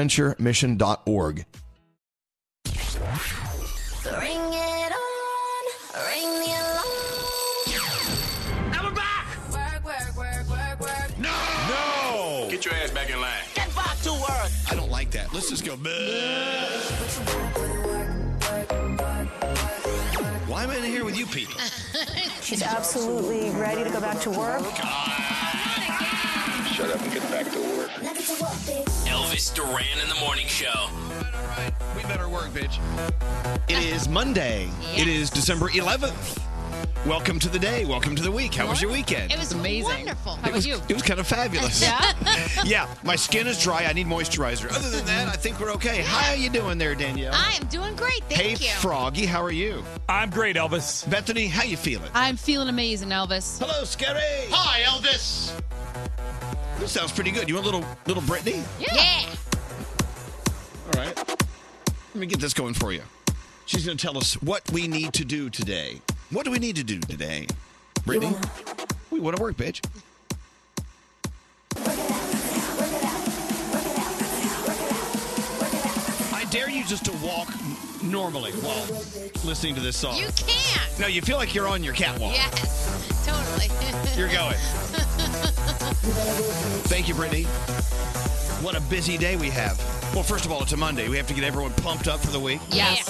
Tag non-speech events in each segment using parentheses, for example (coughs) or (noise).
adventuremission.org. Ring it on, ring the alarm. Now we're back. Work, work, work, work, work. No, no. Get your ass back in line. Get back to work. I don't like that. Let's just go. Why am I in here with you people? She's absolutely ready to go back to work. Shut up and get back to work. Elvis Duran in the morning show. We better work, bitch. It is Monday. It is December 11th. Welcome to the day. Welcome to the week. How was your weekend? It was amazing. Wonderful. How It was was, you? it was kind of fabulous. (laughs) (laughs) Yeah. yeah, my skin is dry. I need moisturizer. Other than that, I think we're okay. How are you doing there, Danielle? I am doing great. Thank hey, you. Froggy, how are you? I'm great, Elvis. Bethany, how you feeling? I'm feeling amazing, Elvis. Hello, Scary. Hi, (laughs) Elvis. This sounds pretty good. You want a little little Brittany? Yeah. All right. Let me get this going for you. She's going to tell us what we need to do today. What do we need to do today? Brittany? We want to work, bitch. I dare you just to walk n- normally while listening to this song. You can't. no, you feel like you're on your catwalk. Yes. Totally. You're going. Thank you, Brittany. What a busy day we have. Well, first of all, it's a Monday. We have to get everyone pumped up for the week. Yes.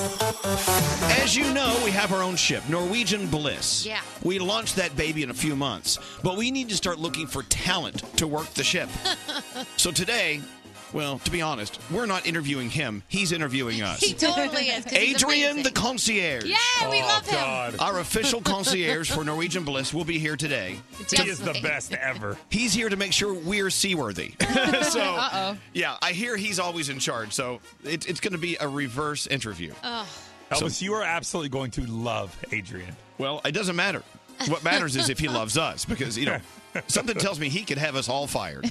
As you know, we have our own ship, Norwegian Bliss. Yeah. We launched that baby in a few months, but we need to start looking for talent to work (laughs) the ship. so today, well, to be honest, we're not interviewing him, he's interviewing us. He totally is. 'cause he's (laughs) Adrian the amazing. concierge. Yeah, we love him. (laughs) Our official concierge for Norwegian Bliss will be here today. He is the best ever. (laughs) He's here to make sure (laughs) we're seaworthy. so, Uh-oh. yeah, I hear he's always in charge. So it, it's going to be a reverse interview. Oh. Elvis, you are absolutely going to love Adrian. Well, it doesn't matter. What matters is if he loves us because, (laughs) you know, something tells me he could have us all fired.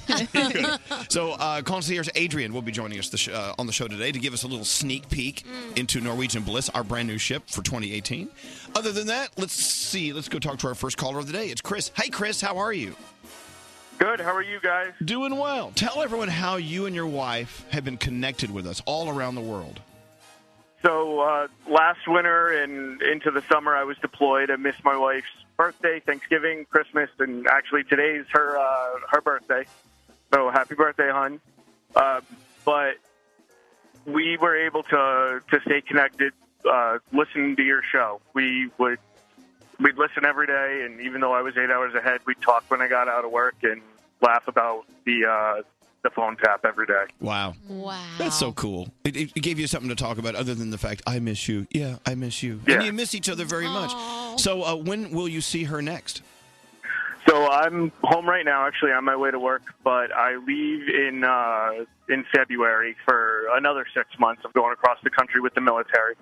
so, uh, concierge Adrian will be joining us the sh- uh, on the show today to give us a little sneak peek into Norwegian Bliss, our brand new ship for 2018. Other than that, let's see. Let's go talk to our first caller of the day. It's Chris. Hey, Chris, how are you? Good. How are you guys? Doing well. Tell everyone how you and your wife have been connected with us all around the world. So uh, last winter and into the summer, I was deployed. I missed my wife's birthday, Thanksgiving, Christmas, and actually today's her uh, her birthday. So happy birthday, hon! Uh, but we were able to to stay connected, uh, listen to your show. We would we'd listen every day, and even though I was eight hours ahead, we'd talk when I got out of work and laugh about the uh, the phone tap every day. Wow. Wow. That's so cool. It, it gave you something to talk about other than the fact, I miss you. Yeah, I miss you. Yeah. And you miss each other very much. So, uh, when will you see her next? So I'm home right now. Actually, on my way to work, but I leave in uh, in February for another six months of going across the country with the military,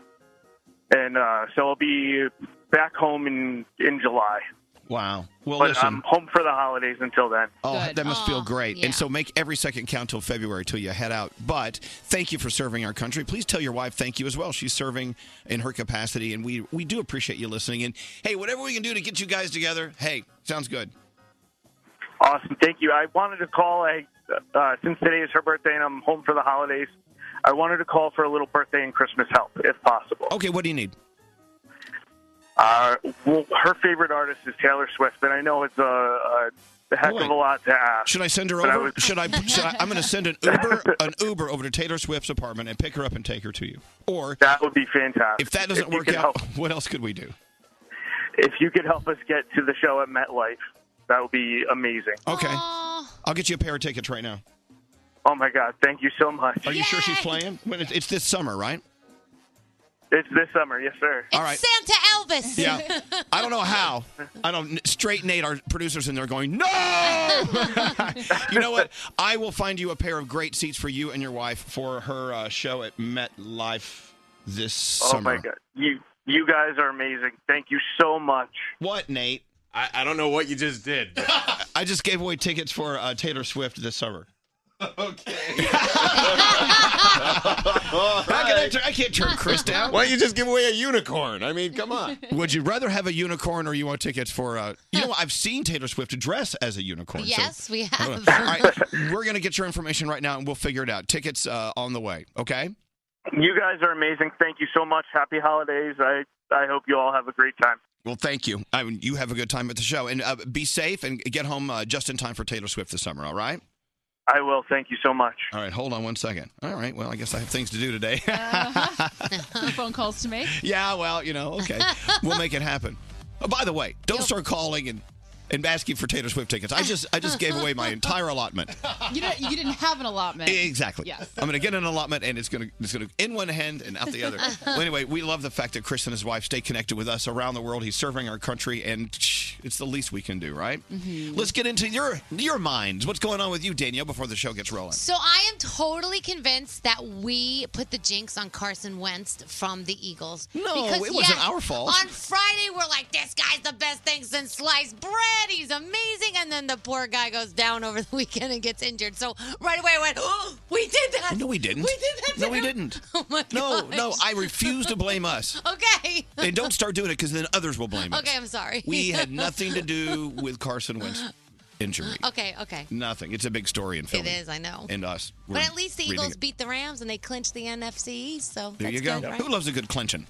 and uh, so I'll be back home in in July. Wow. Well, but um, listen. I'm home for the holidays until then. Oh, that must feel great. And so make every second count till February till you head out. But thank you for serving our country. Please tell your wife thank you as well. She's serving in her capacity, and we, we do appreciate you listening. And hey, whatever we can do to get you guys together, hey, sounds good. Awesome. Thank you. I wanted to call. I uh, since today is her birthday and I'm home for the holidays. I wanted to call for a little birthday and Christmas help, if possible. Okay, what do you need? Uh, well, her favorite artist is Taylor Swift, and I know it's a, a heck of a lot to ask. Should I send her but over? was- Should I? Should I I'm going to send an Uber, an Uber over to Taylor Swift's apartment and pick her up and take her to you. Or that would be fantastic. If that doesn't If you work could out, (laughs) what else could we do? if you could help us get to the show at MetLife, that would be amazing. Okay, I'll get you a pair of tickets right now. Oh my God! Thank you so much. Are you sure she's playing? When it's, it's this summer, right? It's this summer, yes, sir. All right. Santa Elvis. (laughs) Yeah. I don't know how. I don't. Straight Nate, our producers, and they're going, no! you (laughs) know what? I will find you a pair of great seats for you and your wife for her uh, show at MetLife this Oh summer. my God! You you guys are amazing. Thank you so much. What, Nate? I, I don't know what you just did. but- I just gave away tickets for uh, Taylor Swift this summer. How can I, turn- I can't turn Chris down. Why don't you just give away a unicorn? I mean, come on. Would you rather have a unicorn or you want tickets for? Uh, you know, I've seen Taylor Swift dress as a unicorn. so- Yes, we I don't have. know. (laughs) All right, we're gonna get your information right now, and we'll figure it out. Tickets uh, on the way. Okay. You guys are amazing. Thank you so much. Happy holidays. I I hope you all have a great time. Well, thank you. I mean, you have a good time at the show, and uh, be safe and get home uh, just in time for Taylor Swift this summer. All right. I will. Thank you so much. All right. Hold on one second. All right. Well, I guess I have things to do (laughs) today. (laughs) phone calls to make. (laughs) Yeah, well, you know, okay. we'll make it happen. Oh, by the way, don't start calling and and asking for Taylor Swift tickets. (laughs) I just I just gave away my entire allotment. You didn't, you didn't have an allotment. Exactly. Yes. I'm gonna get an allotment and it's gonna it's gonna in one hand and out the (laughs) other. Well, anyway, we love the fact that Chris and his wife stay connected with us around the world. He's serving our country and shh, it's the least we can do, right? Mm-hmm. Let's get into your your minds. What's going on with you, Danielle, before the show gets rolling? So I am totally convinced that we put the jinx on Carson Wentz from the Eagles. No, oh, it wasn't our fault. On Friday, we're like, this guy's the best thing since sliced bread. He's amazing. And then the poor guy goes down over the (laughs) weekend and gets injured. So right away, I went, oh, we did that. No, we didn't. We did that. No, we too. didn't. (laughs) Oh, my no, gosh. no, I refuse to blame us. (laughs) Okay. And don't (laughs) start doing it because then others will blame us. Okay, I'm sorry. (laughs) We had nothing to do with Carson Wentz injury. Okay, okay. Nothing. It's a big story in Philly. It is, I know. And us. We're But at least the reading Eagles it. beat the Rams and they clinched the NFC East. So There that's you go. (laughs) Good, right? Who loves a good clinching?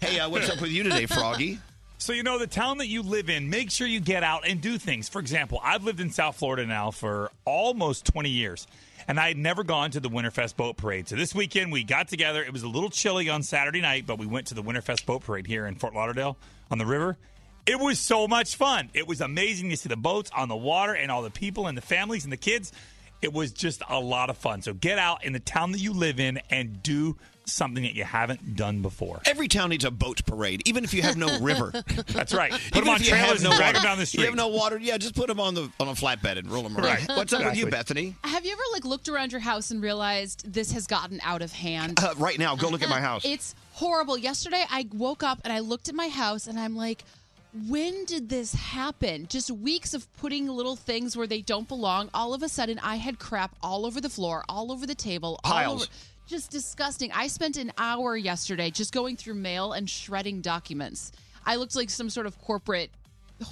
hey, uh, what's up with you today, Froggy? So, you know, the town that you live in, make sure you get out and do things. For example, I've lived in South Florida now for almost 20 years, and I had never gone to the Winterfest Boat Parade. So, this weekend we got together. It was a little chilly on Saturday night, but we went to the Winterfest Boat Parade here in Fort Lauderdale on the river. It was so much fun. It was amazing to see the boats on the water and all the people and the families and the kids. It was just a lot of fun. So, get out in the town that you live in and do something that you haven't done before. Every town needs a boat parade, even if you have no river. That's right. Put Even them on if you have trailers and drag water. them down the You street. have no water? Yeah, just put them on the on a flatbed and roll them around. (laughs) Right. What's up with you, Exactly. Bethany? Have you ever like looked around your house and realized this has gotten out of hand? Uh-huh. Uh, right now, go look at my house. It's horrible. Yesterday I woke up and I looked at my house and I'm like, when did this happen? Just weeks of putting little things where they don't belong. All of a sudden, I had crap all over the floor, all over the table, all Piles. over. Just disgusting. I spent an hour yesterday just going through mail and shredding documents. I looked like some sort of corporate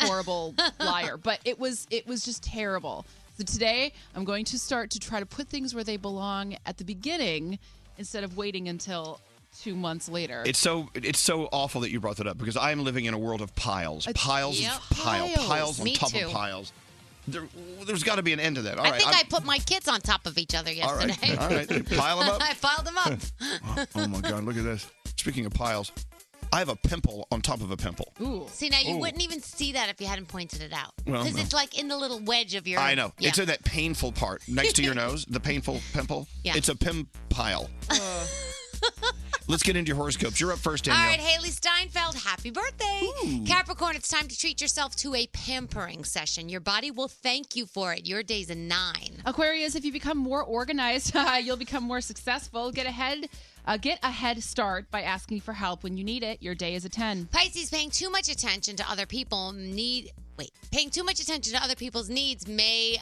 horrible liar, but it was it was just terrible. So today, I'm going to start to try to put things where they belong at the beginning instead of waiting until 2 months later. It's so it's so awful that you brought that up because I am living in a world of piles, It's- piles, Yep. of pile, Piles. piles, on Me top too. of piles. There, there's got to be an end to that. All I right, think I'm- i put my kids on top of each other All right, yesterday. all (laughs) right. Pile 'em up. I piled them up. oh my god, look at this. Speaking of piles, I have a pimple on top of a pimple. See, now (laughs) you Ooh. wouldn't even see that if you hadn't pointed it out. Well, Because no. it's like in the little wedge of your. I know. Yeah. It's in that painful part next (laughs) to your nose, the painful pimple. Yeah. It's a pim pile. Let's get into your horoscopes. You're up first, All Danielle. right, Haley Steinfeld, happy birthday. Ooh. Capricorn, it's time to treat yourself to a pampering session. Your body will thank you for it. Your day's a nine. Aquarius, if you become more organized, (laughs) you'll become more successful. Get ahead, uh, get a head start by asking for help when you need it. Your day is a ten. Pisces paying too much attention to other people need wait paying too much attention to other people's needs may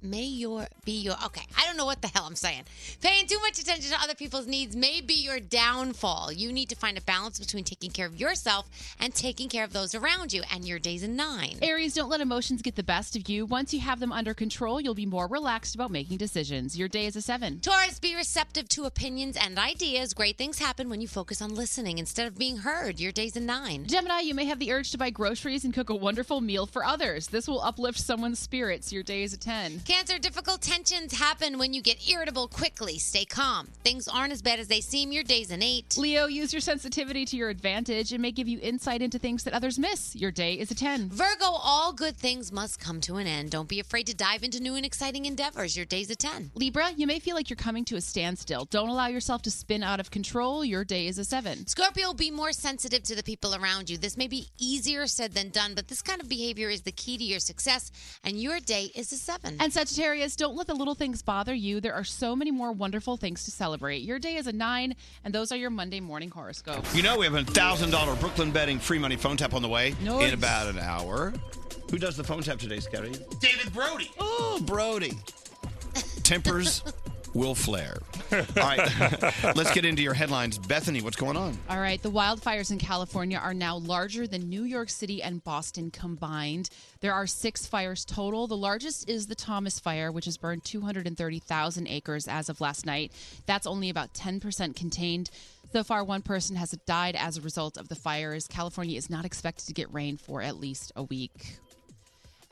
may your be your okay I don't know what the hell I'm saying paying too much attention to other people's needs may be your downfall you need to find a balance between taking care of yourself and taking care of those around you and your day's a nine Aries, don't let emotions get the best of you. Once you have them under control, you'll be more relaxed about making decisions. Your day is a seven. Taurus, be receptive to opinions and ideas. Great things happen when you focus on listening instead of being heard. Your day's a nine. Gemini, you may have the urge to buy groceries and cook a wonderful meal for others. This will uplift someone's spirits. Your day is a 10. Cancer, difficult tensions happen when you get irritable quickly. Stay calm. Things aren't as bad as they seem. Your day's an eight. Leo, use your sensitivity to your advantage and may give you insight into things that others miss. Your day is a 10. Virgo, all good things must come to an end. Don't be afraid to dive into new and exciting endeavors. Your day's a 10. Libra, you may feel like you're coming to a standstill. Don't allow yourself to spin out of control. Your day is a seven. Scorpio, be more sensitive to the people around you. This may be easier said than done, but this kind of behavior is the key to your success, and your day is a 7. And Sagittarius, don't let the little things bother you. There are so many more wonderful things to celebrate. Your day is a nine, and those are your Monday morning horoscopes. You know we have a thousand dollar Brooklyn betting free money phone tap on the way Nice. in about an hour. Who does the phone tap today, Scotty? (laughs) David Brody. Oh, Brody. (laughs) Tempers will flare. All right, (laughs) let's get into your headlines. Bethany, what's going on? All right, the wildfires in California are now larger than New York City and Boston combined. There are six fires total. The largest is the Thomas Fire, which has burned 230,000 acres as of last night. That's only about 10% contained. So far, one person has died as a result of the fires. California is not expected to get rain for at least a week.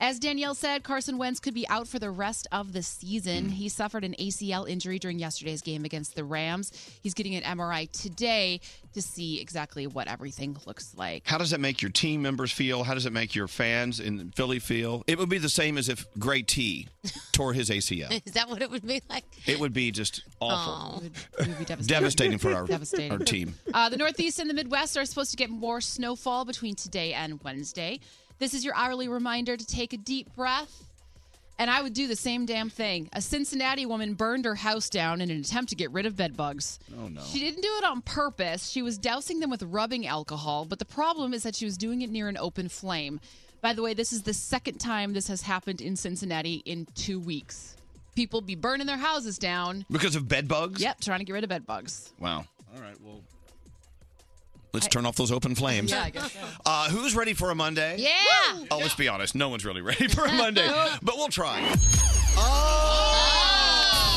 As Danielle said, Carson Wentz could be out for the rest of the Mm. season. He suffered an ACL injury during yesterday's game against the Rams. He's getting an MRI today to see exactly what everything looks like. How does that make your team members feel? How does it make your fans in Philly feel? It would be the same as if Gray T tore his (laughs) ACL. Is that what it would be like? It would be just Aw. awful. It would- it would be devastating. Devastating for our, Devastating. our team. (laughs) Uh, the Northeast and the Midwest are supposed to get more snowfall between today and Wednesday. This is your hourly reminder to take a deep breath. And I would do the same damn thing. A Cincinnati woman burned her house down in an attempt to get rid of bed bugs. Oh, no. She didn't do it on purpose. She was dousing them with rubbing alcohol, but the problem is that she was doing it near an open flame. By the way, this is the second time this has happened in Cincinnati in two weeks. People be burning their houses down. Because of bed bugs? Yep, trying to get rid of bed bugs. Wow. All right, well. Let's turn off those open flames. Yeah, I guess so. Uh, who's ready for a Monday? Yeah. Oh, let's be honest. No one's really ready for a (laughs) Monday, but we'll try. Oh!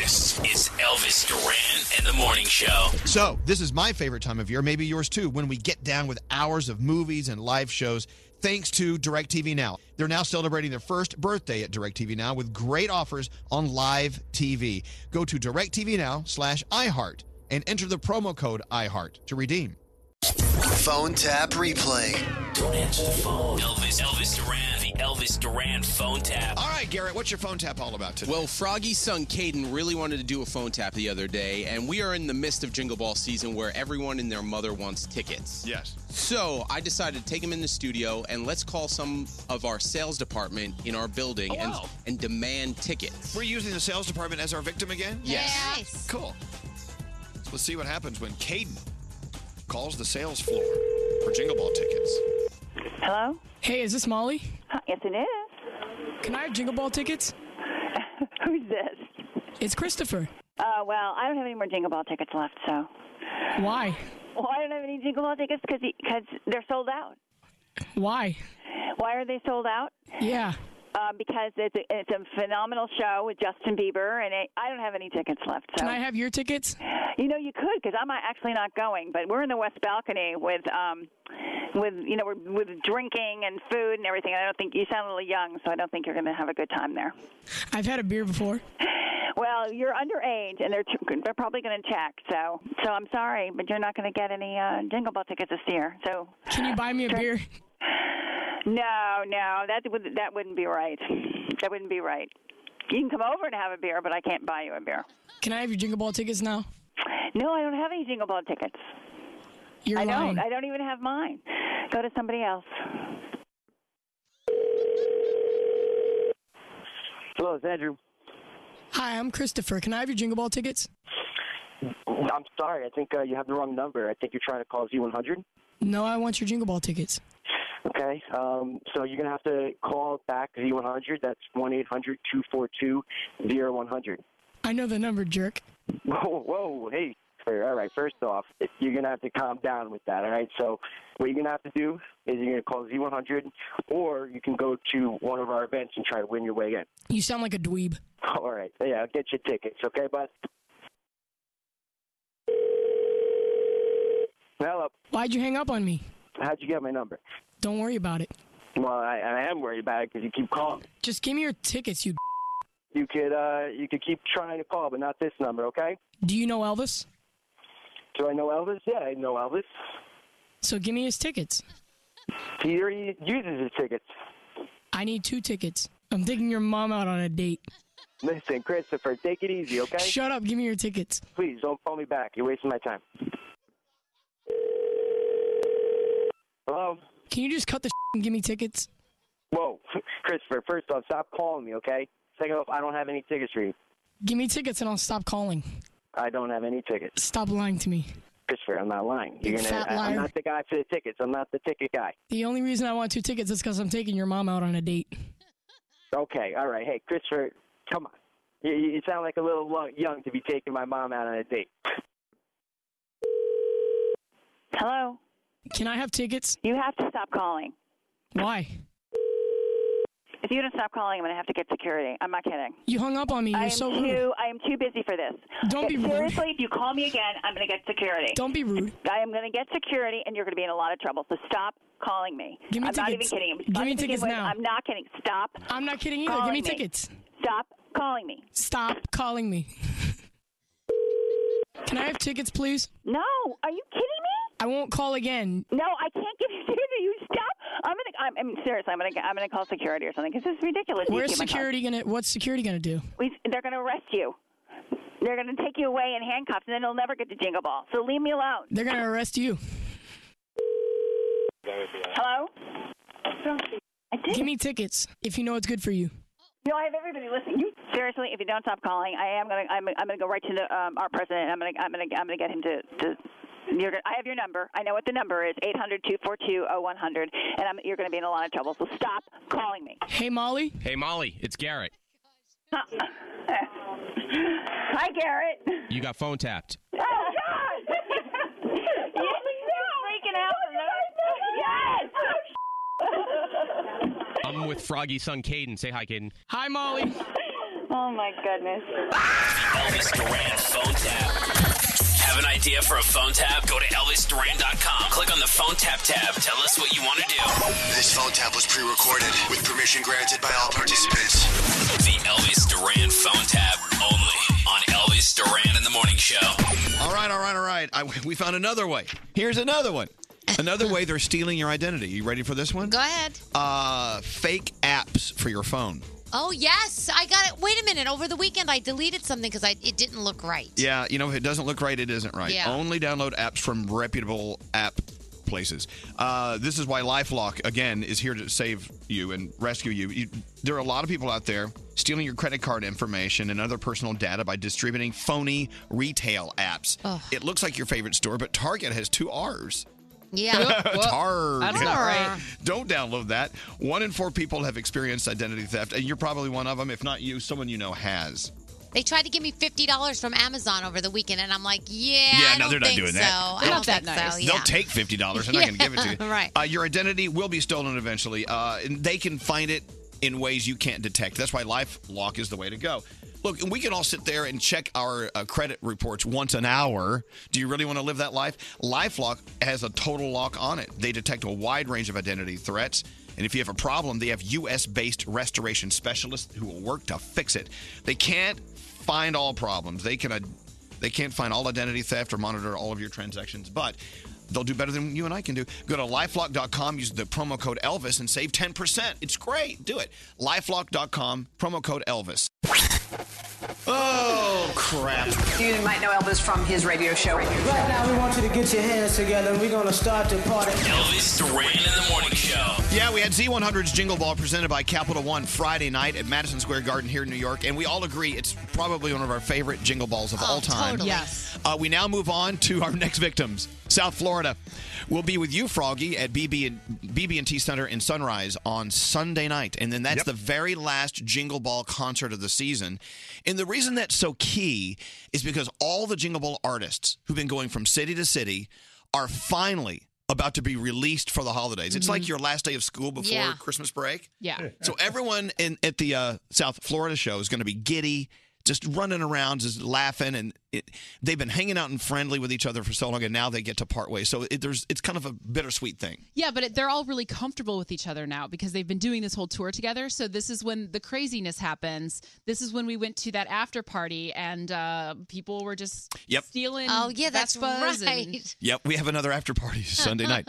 This is Elvis Duran and the Morning Show. So, this is my favorite time of year, maybe yours too, when we get down with hours of movies and live shows thanks to DirecTV Now. They're now celebrating their first birthday at DirecTV Now with great offers on live TV. Go to DirecTV Now slash iHeart and enter the promo code iHeart to redeem. Phone tap replay. Don't answer the phone. Elvis, Elvis Duran, the Elvis Duran phone tap. All right, Garrett, what's your phone tap all about today? Well, Froggy's son Caden really wanted to do a phone tap the other day, and we are in the midst of Jingle Ball season where everyone and their mother wants tickets. Yes. So I decided to take him in the studio and let's call some of our sales department in our building Oh, and, wow. and demand tickets. We're using the sales department as our victim again? Yes. Nice. Cool. Let's see what happens when Caden calls the sales floor for Jingle Ball tickets. Hello? Hey, is this Molly? Yes, it is. Can I have Jingle Ball tickets? (laughs) Who's this? It's Christopher. Uh, well, I don't have any more Jingle Ball tickets left, so. Why? Well, I don't have any Jingle Ball tickets because they're sold out. Why? Why are they sold out? Yeah. Uh, because it's a, it's a phenomenal show with Justin Bieber, and it, I don't have any tickets left. So. Can I have your tickets? You know, you could because I'm actually not going, but we're in the west balcony with um, with you know, we're, with drinking and food and everything. I don't think you sound a little young, so I don't think you're going to have a good time there. I've had a beer before. Well, you're underage, and they're they're probably going to check. So, so I'm sorry, but you're not going to get any uh, Jingle Ball tickets this year. So, Can you buy me a beer? no, no, that would that wouldn't be right. That wouldn't be right. You can come over and have a beer, but I can't buy you a beer. Can I have your Jingle Ball tickets now? No, I don't have any Jingle Ball tickets. You're I lying. don't. I don't even have mine. Go to somebody else. Hello, it's Andrew. Hi, I'm Christopher. Can I have your Jingle Ball tickets? I'm sorry. I think uh, you have the wrong number. I think you're trying to call Z100. No, I want your Jingle Ball tickets. Okay. Um, so you're going to have to call back Z100. That's 1 800 242 0100. I know the number, jerk. (laughs) Whoa, whoa, hey. sir, All right, first off, you're going to have to calm down with that. All right. So what you're going to have to do is you're going to call Z100 or you can go to one of our events and try to win your way in. You sound like a dweeb. (laughs) All right. Yeah, I'll get your tickets. Okay, bud? Hello. Why'd you hang up on me? How'd you get my number? Don't worry about it. Well, I, I am worried about it because you keep calling. Just give me your tickets, you. You could uh, you could keep trying to call, but not this number, okay? Do you know Elvis? Do I know Elvis? Yeah, I know Elvis. (laughs) So give me his tickets. He already uses his tickets. I need two tickets. I'm taking your mom out on a date. Listen, Christopher, take it easy, okay? Shut up. Give me your tickets. Please don't call me back. You're wasting my time. Hello. Can you just cut the and give me tickets? Whoa, (laughs) Christopher. First off, stop calling me, okay? Second off, I don't have any tickets for you. Give me tickets and I'll stop calling. I don't have any tickets. Stop lying to me. Christopher, I'm not lying. You're Big gonna, fat I- I'm liar. not the guy for the tickets. I'm not the ticket guy. The only reason I want two tickets is because I'm taking your mom out on a date. Okay, all right. Hey, Christopher, come on. You, you sound like a little lo- young to be taking my mom out on a date. Hello. Can I have tickets? You have to stop calling. Why? If you don't stop calling, I'm going to have to get security. I'm not kidding. You hung up on me. You're I am so too. rude. I am too busy for this. Don't be rude. Seriously, if you call me again, I'm going to get security. Don't be rude. I am going to get security, and you're going to be in a lot of trouble. So stop calling me. Give me I'm not even tickets. kidding. I'm Give not me even tickets kidding. now. I'm not kidding. Stop. I'm not kidding either. Give calling me me. tickets. Stop calling me. Stop calling me. (laughs) Can I have tickets, please? No. Are you kidding me? I won't call again. No, I can't give you (laughs) security. You stop. I'm going to. I'm, I'm seriously. I'm going to. I'm going to call security or something because this is ridiculous. You Where's keep on calling. security gonna? What's security gonna do? We, they're going to arrest you. They're going to take you away in handcuffs, and then you'll never get to Jingle Ball. So leave me alone. They're gonna arrest you. Hello? Give me tickets if you know it's good for you. No, I have everybody listening. You seriously, if you don't stop calling, I am gonna, I'm, I'm gonna go right to the, um, our president. and I'm gonna, I'm gonna, I'm gonna get him to. to you're gonna, I have your number. I know what the number is: 800-242-0100. And I'm, you're gonna be in a lot of trouble. So stop calling me. Hey, Molly. Hey, Molly, it's Garrett. (laughs) Hi, (laughs) Garrett. You got phone tapped. Oh (laughs) God! yes, you're freaking out. Yes. I'm with Froggy's son, Caden. Say hi, Caden. Hi, Molly. Oh my goodness. Ah! Elvis Duran phone tap. Have an idea for a phone tap? Go to ElvisDuran.com. Click on the phone tap tab. Tell us what you want to do. This phone tap was pre-recorded with permission granted by all participants. The Elvis Duran phone tap only on Elvis Duran in the Morning Show. All right, all right, all right. I, (laughs) we found another way. Here's another one. Another way they're stealing your identity. You ready for this one? Go ahead. Uh, fake apps for your phone. Oh yes, I got it. Wait a minute. Over the weekend, I deleted something because I it didn't look right. Yeah, you know, if it doesn't look right, it isn't right. Yeah. Only download apps from reputable app places. Uh, this is why Lifelock, again, is here to save you and rescue you. you. There are a lot of people out there stealing your credit card information and other personal data by distributing phony retail apps. It looks like your favorite store, but Target has two R's. Yeah. (laughs) Tar. That's not right. Don't download that. One in four people have experienced identity theft, and you're probably one of them. If not you, someone you know has. They tried to give me fifty dollars from Amazon over the weekend, and I'm like, yeah, I no, don't they're not think doing so. that. I don't think so. Yeah. They'll take fifty dollars. They're not going to give it to you. (laughs) Yeah, right. Uh, your identity will be stolen eventually, uh, and they can find it in ways you can't detect. That's why LifeLock is the way to go. Look, and we can all sit there and check our uh, credit reports once an hour. Do you really want to live that life? LifeLock has a total lock on it. They detect a wide range of identity threats. And if you have a problem, they have US based restoration specialists who will work to fix it. They can't find all problems. They can uh, they can't find all identity theft or monitor all of your transactions, but they'll do better than you and I can do. Go to lifelock.com, use the promo code Elvis, and save 10%. It's great. Do it. Lifelock.com, promo code Elvis. Oh, crap. You might know Elvis from his radio show. Right now, we want you to get your hands together and we're going to start the party. Elvis Duran in (laughs) the morning show. Yeah, we had Z100's Jingle Ball presented by Capital One Friday night at Madison Square Garden here in New York, and we all agree it's probably one of our favorite Jingle Balls of all time. totally. Yes. Uh, we now move on to our (laughs) next victims, South Florida. We'll be with you, Froggy, at BB and BB and T Center in Sunrise on Sunday night, and then that's the very last Jingle Ball concert of the season. And the reason that's so key is because all the Jingle Ball artists who've been going from city to city are finally about to be released for the holidays. It's like your last day of school before Mm-hmm. Yeah. Christmas break. Yeah. So everyone in at the uh, South Florida show is going to be giddy, just running around, just laughing, and it, they've been hanging out and friendly with each other for so long, and now they get to part ways. So it, there's it's kind of a bittersweet thing. Yeah, but it, they're all really comfortable with each other now because they've been doing this whole tour together. So this is when the craziness happens. This is when we went to that after party and uh, people were just Yep. stealing. Oh, yeah, that's Vespas and- right. Yep, we have another after party (laughs) Sunday night.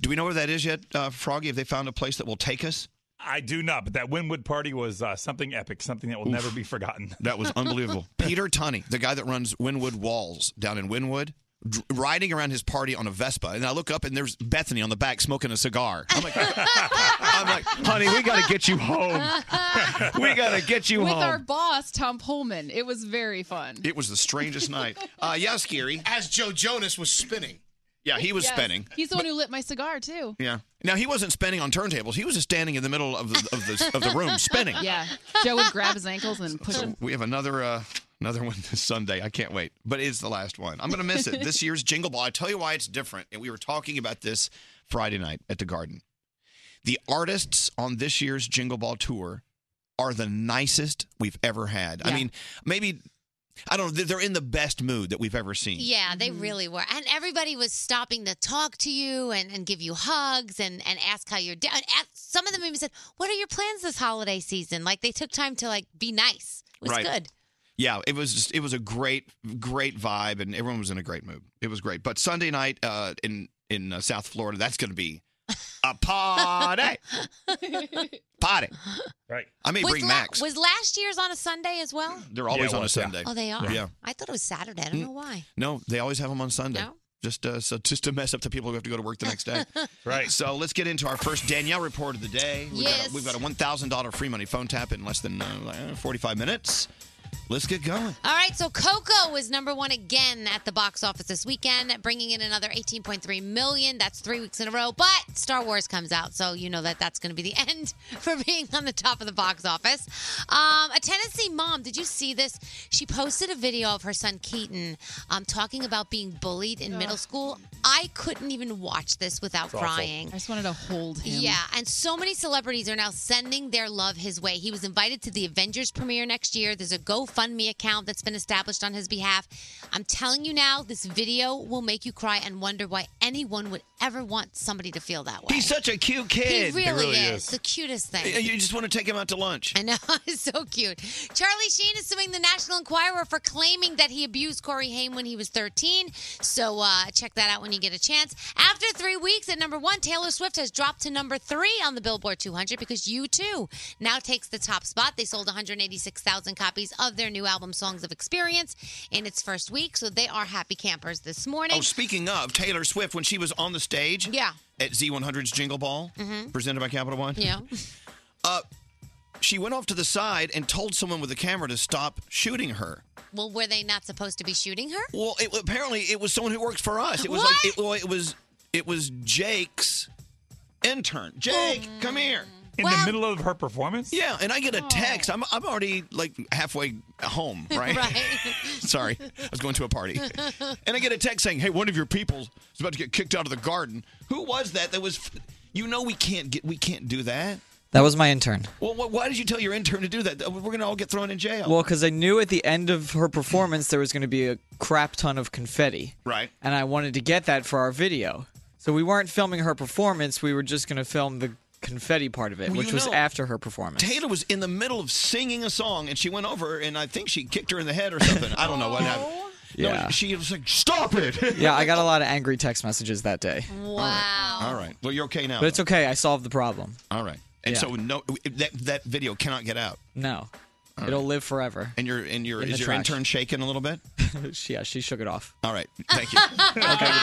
Do we know where that is yet, uh, Froggy? Have they found a place that will take us? I do not, but that Winwood party was uh, something epic, something that will never be forgotten. (laughs) That was unbelievable. Peter Tunney, the guy that runs Winwood Walls down in Winwood, dr- riding around his party on a Vespa, and I look up and there's Bethany on the back smoking a cigar. I'm like, (laughs) I'm like, honey, we gotta get you home. (laughs) We gotta get you with home. our boss Tom Pullman. It was very fun. it was the (laughs) strangest night. Uh, yeah, scary. As Joe Jonas was spinning. Yeah, he was Yes. spinning. He's the one who lit my cigar too. Yeah. Now he wasn't spinning on turntables. He was just standing in the middle of the of the, of the room spinning. (laughs) Yeah, Joe would grab his ankles and push him. We have another uh, another one this Sunday. I can't wait, but it's the last one. I'm gonna miss it. This year's Jingle Ball. I tell you why it's different. And we were talking about this Friday night at the Garden. The artists on this year's Jingle Ball tour are the nicest we've ever had. I Yeah. mean, maybe I don't know. they're- They're in the best mood that we've ever seen. Yeah, Mm-hmm. they really were. And everybody was stopping to talk to you and, and give you hugs and, and ask how you're doing. Some of them even said, What are your plans this holiday season? Like they took time to like be (laughs) nice. It was good. Yeah, it was just, it was a great great vibe, and everyone was in a great mood. It was great. But Sunday night uh, in in uh, South Florida, that's going to be a (laughs) party, party. Right. I may was, bring la- Max. was last year's on a Sunday as well? They're always Yeah, it on a was, yeah. Sunday. Oh, they are? Yeah. Mm. I thought it was Saturday. I don't know why. No, they always have them on Sunday. No? Just uh, so just to mess up the people who have to go to work the next (laughs) day. right. So let's get into our first Danielle report of the day. We've got Yes. a, we've got a one thousand dollar free money phone tap in less than uh, forty five minutes. Let's get going. All right, so Coco was number one again at the box office this weekend, bringing in another 18.3 million. That's three weeks in a row. But Star Wars comes out, so you know that that's going to be the (laughs) end for being on the top of the box office. Um, a Tennessee mom, did you see this? She posted a video of her son Keaton um, talking about being bullied in middle school. I couldn't even watch this without crying. I just wanted to hold him. Yeah, and so many celebrities are now sending their love his way. He was invited to the Avengers premiere next year. There's a GoFundMe account that's been established on his behalf. I'm telling you now, this video will make you cry and wonder why anyone would ever want somebody to feel that way. He's such a cute He kid. really, is. the cutest thing. You just want to take him out to lunch. (laughs) I know, it's so cute. Charlie Sheen is suing the National Enquirer for claiming that he abused Corey Haim when he was 13. So uh, check that out when you get a chance. After three weeks at number one, Taylor Swift has dropped to number three on the Billboard 200 because You Too now takes the top spot. They sold 186,000 copies of their new album, Songs of Experience, in its first week. So they are happy campers this morning. Oh, speaking of Taylor Swift, when she was on the stage, Yeah. at Z100's Jingle Ball, Mhm. presented by Capital One, Yeah. uh, she went off to the side and told someone with a camera to stop shooting her. Well, were they not supposed to be shooting her? Well, it, apparently it was someone who works for us. It was What? like it, well, it was It was Jake's intern. Jake, Oh. come here. In the middle of her performance? Yeah, and I get a text. I'm, I'm already like halfway (laughs) home, right? Sorry, I was going to a (laughs) party. And I get a text saying, hey, one of your people is about to get kicked out of the garden. Who was that? That was, you know, we can't get, we can't do that. That was my intern. Well, wh- why did you tell your intern to do that? We're going to all get thrown in jail. Well, because I knew at the end of her performance there was going to be a crap ton of confetti. Right. And I wanted to get that for our video. So we weren't filming her performance, we were just going to film the confetti part of it, Well, which you was know- after her performance. Taylor was in the middle of singing a song, and she went over, and I think she kicked her in the head or something. I don't know what happened. No, Yeah. she was like, "Stop it!" yeah, I got a lot of angry text messages that day. Wow. All right. Well, you're okay now. But it's okay, I solved the problem. All right. Uh, And Yeah. so no, that that video cannot get out. No. All It'll live forever. And your and your In is the your trash. intern shaking a little bit? (laughs) yeah, she shook it off. All right. (laughs) Thank you.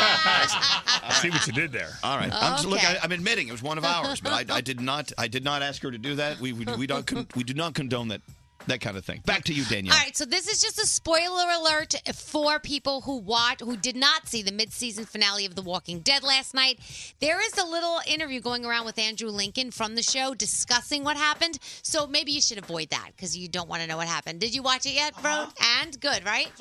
I see what you did there. All right. I'm just, look, Okay. I, I'm admitting it was one of ours, but I, I did not I did not ask her to do that. We we, we don't con- we do not condone that that kind of thing. Back to you, Danielle. All right, so this is just a spoiler alert for people who watch who did not see the mid-season finale of The Walking Dead last night. There is a little interview going around with Andrew Lincoln from the show discussing what happened. So maybe you should avoid that because you don't want to know what happened. Did you watch it yet, bro? And good, right?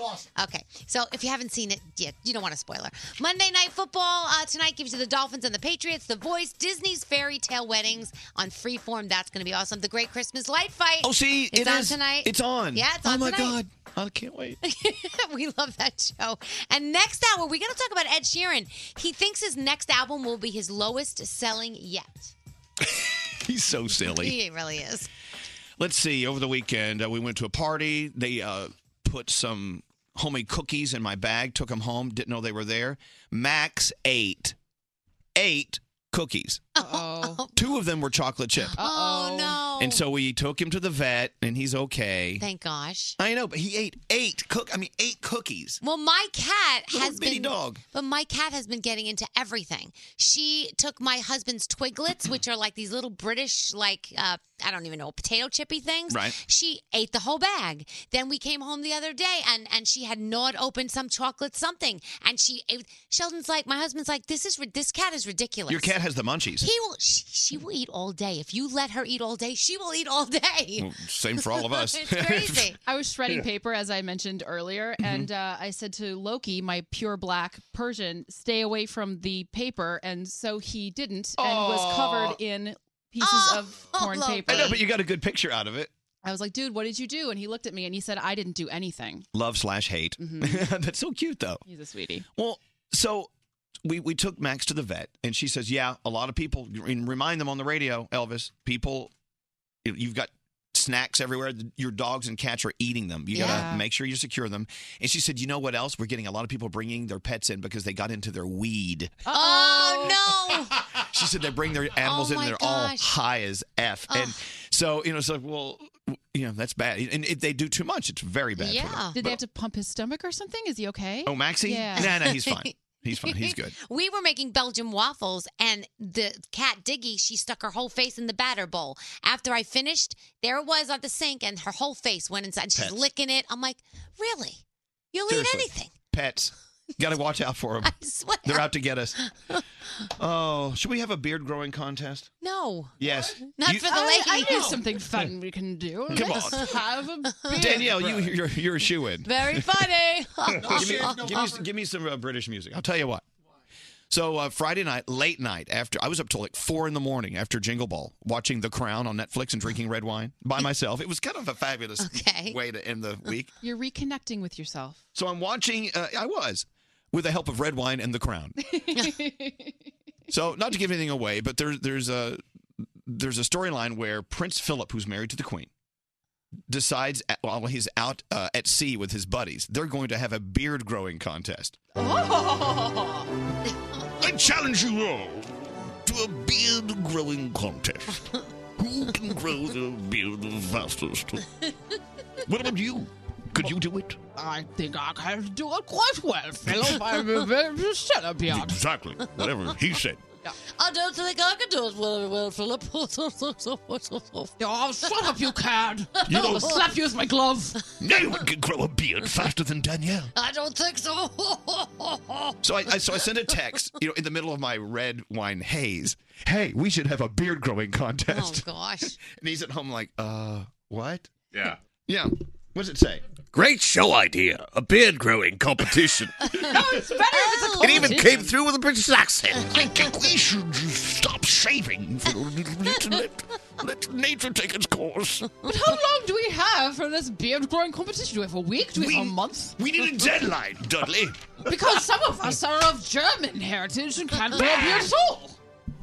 Okay, so if you haven't seen it yet, you don't want a spoiler. Monday Night Football uh, tonight gives you the Dolphins and the Patriots, The Voice, Disney's Fairy Tale Weddings on Freeform. That's going to be awesome. The Great Christmas Light Fight. Oh, see, it's it on is- tonight. it's on. Yeah, it's Oh, on my tonight. God. I can't wait. (laughs) we love that show. And next hour, we're going to talk about Ed Sheeran. He thinks his next album will be his lowest selling yet. He's so silly. He really is. Let's see. Over the weekend, uh, we went to a party. They uh, put some homemade cookies in my bag, took them home, didn't know they were there. Max ate eight cookies. Oh. (laughs) Two of them were chocolate chip. Oh, no. And so we took him to the vet, and he's okay. Thank gosh. I know, but he ate eight cook. I mean, eight cookies. Well, my cat Little has bitty been dog. But my cat has been getting into everything. She took my husband's twiglets, which are like these little British, like uh, I don't even know, potato chippy things. Right. She ate the whole bag. Then we came home the other day, and and she had gnawed open some chocolate something, and she. Ate, Sheldon's like, my husband's like, this is rid- this cat is ridiculous. Your cat has the munchies. He will. She, she will eat all day. If you let her eat all day, she will eat all day. Well, same for all of (laughs) us. (laughs) I was shredding Yeah. Mm-hmm. paper, as I mentioned earlier, and uh, I said to Loki, my pure black Persian, stay away from the paper. And so he didn't and was Aw. covered in pieces (laughs) of torn paper. I know, but you got a good picture out of it. I was like, dude, what did you do? And he looked at me and he said, I didn't do anything. Love slash hate. (laughs) That's so cute, though. He's a sweetie. Well, so we, we took Max to the vet, and she says, Yeah, a lot of people, and remind them on the radio, Elvis, people, you- you've got snacks everywhere. Your dogs and cats are eating them. You got Yeah. to make sure you secure them. And she said, You know what else? We're getting a lot of people bringing their pets in because they got into their weed. Oh, no. She said they bring their animals Oh, in my and they're all gosh. high as F. And Ugh. so, you know, it's like, Well, you know, that's bad. And if they do too much, it's very bad. for them. Did But- they have to pump his stomach or something? Is he okay? Oh, Maxie? Yeah. Nah, nah, he's (laughs) fine. He's fine. He's good. We were making Belgian waffles, and the cat Diggy, she stuck her whole face in the batter bowl. After I finished, there it was on the sink, and her whole face went inside. She's Pets. licking it. I'm like, really? (laughs) You'll Seriously. eat anything? Pets. Got to watch out for them. (laughs) I swear. They're out to get (laughs) us. Oh, should we have a beard growing contest? (laughs) No. Yes. Not You- for the I, lady. I know something fun we can do. Come Let's on. (laughs) have a beer. Danielle, you, you're, you're a shoe in. (laughs) Very funny. (laughs) give, me, give, me, give me some uh, British music. I'll tell you what. So uh, Friday night, late night, after I was up till like four in the morning after Jingle Ball, watching The Crown on Netflix and drinking red wine (laughs) by myself. It was kind of a fabulous way to end the week. You're reconnecting with (laughs) yourself. So I'm watching. Uh, I was with the help of red wine and The Crown. So, not to give anything away, but there's there's a there's a storyline where Prince Philip, who's married to the Queen, decides at, while he's out uh, at sea with his buddies, they're going to have a beard growing contest. Oh, (laughs) I challenge you all to a beard growing contest. Who can grow the beard the fastest? What about you? Could you do it? I think I (laughs) can do it quite well, Philip. I'm a very stellar beard. Exactly. Whatever he said. I don't think I can do it very well, Philip. (laughs) oh, shut up, you cad! You don't- I'll slap you with my glove. No one can grow a beard faster than Danielle. I don't think so. (laughs) Oh, So I, I so I sent a text, you know, in the middle of my red wine haze. Hey, we should have a beard growing contest. Oh gosh. and he's at home like, uh, what? Yeah. Yeah. What does it say? Great show idea. A beard growing competition. (laughs) no, it's better if It even came through with a British accent. (laughs) I think we should stop shaving. For, let, let, let nature take its course. But how long do we have for this beard growing competition? Do we have a week? Do we, have (laughs) a month? We need a deadline, Dudley. (laughs) because some of us are of German heritage and can't grow a beard at all.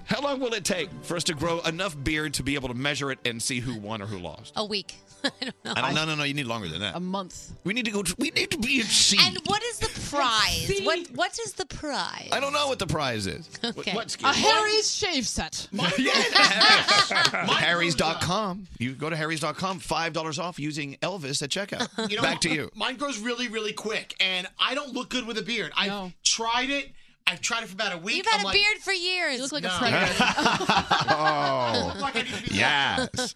How long will it take for us to grow enough beard to be able to measure it and see who won or who lost? A week. I don't know. I don't, no, no, no. You need longer than that. A month. We need to go. To, we need to be at sea. And what is the prize? what What is the prize? I don't know what the prize (laughs) is. Okay. A Harry's shave set. Harry's.com. You go to Harry's.com. Five dollars off using Elvis at (laughs) checkout. Back to you. Mine grows really, really quick, and I don't look good with a beard. I've tried it. I've tried it for about a week. You've had I'm a like, beard for years. You look like a predator. Oh. (laughs) yes.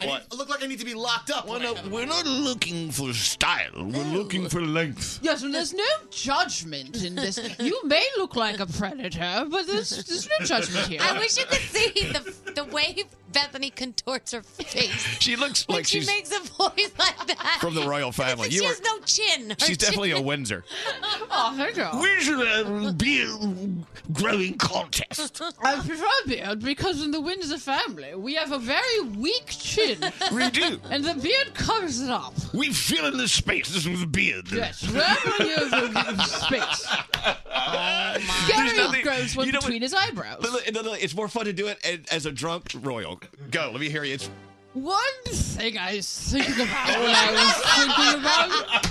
I, need, I look like I need to be locked up. when I- We're not looking for style. We're looking for length. Yes, and there's no judgment (laughs) in this. You may look like a predator, but there's, there's no judgment here. I wish you could see the the way Bethany contorts her face. She looks when like she she's makes a voice like that. from the royal family. she You has are- (laughs) no chin. Her She's definitely chin- a Windsor. (laughs) Oh, there you go. We (laughs) should have a beard growing contest. I prefer beard because in the Windsor family, we have a very weak chin. We do. And the beard covers it up. We fill in the spaces with beard. Yes, where will you the space? Gary nothing- grows one you know what- between his eyebrows. Look, look, look, look, It's more fun to do it a- as a drunk royal. Go. Let me hear you. It's One thing I was thinking about when I was thinking about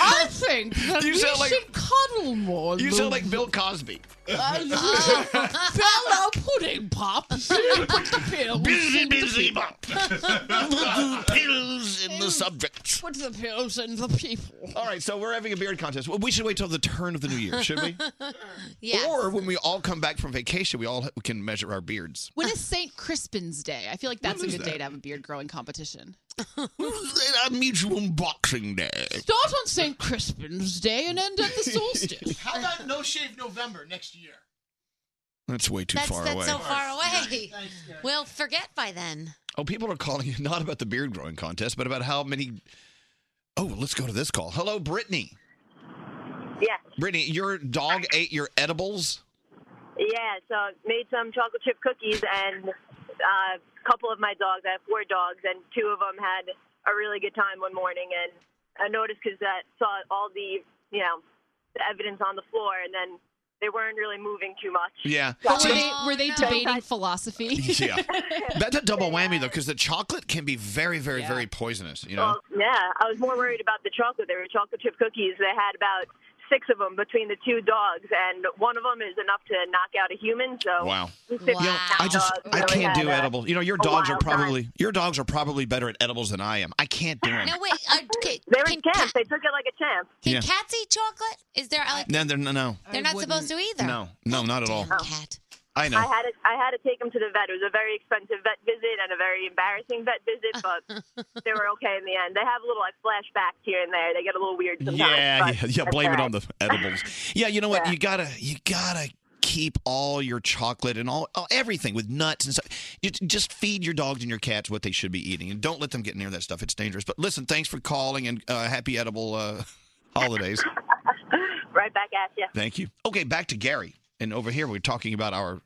I think that You we sound (laughs) like- should cuddle more. You than- sound like Bill Cosby. Uh, Bella Pudding Pop. Put the pills Busy, in the busy people. bop. Put the pills in the subject. Put the pills in the people. All right. So we're having a beard contest. Well, we should wait till the turn of the new year, should (laughs) we? Yes. Or when we all come back from vacation, we all ha- we can measure our beards. When is St. Crispin's Day? I feel like that's a is good that? day to have a beard growing competition. Our mutual boxing day. Start on St. Crispin's Day and end at the (laughs) (laughs) solstice. How about No Shave November next year? That's way too That's- far that's away. so far away. We'll forget by then. Oh, people are calling in (laughs) not about the beard growing contest, but about how many. Oh, let's go to this call. Hello, Brittany. Yeah, Brittany, your dog ate your edibles. yeah. So I made some chocolate chip cookies, and uh, a couple of my dogs. I have four dogs, and two of them had a really good time one morning. And I noticed because that saw all the you know the evidence on the floor, and then they weren't really moving too much. Yeah. But So- were they, were they debating philosophy? (laughs) yeah. That's a double whammy, though, because the chocolate can be very, very, very poisonous, you know? Well, yeah, I was more worried about the chocolate. They were chocolate chip cookies. They had about six of them between the two dogs, and one of them is enough to knock out a human. So Wow. You You know, I just I can't do edibles. You know, your a dogs are wild time. probably your dogs are probably better at edibles than I am. I can't do them. No wait, (laughs) uh, can, They were champs. They took it like a champ. Mm. can Yeah. cats eat chocolate? Is there like No, they're, no, no, they're not supposed to either? no, no, not at all. I know. I had to, I had to take them to the vet. It was a very expensive vet visit and a very embarrassing vet visit, (laughs) but they were okay in the end. They have little like flashbacks here and there. They get a little weird sometimes. yeah, but yeah, yeah. that's Blame it all on the edibles. (laughs) Yeah, you know what? Yeah. You gotta, you gotta keep all your chocolate and all, all everything with nuts and stuff. You, just feed your dogs and your cats what they should be eating, and don't let them get near that stuff. It's dangerous. But listen, thanks for calling and uh, happy edible uh, (laughs) holidays. right. Right back at you. Thank you. Okay, back to Gary. And over here, we're talking about our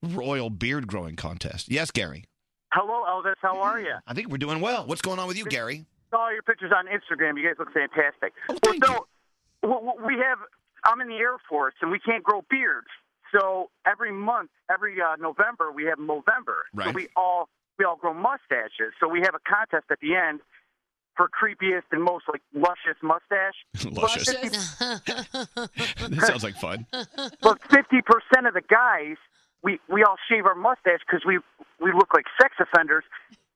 royal beard growing contest. Yes, Gary. Hello, Elvis. How are you? I think we're doing well. What's going on with you, Gary? (clears throat) Saw your pictures on Instagram. You guys look fantastic. Oh, well, so, w- w- we have. I'm in the Air Force, and we can't grow beards. So every month, every uh, November, we have November. So Right. we all we all grow mustaches. So we have a contest at the end for creepiest and most like luscious mustache. (laughs) Luscious. that sounds like fun. But fifty percent of the guys, we we all shave our mustache because we we look like sex offenders,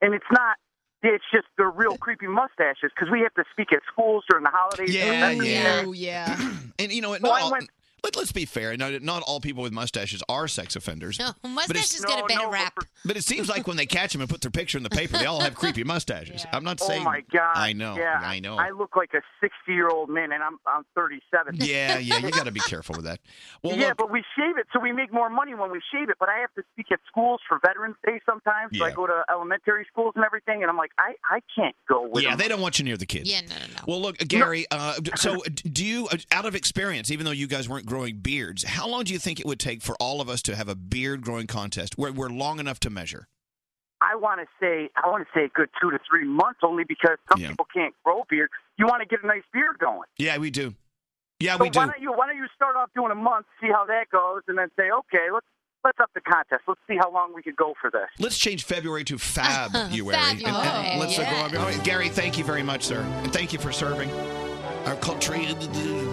and it's not. It's just the real creepy mustaches because we have to speak at schools during the holidays. Oh, Yeah, yeah. yeah. (coughs) And you know what? So Not I all, went- Let, let's be fair. Not, not all people with mustaches are sex offenders. No, But it's- mustaches get a bad rap. But it seems like when they catch them and put their picture in the paper, they all have creepy mustaches. I'm not saying. oh my god! I know. Yeah, I know. I look like a sixty-year-old man, and I'm I'm thirty-seven. yeah, yeah. You (laughs) got to be careful with that. Well, yeah, look, but we shave it, so we make more money when we shave it. But I have to speak at schools for Veterans Day sometimes. So I Yeah. go to elementary schools and everything, and I'm like, I, I can't go with. yeah, them. they don't want you near the kids. Yeah, no, no, no. Well, look, Gary. Uh, d- so, d- do you, uh, out of experience, even though you guys weren't growing beards, how long do you think it would take for all of us to have a beard growing contest where we're long enough to measure? I want to say I want to say a good two to three months only because some people can't grow beard. You want to get a nice beard going. Yeah, we do. Yeah, so we do. Why don't you Why don't you start off doing a month, see how that goes, and then say, okay, let's let's up the contest. Let's see how long we could go for this. Let's change February to Fabuary. and, and let's uh, go on. All right, Gary, thank you very much, sir. And thank you for serving our country.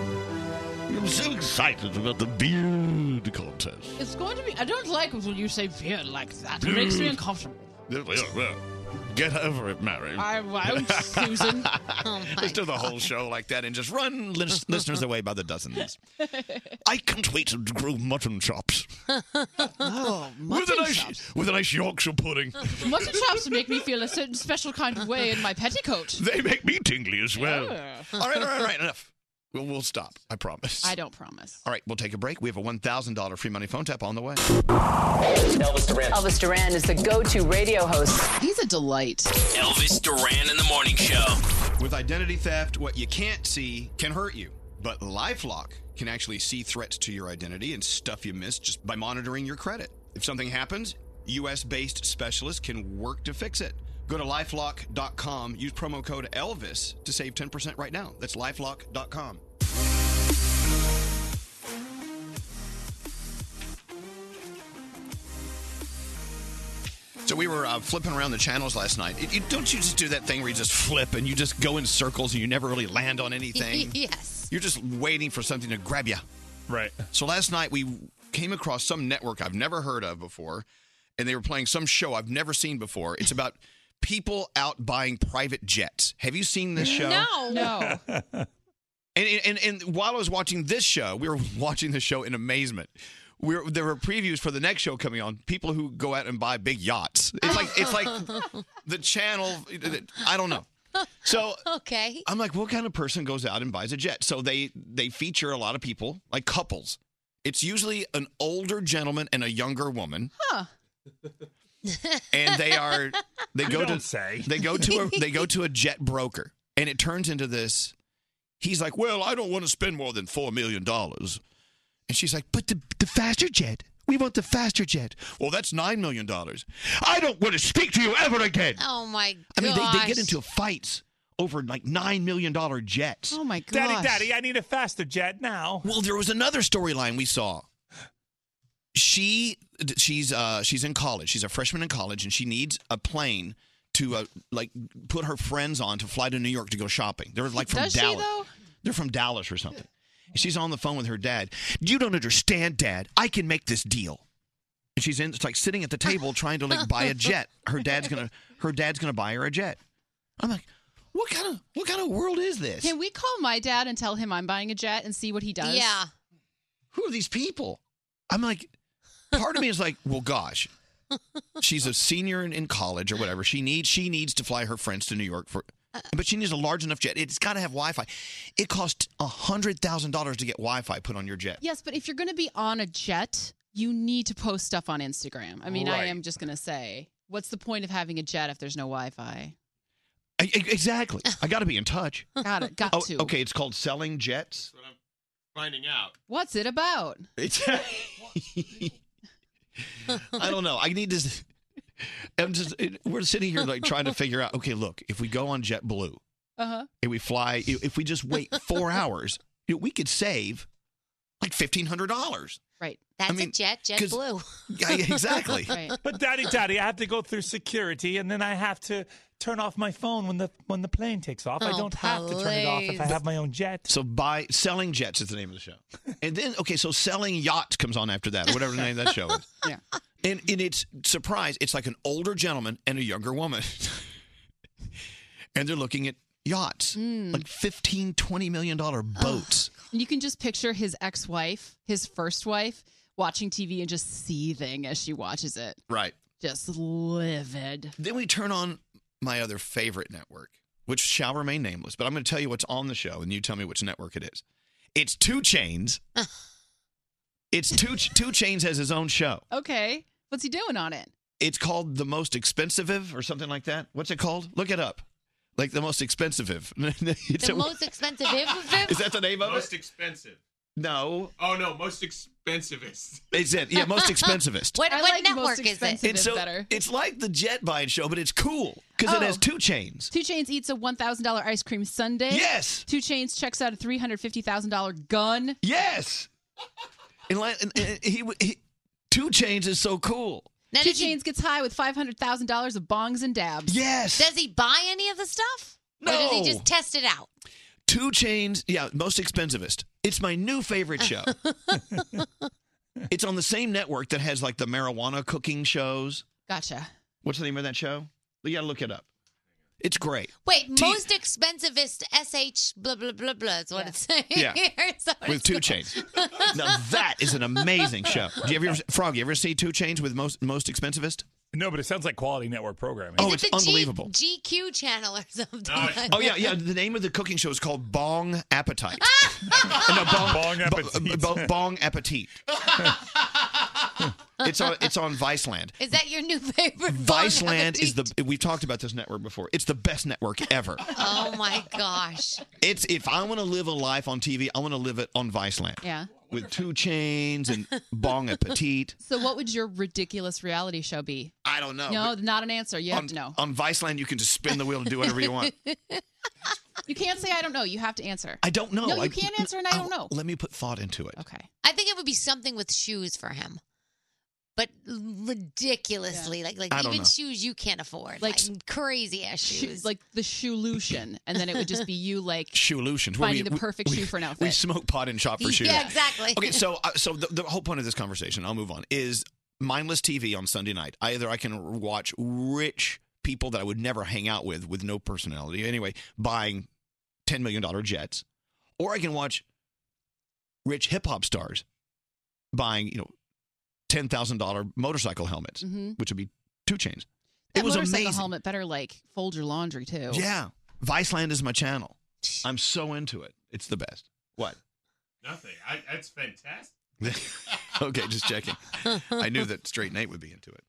I'm so excited about the beard contest. It's going to be. I don't like it when you say beard like that. It makes me uncomfortable. (laughs) Yeah, yeah, yeah. Get over it, Mary. I (laughs) Oh, won't, Susan. Let's do the whole show like that and just run (laughs) lis- listeners away by the dozens. I can't wait to grow mutton chops. oh, with, a mutton nice, chops. with a nice Yorkshire pudding. Mutton chops make me feel a certain special kind of way in my petticoat. They (laughs) make me tingly as well. Yeah. All right, all right, all right, enough. We'll, we'll stop. I promise. I don't promise. All right, we'll take a break. We have a $1,000 free money phone tap on the way. Elvis Duran. Elvis Duran is the go-to radio host. He's a delight. Elvis Duran in the morning (laughs) show. With identity theft, what you can't see can hurt you, but Lifelock can actually see threats to your identity and stuff you missed just by monitoring your credit. If something happens, US based specialists can work to fix it. Go to lifelock.com, use promo code Elvis to save 10% right now. That's lifelock.com. So we were uh, flipping around the channels last night. It- you- don't you just do that thing where you just flip and you just go in circles and you never really land on anything? yes. You're just waiting for something to grab you. Right. So last night we came across some network I've never heard of before, and they were playing some show I've never seen before. It's about people out buying private jets. Have you seen this show? No. No. And, and and and while I was watching this show, we were (laughs) watching the show in amazement. We were, there were previews for the next show coming on. People who go out and buy big yachts. It's like (laughs) it's like the channel. I don't know. So okay. I'm like, what kind of person goes out and buys a jet? So they they feature a lot of people, like couples. It's usually an older gentleman and a younger woman, Huh. and they are they (laughs) You go to don't say they go to (laughs) a, they go to a jet broker, and it turns into this. He's like, well, I don't want to spend more than four million dollars, and she's like, but the the faster jet. We want the faster jet. Well, that's nine million dollars. I don't want to speak to you ever again. Oh my god. I mean, they, they get into fights over like nine million dollar jets. Oh my Daddy, daddy, I need a faster jet now. Well, there was another storyline we saw. She she's uh she's in college. She's a freshman in college, and she needs a plane to uh, like put her friends on to fly to New York to go shopping. They're like from Does she, Dallas. though? They're from Dallas or something. She's on the phone with her dad. You don't understand, Dad. I can make this deal. And she's in. It's like sitting at the table trying to like buy a jet. Her dad's gonna her dad's gonna buy her a jet. I'm like, what kind of what kind of world is this? Can we call my dad and tell him I'm buying a jet and see what he does? Yeah. Who are these people? I'm like, part of me is like, well, gosh, she's a senior in, in college or whatever. She needs she needs to fly her friends to New York for, but she needs a large enough jet. It's got to have Wi-Fi. It costs hundred thousand dollars to get Wi-Fi put on your jet. Yes, but if you're going to be on a jet, you need to post stuff on Instagram. I mean, I Right. am just going to say, what's the point of having a jet if there's no Wi-Fi? I- I- E, exactly. I got to be in touch. (laughs) Got it. Got oh, to. Okay, it's called selling jets. Finding out. What's (laughs) it about? It's, I don't know. I need to. I'm just. it- We're sitting here like trying to figure out. Okay, look, if we go on JetBlue Uh Uh-huh. huh. and we fly, if we just wait (laughs) four hours, you know, we could save like fifteen hundred dollars. Right. That's mean, a jet, jet 'cause- blue. Yeah, yeah, (laughs) exactly. (laughs) But daddy, daddy, I have to go through security, and then I have to turn off my phone when the when the plane takes off. I Oh, don't have to turn it off if I please. have my own jet. So buy selling jets is the name of the (laughs) show, and then okay, so selling yachts comes on after that, whatever the name of that show is. Yeah. And in its surprise, it's like an older gentleman and a younger woman. (laughs) Hmm. and they're looking at yachts, like 15, 20 million dollar boats. And you can just picture his ex wife, his first wife, watching TV and just seething as she watches it. Right. Just livid. Then we turn on my other favorite network, which shall remain nameless, but I'm going to tell you what's on the show and you tell me which network it is. It's Two (laughs) Chains. it's Two Two Chains has his own show. Okay. What's he doing on it? It's called The Most Expensive or something like that. What's it called? Look it up. Like The Most Expensive. (laughs) It's the a- (laughs) most expensive Viv- Is that the name of most it? expensive. No. Oh no, most expensivest. Is it? Yeah, Most Expensivest. (laughs) What, I what like most network is it? expensive. it's, Bit so- better. it's like the Jet Buying show, but it's cool because it Oh. has two chains. Two Chains eats a $1,000 ice cream sundae. Yes. Two Chains checks out a $350,000 gun. Yes. And, li- and, and he, he, Two Chains is so cool. Two Chains gets high with $500,000 of bongs and dabs. Yes. Does he buy any of the stuff? Or does he No. just test it out? Two Chains, yeah, most expensivest. It's my new favorite (laughs) show. it's on the same network that has like the marijuana cooking shows. Gotcha. What's the name of that show? You got to look it up. It's great. Wait, most expensivest SH blah blah blah blah is what it's (laughs) saying. Yeah. here. So With it's- Two Chains. (laughs) (laughs) Now that is an amazing show. Do you ever, Frog, you ever see Two Chains with most most expensivest? No, but it sounds like quality network programming. Oh, Is it's it the G- unbelievable. GQ channel or something. (laughs) oh yeah, yeah. The name of the cooking show is called Bong Appetite. no, bong, bong Appetit. bong (laughs) Appetit. it's on. It's on Viceland. Is that your new favorite? Viceland is the. We've talked about this network before. It's the best network ever. (laughs) Oh my gosh. It's if I want to live a life on TV, I want to live it on Viceland. Yeah. With two chains and Bong Appetit. So, what would your ridiculous reality show be? I don't know. No, but not an answer. You have on, to know. On Viceland, you can just spin the wheel and do whatever you (laughs) want. you can't say I don't know. You have to answer. I don't know. No, you I- can't answer, and I don't know. Let me put thought into it. Okay. I think it would be something with shoes for him. But ridiculously, like like I don't even know. shoes you can't afford, like, Like- crazy ass shoes. Like the (laughs) shoolution, and then it would just be you like Shoolutions. Where finding we- the we- perfect we- shoe for an outfit. We smoke pot and shop for shoes. Yeah, exactly. Okay, (laughs) so uh, so the, the whole point of this conversation, I'll move on, is mindless TV on Sunday night. Either I can watch rich people that I would never hang out with with no personality anyway, buying ten million dollar jets, or I can watch rich hip hop stars buying you know ten thousand dollar motorcycle helmets, Mhm. which would be two chains. that it was motorcycle amazing. helmet better like fold your laundry too. Yeah, Viceland is my channel. I'm so into it. It's the best. What? (laughs) Nothing. I, that's fantastic. (laughs) okay, just checking. I knew that straight Nate would be into it.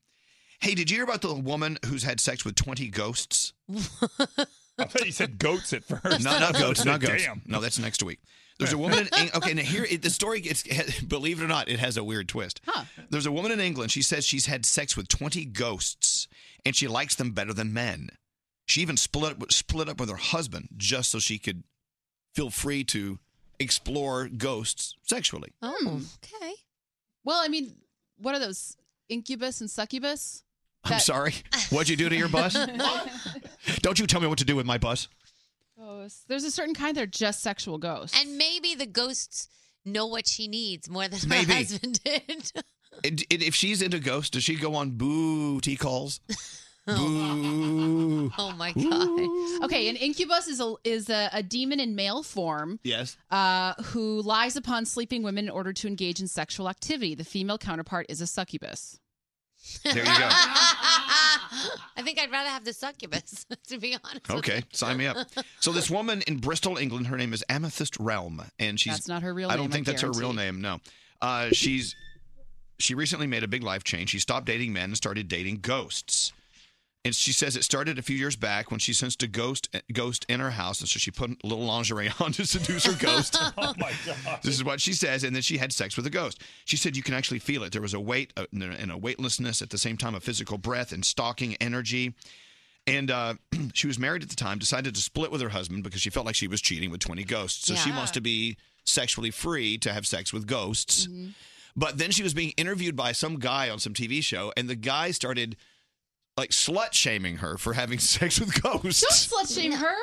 Hey, did you hear about the woman who's had sex with 20 ghosts? I thought you said goats at first. No, not goats, not goats. Damn. No, that's next week. There's a woman (laughs) in Eng- Okay, now here it, the story gets believe it or not, it has a weird twist. There's a woman in England, she says she's had sex with 20 ghosts and she likes them better than men. She even split up, split up with her husband just so she could feel free to explore ghosts sexually. Oh, okay. Well, I mean, what are those incubus and succubus? I'm That- (laughs) sorry. (laughs) What'd you do to your bus? Don't you tell me what to do with my bus. Ghosts. There's a certain kind that are just sexual ghosts. and maybe the ghosts know what she needs more than Maybe. her husband (laughs) did. And- and if she's into ghosts, does she go on booty (laughs) calls? Oh, Boo. Oh my god. Okay, an incubus is a is a, a demon in male form. Yes. uh, who lies upon sleeping women in order to engage in sexual activity. The female counterpart is a succubus. There you go. (laughs) (laughs) I think I'd rather have the succubus, (laughs) to be honest. with Okay, sign me up. So this woman in Bristol, England, her name is Amethyst Realm, and she's That's not her real I don't name, I think that's her real guarantee. name. No, uh, she's she recently made a big life change. She stopped dating men and started dating ghosts. And she says it started a few years back when she sensed a ghost ghost in her house, and so she put a little lingerie (laughs) on to seduce her (laughs) (laughs) ghost. oh my god. (laughs) This is what she says, and then she had sex with a ghost. She said you can actually feel it. There was a weight uh, and a weightlessness at the same time, a physical breath and stalking energy. And uh, (clears throat) she was married at the time, decided to split with her husband because she felt like she was cheating with 20 ghosts. So she Yeah. wants to be sexually free to have sex with ghosts. Mm-hmm. But then she was being interviewed by some guy on some TV show, and the guy started like slut shaming her for having (laughs) sex with ghosts. Don't slut shame her.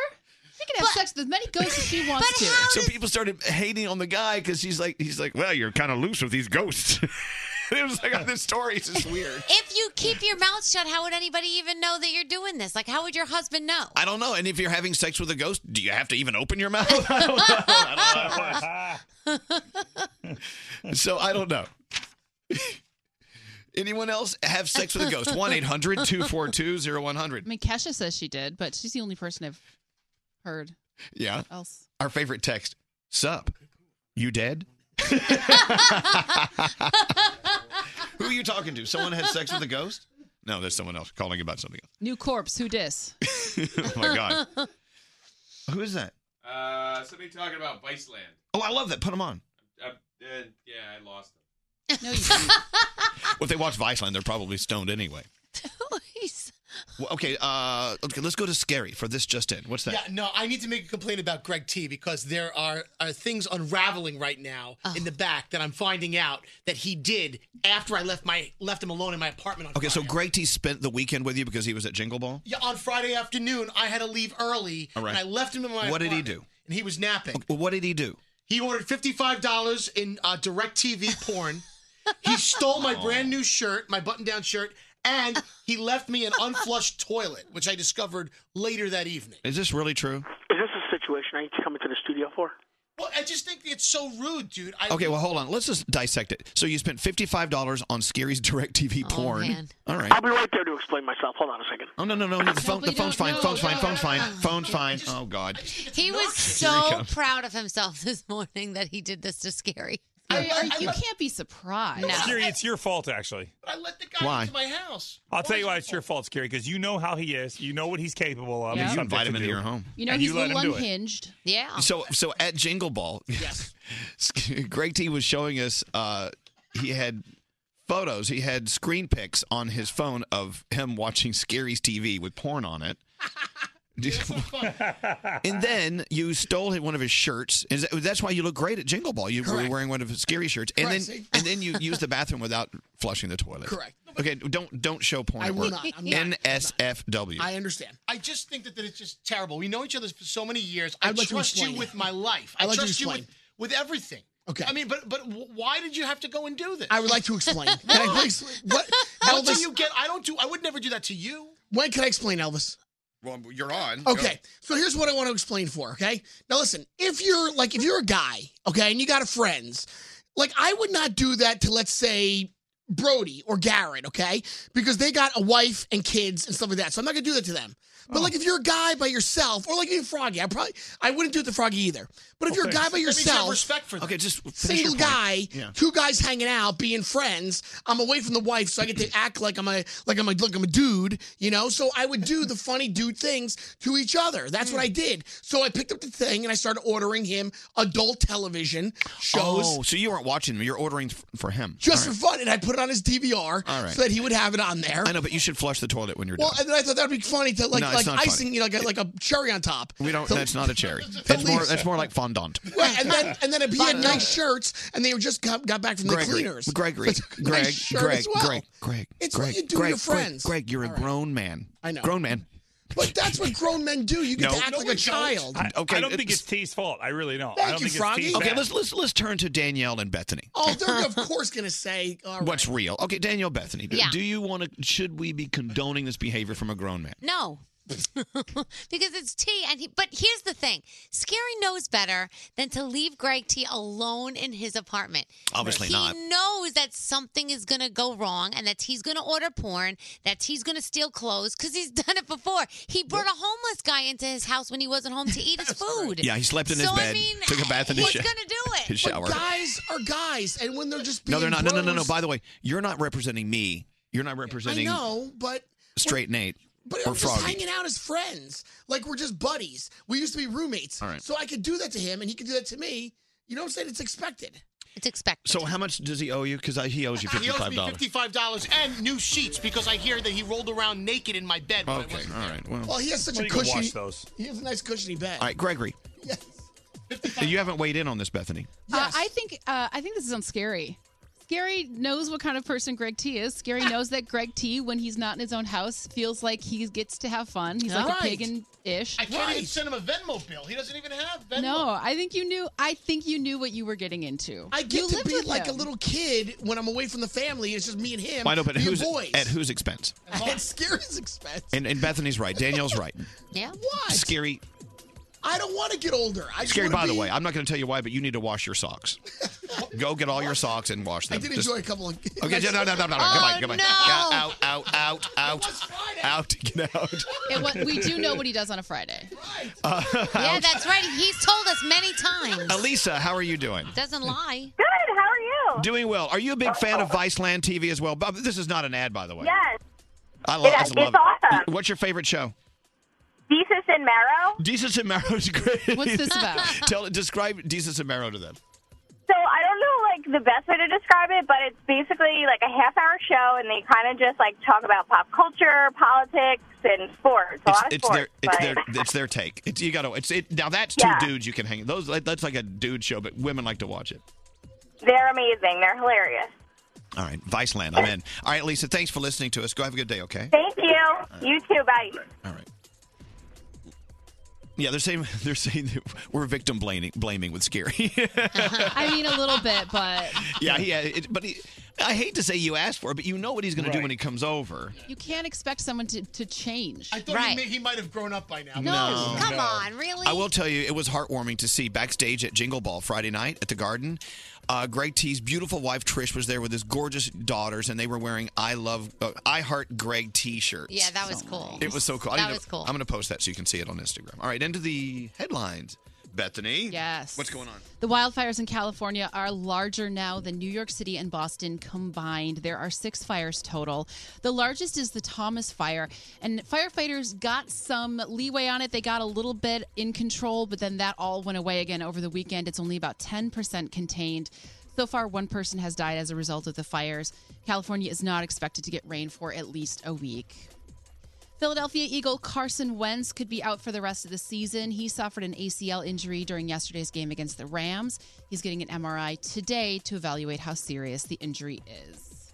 She can have sex with as many ghosts as she wants to. So people started hating on the guy because he's like, he's like, well, you're kind of loose with these ghosts. (laughs) it was like, oh, this story is just weird. If you keep your mouth shut, how would anybody even know that you're doing this? Like, how would your husband know? I don't know. And if you're having sex with a ghost, do you have to even open your mouth? (laughs) I don't know. I don't know. (laughs) so I don't know. Anyone else have sex with a ghost? 1 800 242 I 0100. mean, Kesha says she did, but she's the only person I've heard Yeah. else. Our favorite text Sup, you (laughs) dead? Who are you talking to? Someone had sex with a ghost? No, there's someone else calling about something New corpse, (laughs) who dis? else. oh my God. Who is that? Uh, somebody talking about Vice Land. Oh, I love that. Put them on. Uh, uh, yeah, I lost him. Well, if they watch Viceland, they're probably stoned anyway. He's- Well, okay, uh, okay, let's go to Scary for this just in. What's that? (laughs) Yeah, no, I need to make a complaint about Greg T because there are, are things unraveling right now in the back that I'm finding out that he did after I left my left him alone in my apartment on Okay, so Greg T spent the weekend with you because he was at Jingle Ball. Yeah, on Friday afternoon, I had to leave early All right. and I left him in my What did he apartment, do? And he was napping. Well, what did he do? He ordered $55 in uh, direct TV porn. (laughs) he stole my brand new shirt, my button down shirt, and he left me an unflushed toilet, which I discovered later that evening. Is this really true? Is this a situation I need to come into the studio for? Well, I just think it's so rude, dude. I, Okay, well, hold on. Let's just dissect it. So you spent fifty-five dollars on Scary's DirecTV Oh, porn. man. All right. I'll be right there to explain myself. Hold on a second. Oh no no no! The, phone, the phone's fine. Phone's fine. Phone's fine. Phone's fine. Oh God. He was Here he so comes. proud of himself (laughs) this morning that he did this to Scary. I mean, like, you can't be surprised. Scary, it's your fault actually. I let the guy Why? into my house. I'll tell you why it's your fault, Scary, because you know how he is. You know what he's capable of. Yeah. and You something invite him to into do. your home. (laughs) You know, And he's you a let him do little it. unhinged. Oh. Yeah. So so at Jingle Ball, yes. (laughs) Greg T was showing us. Uh, he had photos. He had screen pics on his phone of him watching Scary's TV with porn on (laughs) it. and then you stole him one of his shirts. And that- that's why you look great at Jingle Ball. You were wearing one of his scary shirts, and Correct, then see? and then you used the bathroom without flushing the toilet. Correct. Okay, don't don't show porn. I at work. will not. I'm not. I'm not. NSFW. I understand. I just think that, that it's just terrible. We know each other for so many years. I'd I like to trust you explain it. with my life. I I'd like to trust you with, explain. with everything. Okay. I mean, but but wh- why did you have to go and do this? I would like to explain. Can I (laughs) please? What? What do Elvis- you get? I don't do. I would never do that to you. When can I explain, Elvis? Well, you're on. Okay, so here's what I want to explain for. Okay, now listen. If you're like, if you're a guy, okay, and you got a friends, like I would not do that to let's say Brody or Garrett, okay, because they got a wife and kids and stuff like that. So I'm not gonna do that to them. But like, if you're a guy by yourself, or like even Froggy, I probably I wouldn't do it to Froggy either. But if you're a guy by yourself, Okay, just finish your single point. guy, Yeah. two guys hanging out, being friends. I'm away from the wife, so I get to act like I'm a like I'm a like I'm a dude, you know. So I would do the funny dude things to each other. That's Mm. what I did. So I picked up the thing and I started ordering him adult television shows. Oh, so you weren't watching him. You're ordering f- for him. Just All for fun, and I put it on his DVR All right. so that he would have it on there. I know, but you should flush the toilet when you're Well, done. and then I thought that'd be funny to like No, it's like not funny. icing, you know, like a, like a cherry on top. We don't. So- that's not a (laughs) cherry. That's more. That's more like fondant. Right, (laughs) and then and then he had nice shirts, and they were just got, got back from the Gregory, cleaners. (laughs) Gregory, So I took a Greg, nice shirt Greg, as well. Greg, Greg. It's Greg, what you do to Greg, your friends. Greg, Greg you're a grown man. I know. Grown man. But that's what grown men do. You get No. to act No, like we a don't. child. I, Okay, I don't think it's- it's T's fault. I really don't. Oh, I Thank don't you, think Froggy. it's T's Okay, bad. let's let's let's turn to Danielle and Bethany. Oh, they're of course gonna say, all right. What's real? Okay, Danielle, Bethany. Do, Yeah. do you want to? Should we be condoning this behavior from a grown man? No. (laughs) because it's T and he but here's the thing. Scary knows better than to leave Greg T alone in his apartment. Obviously he not. knows that something is going to go wrong and that he's going to order porn, that he's going to steal clothes cuz he's (laughs) done it before. He brought a homeless guy into his house when he wasn't home (laughs) to eat his food. Yeah, he slept in so his I bed, mean, took a bath in his he's sho- going (laughs) to do it. his shower. But guys are guys, and when they're just being No, they're not. No, no, no, no. bros- By the way, you're not representing me. You're not I representing know, but straight Nate but or we're just Froggy. hanging out as friends. Like we're just buddies. We used to be roommates. All right. So I could do that to him, and he could do that to me. You know what I'm saying? It's expected. It's expected. So how much does he owe you? Because he owes (laughs) you He owes fifty-five me dollars. fifty-five dollars and new sheets because I hear that he rolled around naked in my bed. When I Okay, wasn't all right. there. Well, Well, he has such a cushy. He has a nice cushiony bed. All right, Gregory. You haven't weighed in on this, Bethany. Uh, I think uh, I think this is unscary. Scary knows what kind of person Greg T is. Scary knows that Greg T, when he's not in his own house, feels like he gets to have fun. He's like a Right. pagan ish. I can't even send him a Venmo bill. He doesn't even have Venmo. No, I think you knew. I think you knew what you were getting into. I get you to lived be with like him. a little kid when I'm away from the family. and It's just me and him. I know, but at being whose, (laughs) boys. at whose expense? At Scary's expense. And, and Bethany's right. Danielle's (laughs) right. Yeah. What? Scary, I don't want to get older. I just scary. wanna By the be- way, I'm not going to tell you why, but you need to wash your (laughs) socks. Go get all your socks and wash I them. did Just- enjoy a couple of. (laughs) Okay, no, no, no, no, Oh, no. Come on, come on. Oh, no. Out, out, out, out, out. (laughs) Get out. It, wa- we do know what he does on a Friday. (laughs) Uh, Yeah, out. that's right. He's told us many (laughs) times. Elisa, how are you doing? Doesn't lie. Good. How are you? Doing well. Are you a big fan of Viceland TV as well? Bob, this is not an ad, by the way. Yes. I love, I It- just love it's awesome. Oh. What's your favorite show? Thesis and marrow. Jesus and Marrow is great. (laughs) What's this about? Tell, describe Jesus and Marrow to them. So I don't know like the best way to describe it, but it's basically like a half hour show, and they kind of just like talk about pop culture, politics, and sports. A It's, lot of it's sports. their it's but- their it's their take. It's you gotta it's it now that's two Yeah. dudes you can hang those that- that's like a dude show, but women like to watch it. They're amazing. They're hilarious. All right. Viceland, I'm in. All right, Lisa, thanks for listening to us. Go have a good day, okay? Thank you. You too. Bye. Yeah, they're saying (laughs) they're saying that we're victim blaming blaming with scary. (laughs) I mean, a little bit, but (laughs) yeah, yeah. It, but he, I hate to say you asked for it, but you know what he's going to do when he comes over. you can't expect someone to, to change. I thought he may- he might have grown up by now. No, come no. on, really? I will tell you, it was heartwarming to see backstage at Jingle Ball Friday night at the Garden. Uh, Greg T's beautiful wife Trish was there with his gorgeous daughters, and they were wearing "I love, uh, I heart Greg" T-shirts. Yeah, that was cool. It was so cool. I That need to- was cool. I'm going to post that so you can see it on Instagram. All right, into the headlines. Bethany, Yes. what's going on? The wildfires in California are larger now than New York City and Boston combined. There are six fires total. The largest is the Thomas Fire, and firefighters got some leeway on it. They got a little bit in control, but then that all went away again over the weekend. It's only about 10% contained. So far, one person has died as a result of the fires. California is not expected to get rain for at least a week. Philadelphia Eagle Carson Wentz could be out for the rest of the season. He suffered an ACL injury during yesterday's game against the Rams. He's getting an MRI today to evaluate how serious the injury is.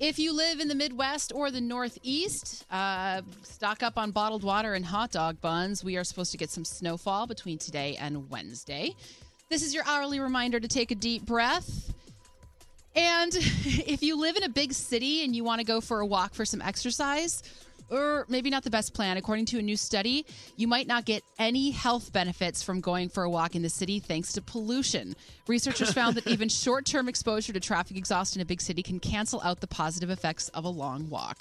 If you live in the Midwest or the Northeast, uh, stock up on bottled water and hot dog buns. We are supposed to get some snowfall between today and Wednesday. This is your hourly reminder to take a deep breath. And (laughs) if you live in a big city and you want to go for a walk for some exercise, or maybe not the best plan, according to a new study, you might not get any health benefits from going for a walk in the city thanks to pollution. Researchers found that even short term exposure to traffic exhaust in a big city can cancel out the positive effects of a long walk.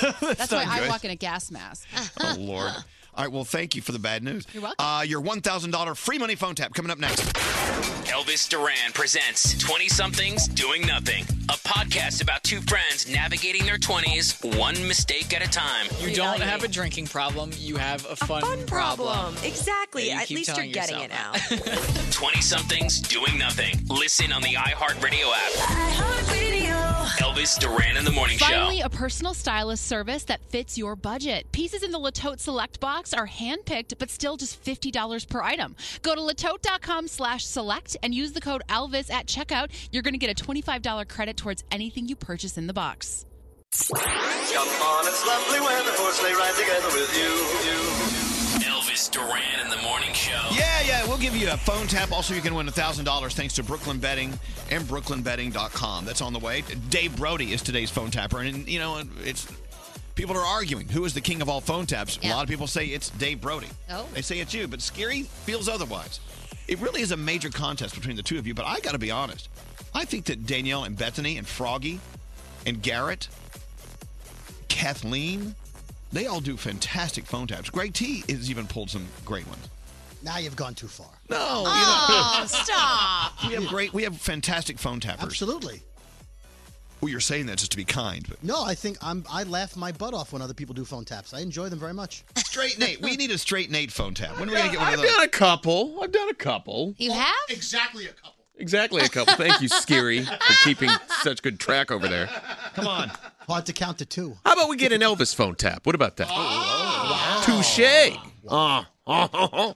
That's why not I good. walk in (laughs) a gas mask. Oh Lord. All right, well, thank you for the bad news. You're welcome. Uh, your $1,000 free money phone tap coming up next. Elvis Duran presents 20 somethings doing nothing, a podcast about two friends navigating their 20s one mistake at a time. You don't have a drinking problem. You have a fun, problem. Exactly. Yeah, you At keep least you're telling getting yourself it now. 20 somethings doing nothing. Listen on the iHeartRadio app. Elvis Duran in the Morning Finally, Show. a personal stylist service that fits your budget. Pieces in the Latote Select box are handpicked, but still just $50 per item. Go to latote.com slash select and use the code ELVIS at checkout. You're going to get a $25 credit towards anything you purchase in the box. Come on, it's lovely when the four sleigh ride together with you. Elvis Duran in the Morning Show. Yeah, yeah, we'll give you a phone tap. Also, you can win $1,000 thanks to Brooklyn Betting and BrooklynBetting.com. That's on the way. Dave Brody is today's phone tapper. And, you know, it's people are arguing who is the king of all phone taps. A lot of people say it's Dave Brody. Oh. They say it's you, but Scary feels otherwise. It really is a major contest between the two of you, but I got to be honest. I think that Danielle and Bethany and Froggy and Garrett, Kathleen, they all do fantastic phone taps. Greg T has even pulled some great ones. Now you've gone too far. No. you Oh, know. Ah. stop. We have great. We have fantastic phone tappers. Absolutely. Well, you're saying that just to be kind, but No, I think I'm. I laugh my butt off when other people do phone taps. I enjoy them very much. straight Nate. We need a straight Nate phone tap. When are we gonna get one I've of those? done a couple. I've done a couple. You have? Exactly a couple. Exactly a couple. Thank you, Scary, (laughs) for keeping such good track over there. Come on. Hard to count to two. How about we get an Oh, Elvis phone tap? What about that? Touche. Uh, uh, uh, uh.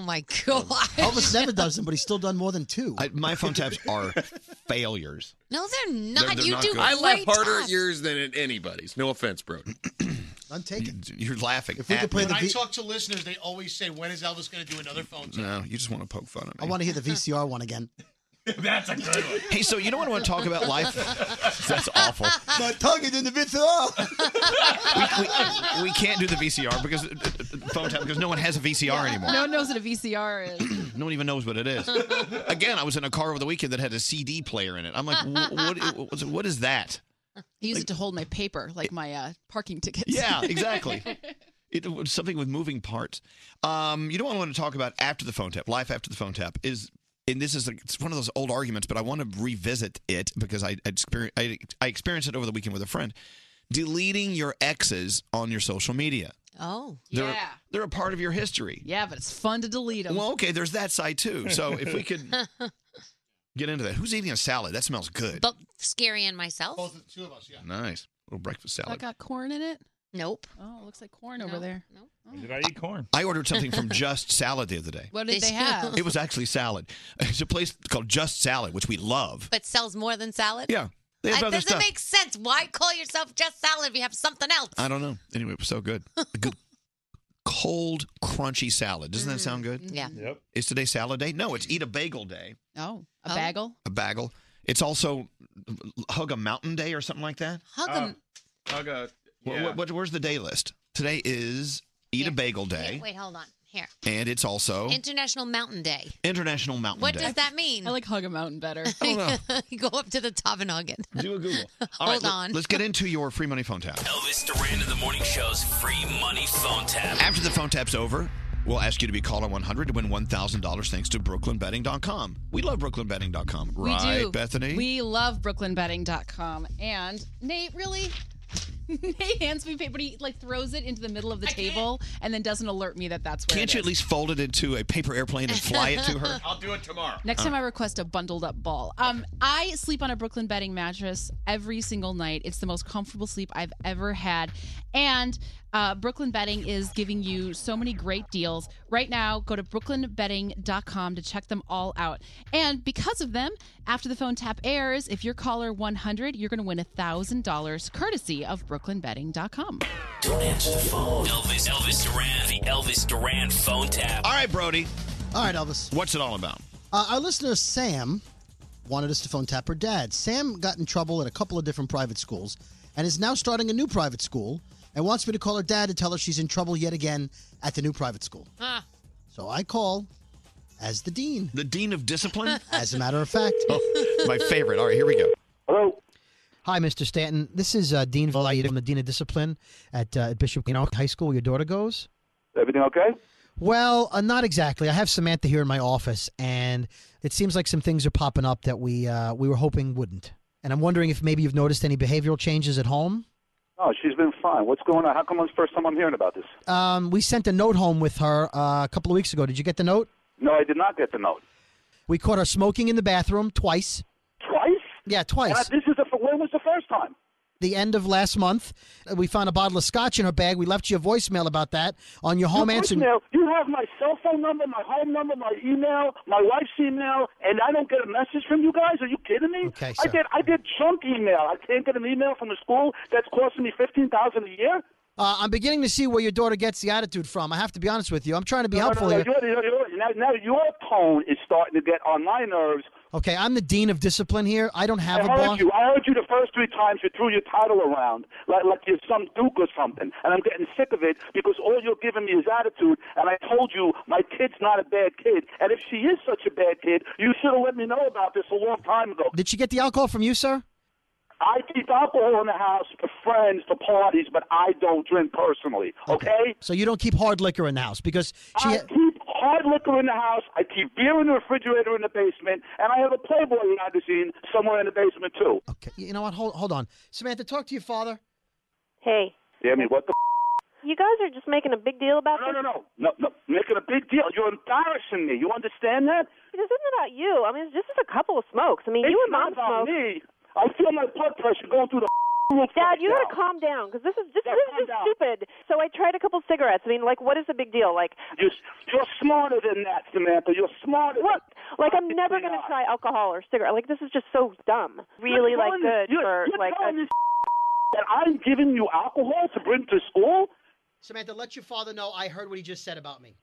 (laughs) my god. Elvis never does them, but he's still done more than two. my phone taps are (laughs) failures. No, they're not. They're you not do good. great I laugh harder at jobs. yours than at anybody's. No offense, bro. I'm taking. (clears throat) You're laughing. If we at could play me. the When I V- talk to listeners, they always say, "When is Elvis going to do another phone?" (laughs) no, you just want to poke fun at me. I want to hear the VCR one again. That's a good one. Hey, so you know what I want to talk about life? That's awful. My tongue is in the VCR. We, we can't do the VCR because uh, uh, phone tap because no one has a VCR anymore. No one knows what a (clears throat) VCR is. No one even knows what it is. Again, I was in a car over the weekend that had a CD player in it. I'm like, "Wh- what, what, what is that? I use it to hold my paper, like my uh, parking tickets. (laughs) Yeah, exactly. It was something with moving parts. Um, you know what I want to talk about after the phone tap, life after the phone tap is, and this is like, it's one of those old arguments, but I want to revisit it because I I, exper- I I experienced it over the weekend with a friend. Deleting your exes on your social media. Oh. They're, they're a part of your history. Yeah, but it's fun to delete them. Well, okay, there's that side too. So if we (laughs) could get into that, who's eating a salad? That smells good. But Scary and myself. Both the two of us, yeah. Nice little breakfast salad. That got corn in it? Nope. Oh, it looks like corn over there. Did I eat corn? I ordered something from Just Salad the other day. What did they have? It was actually salad. It's a place called Just Salad, which we love. But sells more than salad? Yeah, they have That other doesn't stuff. make sense. Why call yourself just salad if you have something else? I don't know. Anyway, it was so good. A good cold, crunchy salad. Doesn't that sound good? Yeah. Yep. Is today salad day? No, it's eat a bagel day. Oh, a bagel? A bagel. It's also hug a mountain day or something like that. Hug a. hug a. Wh- wh- what- where's the day list? Today is eat Uh, a bagel day, Wait, hold on. Here. and it's also International Mountain Day. International Mountain What Day. does that mean? I like hug a mountain better. you (laughs) go up to the top and hug it. Do a Google. All right, Hold let- on. Let's get into your free money phone tap. Elvis Duran in the Morning Show's free money phone tap. After the phone tap's over, we'll ask you to be caller 100 to win $1,000 thanks to BrooklynBetting.com. We love BrooklynBetting.com, We right, do. Bethany? We love BrooklynBetting.com. And Nate, really? (laughs) Nate hands me paper, but he like throws it into the middle of the table and then doesn't alert me that that's where. Can't it you is. at least fold it into a paper airplane and fly it to (laughs) her? I'll do it tomorrow. Next time I request a bundled up ball. Um, I sleep on a Brooklyn bedding mattress every single night. It's the most comfortable sleep I've ever had. And uh, Brooklyn Bedding is giving you so many great deals. Right now, go to brooklynbedding.com to check them all out. And because of them, after the phone tap airs, if you're caller 100, you're going to win $1,000 courtesy of brooklynbedding.com. Don't answer the phone. Elvis, Elvis Duran, the Elvis Duran phone tap. All right, Brody. All right, Elvis. What's it all about? Uh, our listener Sam wanted us to phone tap her dad. Sam got in trouble at a couple of different private schools and is now starting a new private school and wants me to call her dad to tell her she's in trouble yet again at the new private school. Ah. So I call as the dean. The dean of discipline? Oh, As a matter of fact. My favorite. All right, here we go. Hello. Hi, Mr. Stanton. This is uh, Dean Valade from the Dean of Discipline at uh, Bishop Ganock High School, where your daughter goes. Everything okay? Well, uh, not exactly. I have Samantha here in my office, and it seems like some things are popping up that we uh, we were hoping wouldn't. And I'm wondering if maybe you've noticed any behavioral changes at home. Oh, she's been fine. What's going on? How come it's the first time I'm hearing about this? Um, we sent a note home with her uh, a couple of weeks ago. Did you get the note? No, I did not get the note. We caught her smoking in the bathroom twice. Twice? Yeah, twice. And I, this is the fir- when was the first time? the end of last month, uh, we found a bottle of scotch in her bag. We left you a voicemail about that on your home Your answer. voicemail, You have my cell phone number, my home number, my email, my wife's email, and I don't get a message from you guys. Are you kidding me? Okay, I sir. get I get junk email. I can't get an email from the school that's costing me fifteen thousand a year. Uh, I'm beginning to see where your daughter gets the attitude from. I have to be honest with you. I'm trying to be No, no, helpful no, here. you're- you're- you're- now, now your tone is starting to get on my nerves. Okay, I'm the dean of discipline here. I don't have I a heard boss. you. I heard you the first three times you threw your title around like like you're some duke or something, and I'm getting sick of it because all you're giving me is attitude. And I told you my kid's not a bad kid, and if she is such a bad kid, you should have let me know about this a long time ago. Did she get the alcohol from you, sir? I keep alcohol in the house for friends, for parties, but I don't drink personally. Okay? So you don't keep hard liquor in the house because she. I keep hard liquor in the house. I keep beer in the refrigerator in the basement, and I have a Playboy magazine somewhere in the basement too. Okay, you know what? Hold hold on, Samantha. Talk to your father. Hey. Damn it! What the? You guys are just making a big deal about No, no, no, no, no, making a big deal. You're embarrassing me. You understand that? this. This isn't about you. I mean, this is a couple of smokes. I mean, it's you and not about mom smoke. me. I feel my blood pressure going through the Dad, you gotta calm down because this is just this is just stupid. So I tried a couple cigarettes. I mean, like, what is the big deal? Like, You're, you're smarter than that, Samantha. You're smarter. look, like I'm never gonna try alcohol or cigarette. Like, this is just so dumb. Really, You're like, telling- good you're- for you're like a telling this that I'm giving you alcohol to bring to school. Samantha, let your father know I heard what he just said about me.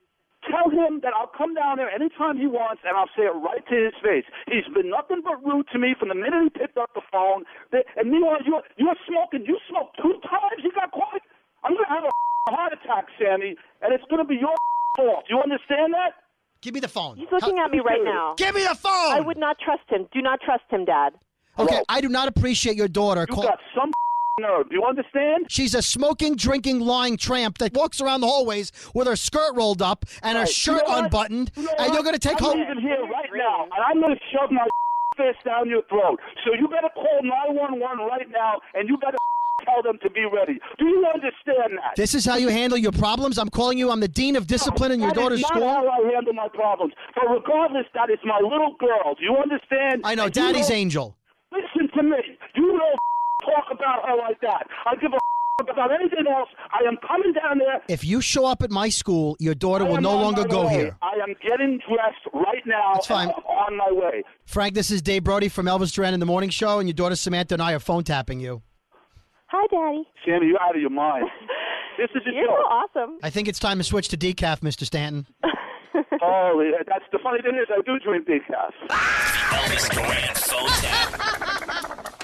Tell him that I'll come down there anytime he wants, and I'll say it right to his face. He's been nothing but rude to me from the minute he picked up the phone. Th- And meanwhile, you're you're smoking. You smoked two times. You got caught. I'm gonna have a heart attack, Sammy, and it's gonna be your fault. You understand that? Give me the phone. He's looking at me right now. Give me the phone. I would not trust him. Do not trust him, Dad. Okay, I do not appreciate your daughter. You got some (laughs) nerve. Do you understand? She's a smoking, drinking, lying tramp that walks around the hallways with her skirt rolled up and her Right. shirt You know what? unbuttoned, You know and what? you're going to take I'm home. leaving here right now, and I'm going to shove my (laughs) fist down your throat. So you better call 911 right now, and you better (laughs) tell them to be ready. Do you understand that? This is how you handle your problems. I'm calling you. I'm the dean of discipline in your That daughter's is not school. how I handle my problems. But regardless, that is my little girl. Do you understand? I know, And you Daddy's don't- angel. Listen to me. You don't (laughs) talk about her like that. I give a (laughs) about anything else. I am coming down there If you show up at my school, your daughter will am no on longer my go way. here. I am getting dressed right now. That's fine. I'm on my way. Frank, this is Dave Brody from Elvis Duran in the Morning Show, and your daughter Samantha and I are phone tapping you. Hi, Daddy. Sammy, you're out of your (laughs) mind. this is You're so awesome. I think it's time to switch to decaf, Mr. Stanton. Holy, that's the funny thing is I do drink decaf.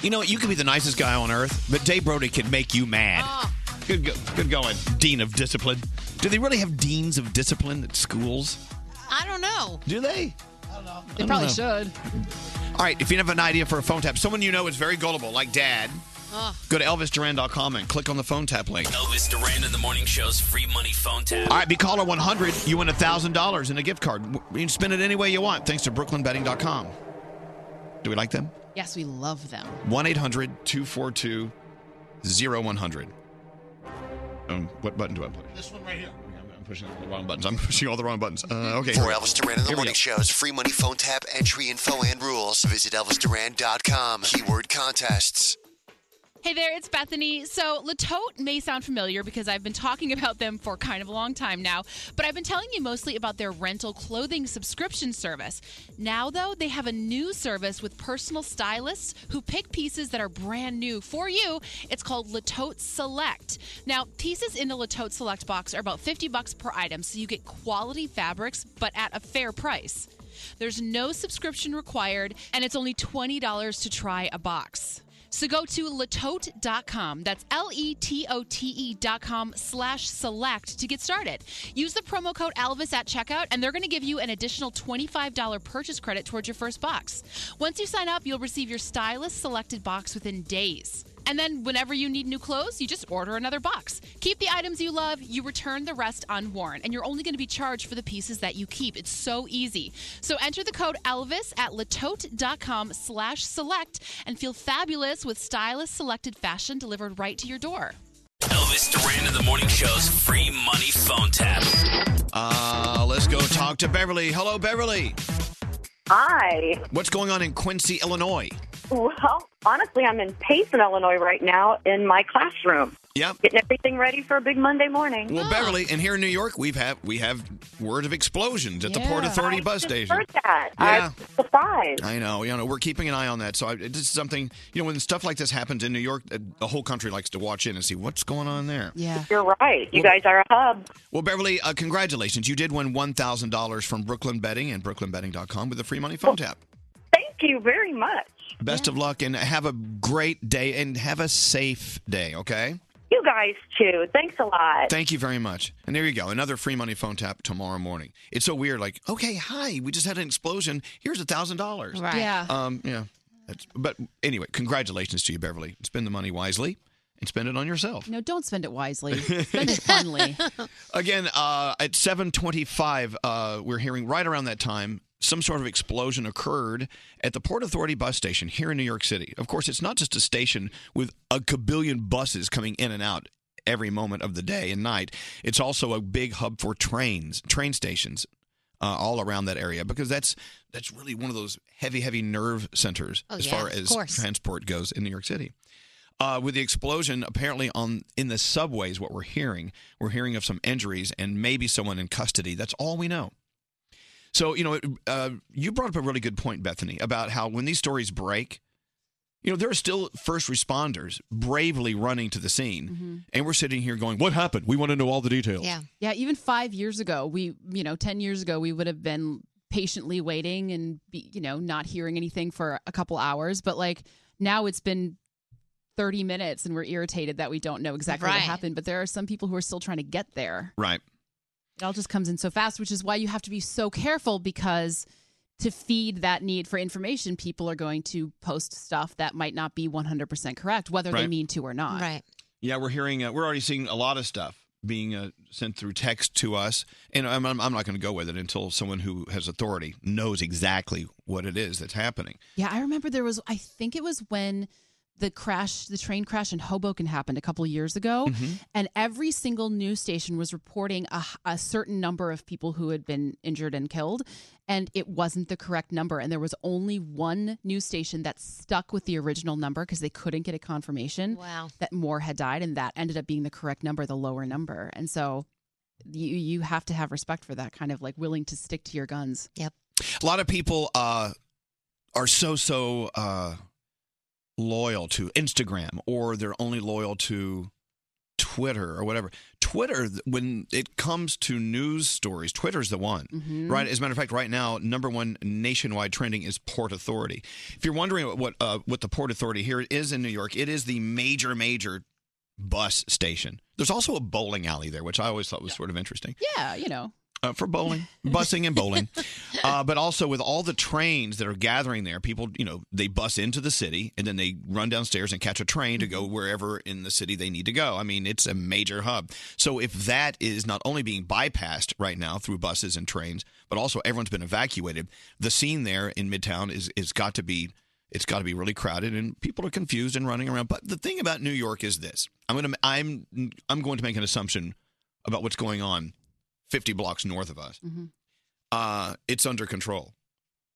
You know, you could be the nicest guy on earth, but Dave Brody could make you mad. Good, go- good going, Dean of Discipline. Do they really have deans of discipline at schools? I don't know. Do they? They I don't probably know. should. All right, if you have an idea for a phone tap, someone you know is very gullible, like Dad, Ugh. go to ElvisDuran.com and click on the phone tap link. Elvis Duran in the Morning Show's free money phone tap. All right, be caller 100. You win $1,000 and a gift card. You can spend it any way you want thanks to BrooklynBetting.com. Do we like them? Yes, we love them. 1 800 242 0100. Um, What button do I push? This one right here. I'm pushing all the wrong buttons. I'm (laughs) pushing all the wrong buttons. Uh, okay. For here- Elvis Duran and the here we Morning go. Show's free money phone tap entry info and rules, visit ElvisDuran.com. Keyword contests. Hey there, it's Bethany. So, Latote may sound familiar because I've been talking (laughs) about them for kind of a long time now, but I've been telling you mostly about their rental clothing subscription service. Now, though, they have a new service with personal stylists who pick pieces that are brand new for you. It's called Latote Select. Now, pieces in the Latote Select box are about 50 bucks per item, so you get quality fabrics but at a fair price. There's no subscription required, and it's only $20 to try a box. So go to latote.com. That's L E T O T E.com slash select to get started. Use the promo code Alvis at checkout, and they're going to give you an additional $25 purchase credit towards your first box. Once you sign up, you'll receive your stylist selected box within days. And then, whenever you need new clothes, you just order another box. Keep the items you love, you return the rest unworn, and you're only going to be charged for the pieces that you keep. It's so easy. So enter the code Elvis at latote.com slash select and feel fabulous with stylist selected fashion delivered right to your door. Elvis Duran in the Morning Show's free money phone tap. Uh, let's go talk to Beverly. Hello, Beverly. Hi. What's going on in Quincy, Illinois? Well, honestly, I'm in Payson, Illinois right now in my classroom, Yep. getting everything ready for a big Monday morning. Well, Beverly, and here in New York, we've have we have word of explosions at the Port Authority bus station. Heard that. Yeah. I'm surprised. I know, you know, we're keeping an eye on that. So I, this is something, you know, when stuff like this happens in New York, uh, the whole country likes to watch in and see what's going on there. Yeah. You're right. You guys are a hub. Well, Beverly, uh, congratulations. You did win $1,000 from Brooklyn Betting and brooklynbetting.com with a free money phone tap. Thank you very much. Best of luck and have a great day and have a safe day, okay? You guys too. Thanks a lot. Thank you very much. And there you go. Another free money phone tap tomorrow morning. It's so weird. Like, okay, hi, we just had an explosion. Here's a thousand dollars. Right. Yeah. Um. Yeah. That's, but anyway, congratulations to you, Beverly. Spend the money wisely and spend it on yourself. No, don't spend (laughs) it wisely. Spend it funly. Again, uh, at 7:25, uh, we're hearing right around that time some sort of explosion occurred at the Port Authority bus station here in New York City. Of course, it's not just a station with a kabillion buses coming in and out every moment of the day and night. It's also a big hub for trains, train stations. Uh, all around that area because that's that's really one of those heavy heavy nerve centers Oh, as yeah, far of as course. transport goes in New York City. uh, with the explosion apparently on in the subways. What we're hearing, we're hearing of some injuries and maybe someone in custody. That's all we know. So you know, it- uh, you brought up a really good point, Bethany, about how when these stories break, you know there are still first responders bravely running to the scene, and we're sitting here going, "What happened? We want to know all the details." Yeah. Yeah. Even five years ago, we, you know, 10 years ago, we would have been patiently waiting and, be, you know, not hearing anything for a couple hours. But like now it's been 30 minutes and we're irritated that we don't know exactly Right. what happened. But there are some people who are still trying to get there. Right. It all just comes in so fast, which is why you have to be so careful because to feed that need for information, people are going to post stuff that might not be 100% correct, whether they Right. mean to or not. Right. Yeah, we're hearing, uh, we're already seeing a lot of stuff being uh, sent through text to us, and I'm, I'm I'm not going to go with it until someone who has authority knows exactly what it is that's happening. Yeah, I remember there was. I think it was when the crash, the train crash in Hoboken happened a couple years ago, Mm-hmm. Mhm. and every single news station was reporting a, h- a certain number of people who had been injured and killed, and it wasn't the correct number. And there was only one news station that stuck with the original number because they couldn't get a confirmation Wow. that more had died, and that ended up being the correct number, the lower number. And so, you you have to have respect for that kind of like willing to stick to your guns. Yep. A lot of people uh, are so so uh, loyal to Instagram, or they're only loyal to Twitter or whatever. Twitter, th- when it comes to news stories, Twitter's the one, Mhm. right? As a matter of fact, right now, number one nationwide trending is Port Authority. If you're wondering what what, uh, what the Port Authority here is in New York, it is the major major bus station. There's also a bowling alley there, which I always thought was sort of interesting Yeah, you know. uh, for bowling, busing and bowling, uh, but also with all the trains that are gathering there. People, you know, they bus into the city and then they run downstairs and catch a train to go wherever in the city they need to go. I mean, it's a major hub. So if that is not only being bypassed right now through buses and trains, but also everyone's been evacuated, the scene there in Midtown is is got to be it's got to be really crowded and people are confused and running around. But the thing about New York is this: I'm gonna I'm I'm going to make an assumption about what's going on 50 blocks north of us. Mm-hmm. Uh, it's under control.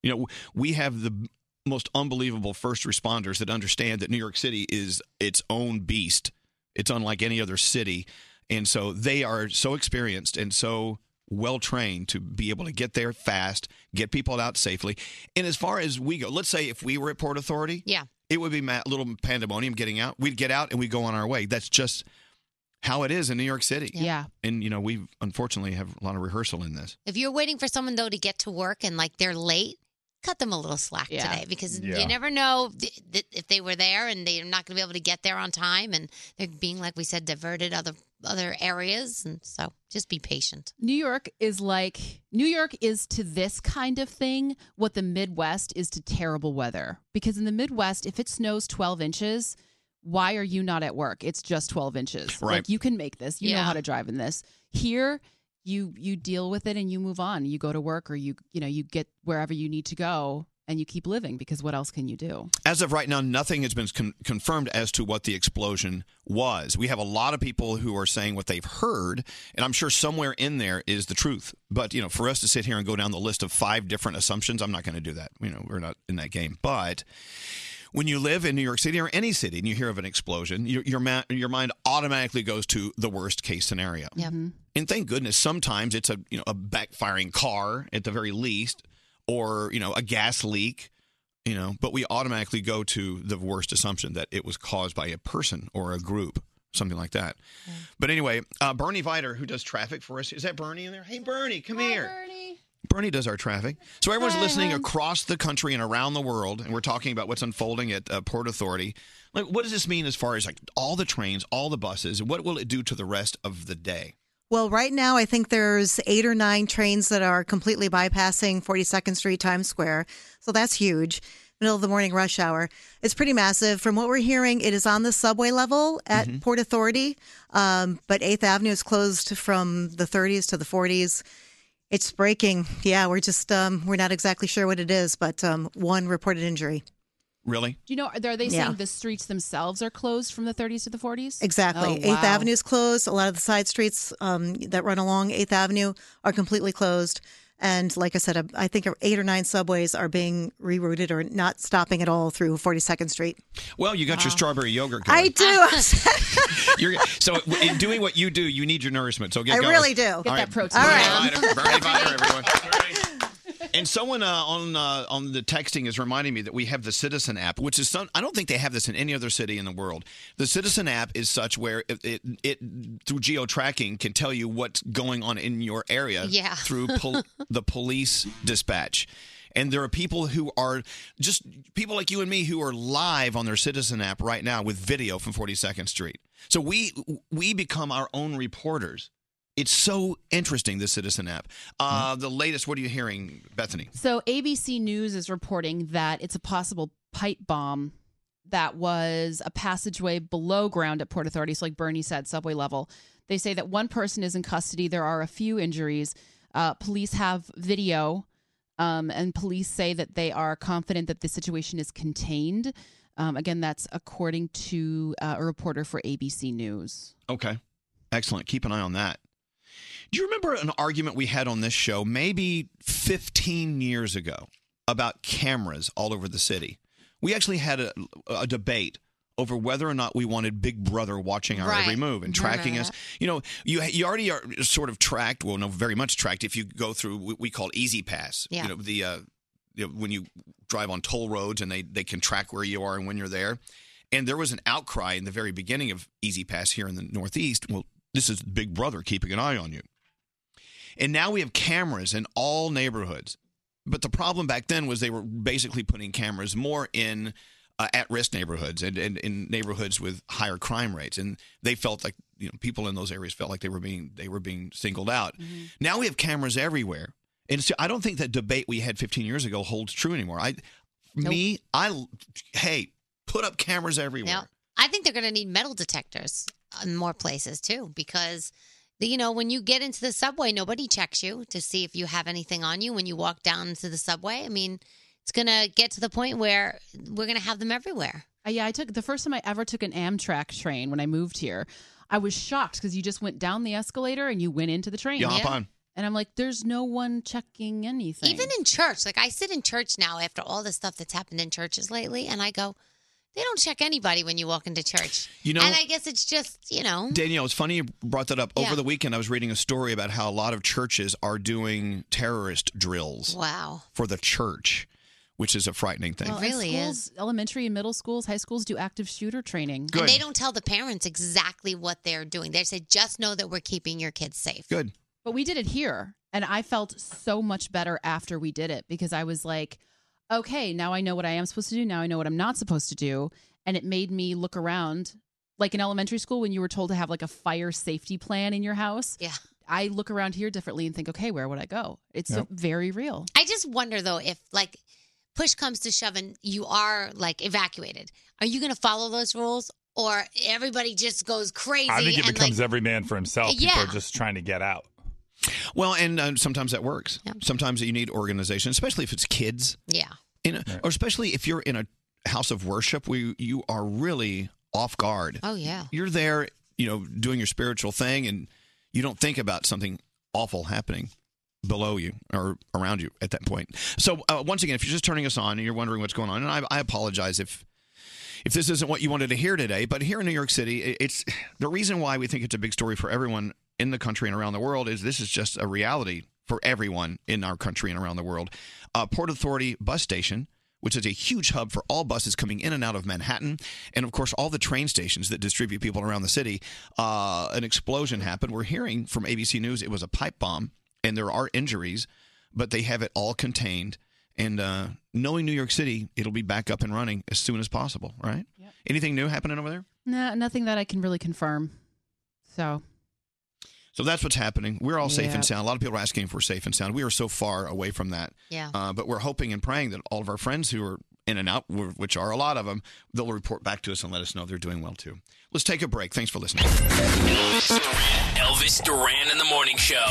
You know, we have the most unbelievable first responders that understand that New York City is its own beast. It's unlike any other city. And so they are so experienced and so well trained to be able to get there fast, get people out safely. And as far as we go, let's say if we were at Port Authority, Yeah. it would be ma- a little pandemonium getting out. We'd get out and we'd go on our way. That's just how it is in New York City. Yeah. And, you know, we unfortunately have a lot of rehearsal in this. If you're waiting for someone though to get to work and like they're late, cut them a little slack today because Yeah. you never know th- th- if they were there and they're not going to be able to get there on time and they're being like we said diverted other other areas and so just be patient. New York is like New York is to this kind of thing what the Midwest is to terrible weather. Because in the Midwest, if it snows 12 inches, why are you not at work? It's just 12 inches. Right. Like you can make this. You know Yeah. how to drive in this. Here, you you deal with it and you move on. You go to work or you you know, you get wherever you need to go and you keep living because what else can you do? As of right now, nothing has been con- confirmed as to what the explosion was. We have a lot of people who are saying what they've heard, and I'm sure somewhere in there is the truth. But you know, for us to sit here and go down the list of five different assumptions, I'm not going to do that. You know, we're not in that game. But when you live in New York City or any city and you hear of an explosion, your your, ma- your mind automatically goes to the worst case scenario. Mm-hmm. And thank goodness sometimes it's a you know a backfiring car at the very least, or you know a gas leak, you know. But we automatically go to the worst assumption that it was caused by a person or a group, something like that. But anyway, uh, Bernie Viter, who does traffic for us, is that Bernie in there? Hey Bernie, come here. Bernie. does our traffic. So everyone's Hi, listening hon. across the country and around the world, and we're talking about what's unfolding at uh, Port Authority. Like, what does this mean as far as like all the trains, all the buses? What will it do to the rest of the day? Well, right now, I think there's eight or nine trains that are completely bypassing 42nd Street, Times Square. So that's huge. Middle of the morning rush hour. It's pretty massive. From what we're hearing, it is on the subway level at Port Authority, um, but 8th Avenue is closed from the 30s to the 40s. It's breaking. Yeah, we're just, um, we're not exactly sure what it is, but um, one reported injury. Really? Do you know are they Yeah. saying the streets themselves are closed from the 30s to the 40s? Exactly. Oh, 8th wow. Avenue is closed. A lot of the side streets um, that run along 8th Avenue are completely closed. And like I said, I- I think eight or nine subways are being rerouted or not stopping at all through 42nd Street. Well, you got your strawberry yogurt. I Going. do. You're, so, in doing what you do, you need your nourishment. So get I going. really do. Get All that right, protein. Bernie All right. Vider, Bernie Vider, everyone. And someone uh, on uh, on the texting is reminding me that we have the Citizen app, which is some. I don't think they have this in any other city in the world. The Citizen app is such where it it, it through geo tracking can tell you what's going on in your area (laughs) Yeah. through pol- the police dispatch. And there are people who are just people like you and me who are live on their Citizen app right now with video from 42nd Street. So we we become our own reporters. It's so interesting, the Citizen app. Uh, The latest, what are you hearing, Bethany? So ABC News is reporting that it's a possible pipe bomb that was a passageway below ground at Port Authority. So, like Bernie said, subway level. They say that one person is in custody. There are a few injuries. Uh, police have video, um, and police say that they are confident that the situation is contained. Um, again, that's according to uh, a reporter for ABC News. Okay. Excellent. Keep an eye on that. Do you remember an argument we had on this show maybe 15 years ago about cameras all over the city? We actually had a, a debate over whether or not we wanted Big Brother watching our Right. every move and Remember tracking us. that. You know, you you already are sort of tracked. Well, no, very much tracked. If you go through what we call Easy Pass, Yeah. you know the uh, you know, when you drive on toll roads and they they can track where you are and when you're there. And there was an outcry in the very beginning of Easy Pass here in the Northeast. Well, this is Big Brother keeping an eye on you. And now we have cameras in all neighborhoods. But the problem back then was they were basically putting cameras more in uh, at-risk neighborhoods and, and in neighborhoods with higher crime rates, and they felt like you know people in those areas felt like they were being they were being singled out. Now we have cameras everywhere, and so I don't think that debate we had 15 years ago holds true anymore. I, me, I, hey, put up cameras everywhere. No, I think they're going to need metal detectors in more places too, because you know when you get into the subway, nobody checks you to see if you have anything on you when you walk down into the subway. I mean, it's going to get to the point where we're going to have them everywhere. Uh, yeah, I took the first time I ever took an Amtrak train when I moved here. I was shocked because you just went down the escalator and you went into the train. You hop Yeah. on. And I'm like, there's no one checking anything. Even in church, like I sit in church now after all the stuff that's happened in churches lately, and I go, they don't check anybody when you walk into church. You know- and I guess it's just you know, Danielle, it's funny you brought that up. Yeah. Over the weekend, I was reading a story about how a lot of churches are doing terrorist drills wow. for the church, which is a frightening thing. Well, and schools, Elementary and middle schools, high schools do active shooter training. And they don't tell the parents exactly what they're doing. They say, just know that we're keeping your kids safe. Good. But we did it here, and I felt so much better after we did it because I was like, okay, now I know what I am supposed to do. Now I know what I'm not supposed to do, and it made me look around. Like in elementary school, when you were told to have like a fire safety plan in your house, yeah, I look around here differently and think, okay, where would I go? It's Yep. very real. I just wonder though if like push comes to shove and you are like evacuated, are you going to follow those rules or everybody just goes crazy? I think it and, becomes every man for himself. Yeah. People are just trying to get out. Well, and uh, sometimes that works. Sometimes you need organization, especially if it's kids. like, yeah. In a, Or especially if you're in a house of worship where you- you are really off guard. Oh, yeah. You're there, you know, doing your spiritual thing and you don't think about something awful happening below you or around you at that point. So uh, once again, if you're just turning us on and you're wondering what's going on, and I, I apologize if if this isn't what you wanted to hear today, but here in New York City, i- it's the reason why we think it's a big story for everyone in the country and around the world is this is just a reality for everyone in our country and around the world. Uh, Port Authority bus station, which is a huge hub for all buses coming in and out of Manhattan, and of course all the train stations that distribute people around the city. Uh, an explosion happened. We're hearing from ABC News it was a pipe bomb, and there are injuries, but they have it all contained. And uh, knowing New York City, it'll be back up and running as soon as possible, right? Anything new happening over there? No, nothing that I can really confirm. So So that's what's happening. We're all safe Yeah. and sound. A lot of people are asking if we're safe and sound. We are so far away from that. Yeah. Uh, but we're hoping and praying that all of our friends who are in and out, wh- which are a lot of them, they'll report back to us and let us know they're doing well too. Let's take a break. Thanks for listening. Elvis Duran in the morning show.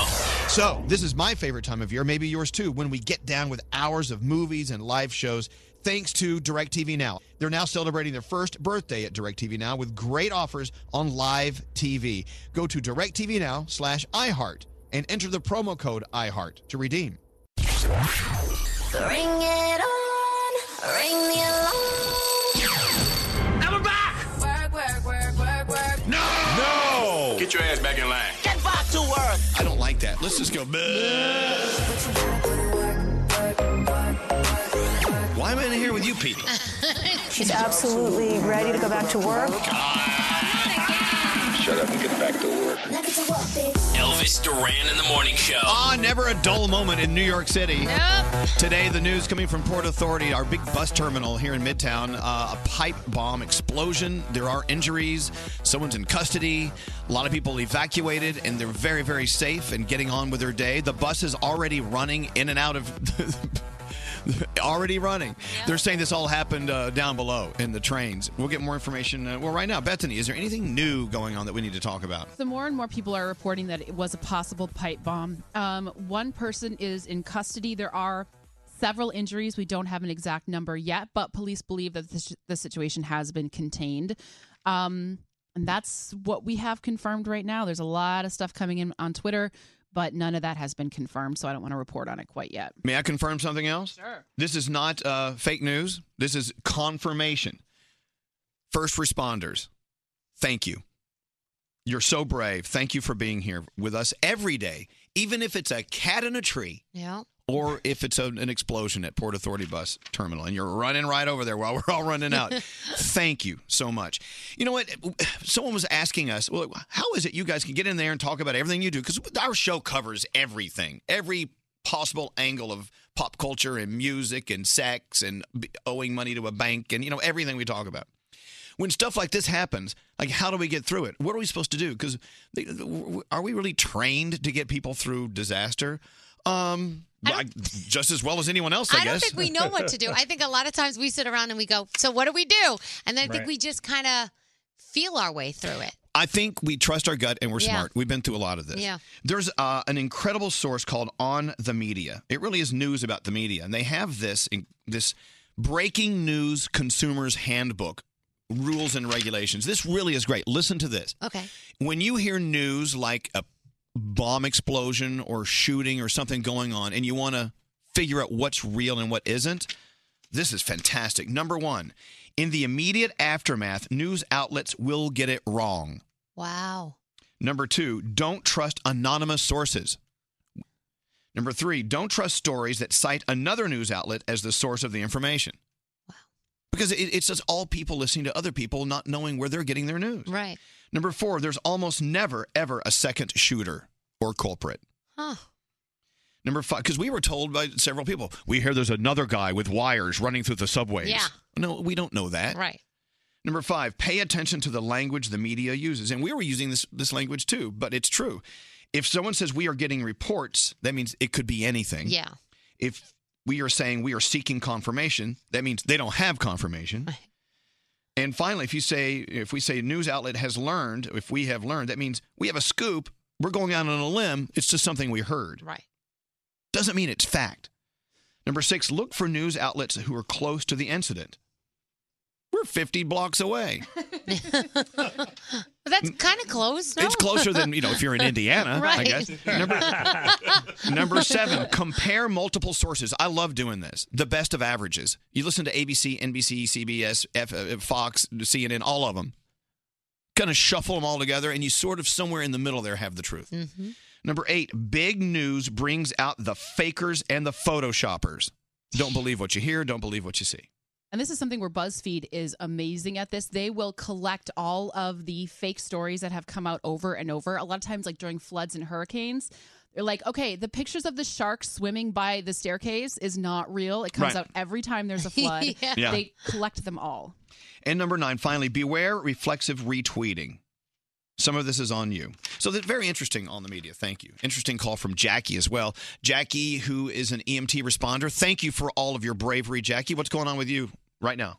So, this is my favorite time of year, maybe yours too, when we get down with hours of movies and live shows thanks to DirecTV Now. They're now celebrating their first birthday at DirecTV Now with great offers on live TV. Go to DirecTV Now slash iHeart and enter the promo code iHeart to redeem. Ring it on, ring the alarm. Now we're back. Work, work, work, work, work. No. No! Get your ass back in line. Get back to work. I don't like that. Let's just go. Why am I in here with you people? She's absolutely ready to go back to work. Shut up and get back to work. Elvis Duran in the morning show. Ah, never a dull moment in New York City. Nope. Today, the news coming from Port Authority, our big bus terminal here in Midtown. Uh, a pipe bomb explosion. There are injuries. Someone's in custody. A lot of people evacuated, and they're very, very safe and getting on with their day. The bus is already running in and out of. (laughs) Already running. They're saying this all happened uh, down below in the trains. We'll get more information. Uh, well, right now, Bethany, is there anything new going on that we need to talk about? So more and more people are reporting that it was a possible pipe bomb. Um, one person is in custody. There are several injuries. We don't have an exact number yet, but police believe that the, the situation has been contained. Um, and that's what we have confirmed right now. There's a lot of stuff coming in on Twitter, but none of that has been confirmed. So I don't want to report on it quite yet. May I confirm something else? Sure. This is not uh, fake news. This is confirmation. First responders, thank you. You're so brave. Thank you for being here with us every day, even if it's a cat in a tree Yeah. or if it's a, an explosion at Port Authority Bus Terminal and you're running right over there while we're all running out. Thank you so much. You know what? Someone was asking us, well, how is it you guys can get in there and talk about everything you do? Because our show covers everything, every possible angle of pop culture and music and sex and b- owing money to a bank and, you know, everything we talk about when stuff like this happens, like how do we get through it? What are we supposed to do? Because are we really trained to get people through disaster? Um, I- just as well as anyone else, I, I don't guess. think we know what to (laughs) do. I think a lot of times we sit around and we go, "So what do we do?" And then I Right. think we just kind of feel our way through it. I think we trust our gut and we're Yeah. smart. We've been through a lot of this. Yeah. There's uh, an incredible source called On the Media. It really is news about the media, and they have this this breaking news consumers handbook rules and regulations. This really is great. Listen to this. Okay. When you hear news like a bomb explosion or shooting or something going on, and you want to figure out what's real and what isn't, this is fantastic. Number one, in the immediate aftermath, news outlets will get it wrong. Wow. Number two, don't trust anonymous sources. Number three, don't trust stories that cite another news outlet as the source of the information. Because it, it's just all people listening to other people not knowing where they're getting their news. Right. Number four, there's almost never, ever a second shooter or culprit. Huh. Number five, because we were told by several people, we hear there's another guy with wires running through the subways. Yeah. No, we don't know that. Right. Number five, pay attention to the language the media uses. And we were using this, this language too, but it's true. If someone says we are getting reports, that means it could be anything. Yeah. If we are saying we are seeking confirmation, that means they don't have confirmation. And finally, if you say if we say news outlet has learned, if we have learned, that means we have a scoop, we're going out on a limb, it's just something we heard. Right. Doesn't mean it's fact. Number 6, look for news outlets who are close to the incident. We're 50 blocks away. But that's kind of close. No? Mm. It's closer than, you know, if (laughs) you're in Indiana, I Right. guess. (laughs) Number seven, compare multiple sources. I love doing this. The best of averages. You listen to ABC, NBC, CBS, F, uh, Fox, CNN, all of them. Kind of shuffle them all together, and you sort of somewhere in the middle there have the truth. Mm-hmm. Number eight, big news brings out the fakers and the photoshoppers. Don't believe what you hear. Don't believe what you see. And this is something where BuzzFeed is amazing at this. They will collect all of the fake stories that have come out over and over. A lot of times, like during floods and hurricanes, they're like, okay, the pictures of the shark swimming by the staircase is not real. It comes Right. out every time there's a flood. Yeah. Yeah. They collect them all. And number nine, finally, beware reflexive retweeting. Some of this is on you. So that's very interesting on the media. Thank you. Interesting call from Jackie as well. Jackie, who is an EMT responder. Thank you for all of your bravery, Jackie. What's going on with you right now?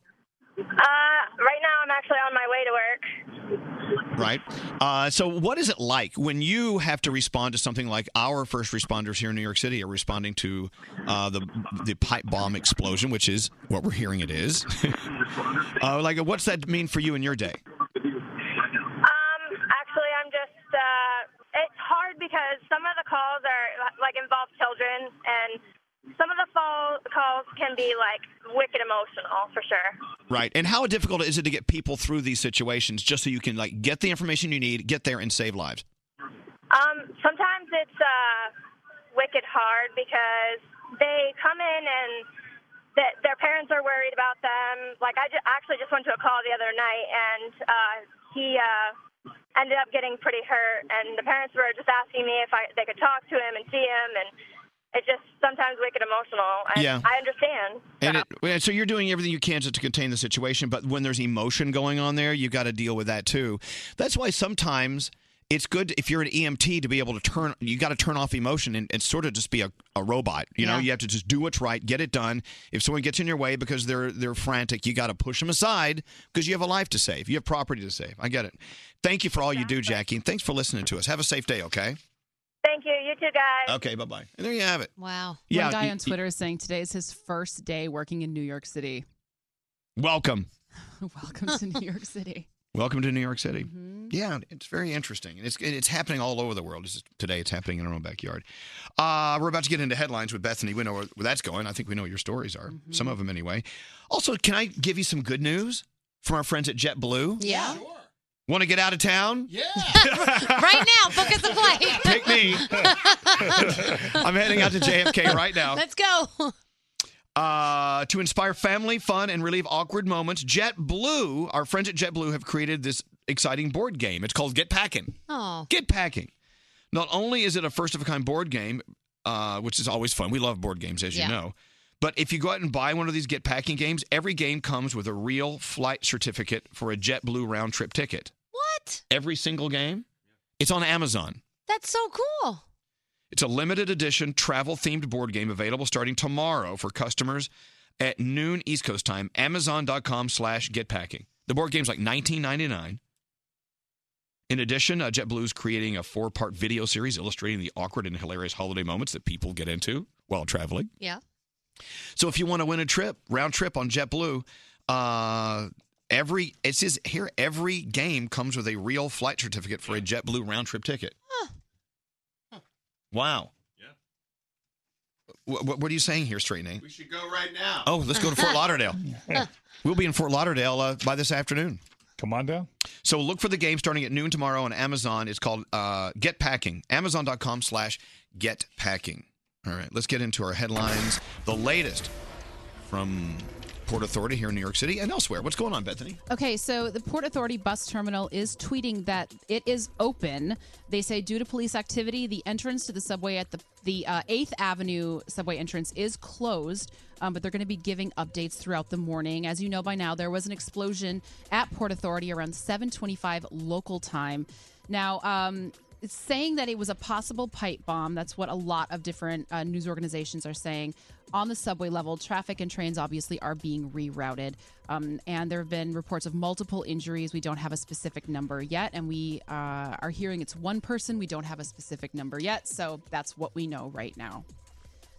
Uh, right now I'm actually on my way to work. Right. Uh, so what is it like when you have to respond to something like our first responders here in New York City are responding to uh, the the pipe bomb explosion, which is what we're hearing it is. (laughs) uh, like, what's that mean for you in your day? Um, actually I'm just, uh, it's hard because some of the calls are like involve children and some of the phone calls can be like wicked emotional for sure. Right. And how difficult is it to get people through these situations just so you can like get the information you need, get there and save lives? Um, sometimes it's uh, wicked hard because they come in and that their parents are worried about them. Like I ju- actually just went to a call the other night and uh, he uh, ended up getting pretty hurt, and the parents were just asking me if I they could talk to him and see him, and it's just sometimes wicked emotional. And Yeah. I understand. And it, well, so you're doing everything you can to, to contain the situation, but when there's emotion going on there, you got to deal with that too. That's why sometimes it's good if you're an EMT to be able to turn. You got to turn off emotion and, and sort of just be a, a robot. You know, Yeah. you have to just do what's right, get it done. If someone gets in your way because they're they're frantic, you got to push them aside because you have a life to save, you have property to save. I get it. Thank you for all you do, Jackie, and thanks for listening to us. Have a safe day, okay? Thank you. You too, guys. Okay, bye bye. And there you have it. Wow. Yeah, One guy you- on Twitter is saying today is his first day working in New York City. (laughs) Welcome. Welcome to New York City. Welcome to New York City. Yeah, it's very interesting. And it's it's happening all over the world. It's just- today it's happening in our own backyard. Uh, we're about to get into headlines with Bethany. We know where, where that's going. I think we know what your stories are. Some of them anyway. Also, can I give you some good news from our friends at JetBlue? Yeah. Want to get out of town? Yeah. right now, book us a flight. Pick (laughs) me. I'm heading out to JFK right now. Let's go. Uh, to inspire family fun and relieve awkward moments, JetBlue, our friends at JetBlue have created this exciting board game. It's called Get Packing. Oh. Get Packing. Not only is it a first of a kind board game, uh, which is always fun. We love board games, as Yeah. you know. But if you go out and buy one of these Get Packing games, every game comes with a real flight certificate for a JetBlue round trip ticket. What? Every single game. It's on Amazon. That's so cool. It's a limited edition travel themed board game available starting tomorrow for customers at noon East Coast time. Amazon.com slash getpacking. The board game's like $19.99. In addition, uh, JetBlue's creating a four part video series illustrating the awkward and hilarious holiday moments that people get into while traveling. Yeah. So if you want to win a trip, round trip on JetBlue, uh, every it says here every game comes with a real flight certificate for a JetBlue round trip ticket. Wow. Yeah. What, what, what are you saying here, straightening? We should go right now. Oh, let's go to (laughs) Fort Lauderdale. we'll be in Fort Lauderdale uh, by this afternoon. Come on down. So look for the game starting at noon tomorrow on Amazon. It's called uh, Get Packing. Amazon.com slash Get Packing. All right, let's get into our headlines. The latest from Port Authority here in New York City and elsewhere. What's going on, Bethany? Okay, so the Port Authority bus terminal is tweeting that it is open. They say due to police activity, the entrance to the subway at the the uh, 8th Avenue subway entrance is closed, um, but they're going to be giving updates throughout the morning. As you know by now, there was an explosion at Port Authority around 7:25 local time. Now, um, it's saying that it was a possible pipe bomb. That's what a lot of different uh, news organizations are saying. On the subway level, traffic and trains obviously are being rerouted. Um, and there have been reports of multiple injuries. We don't have a specific number yet. And we uh, are hearing it's one person. We don't have a specific number yet. So that's what we know right now.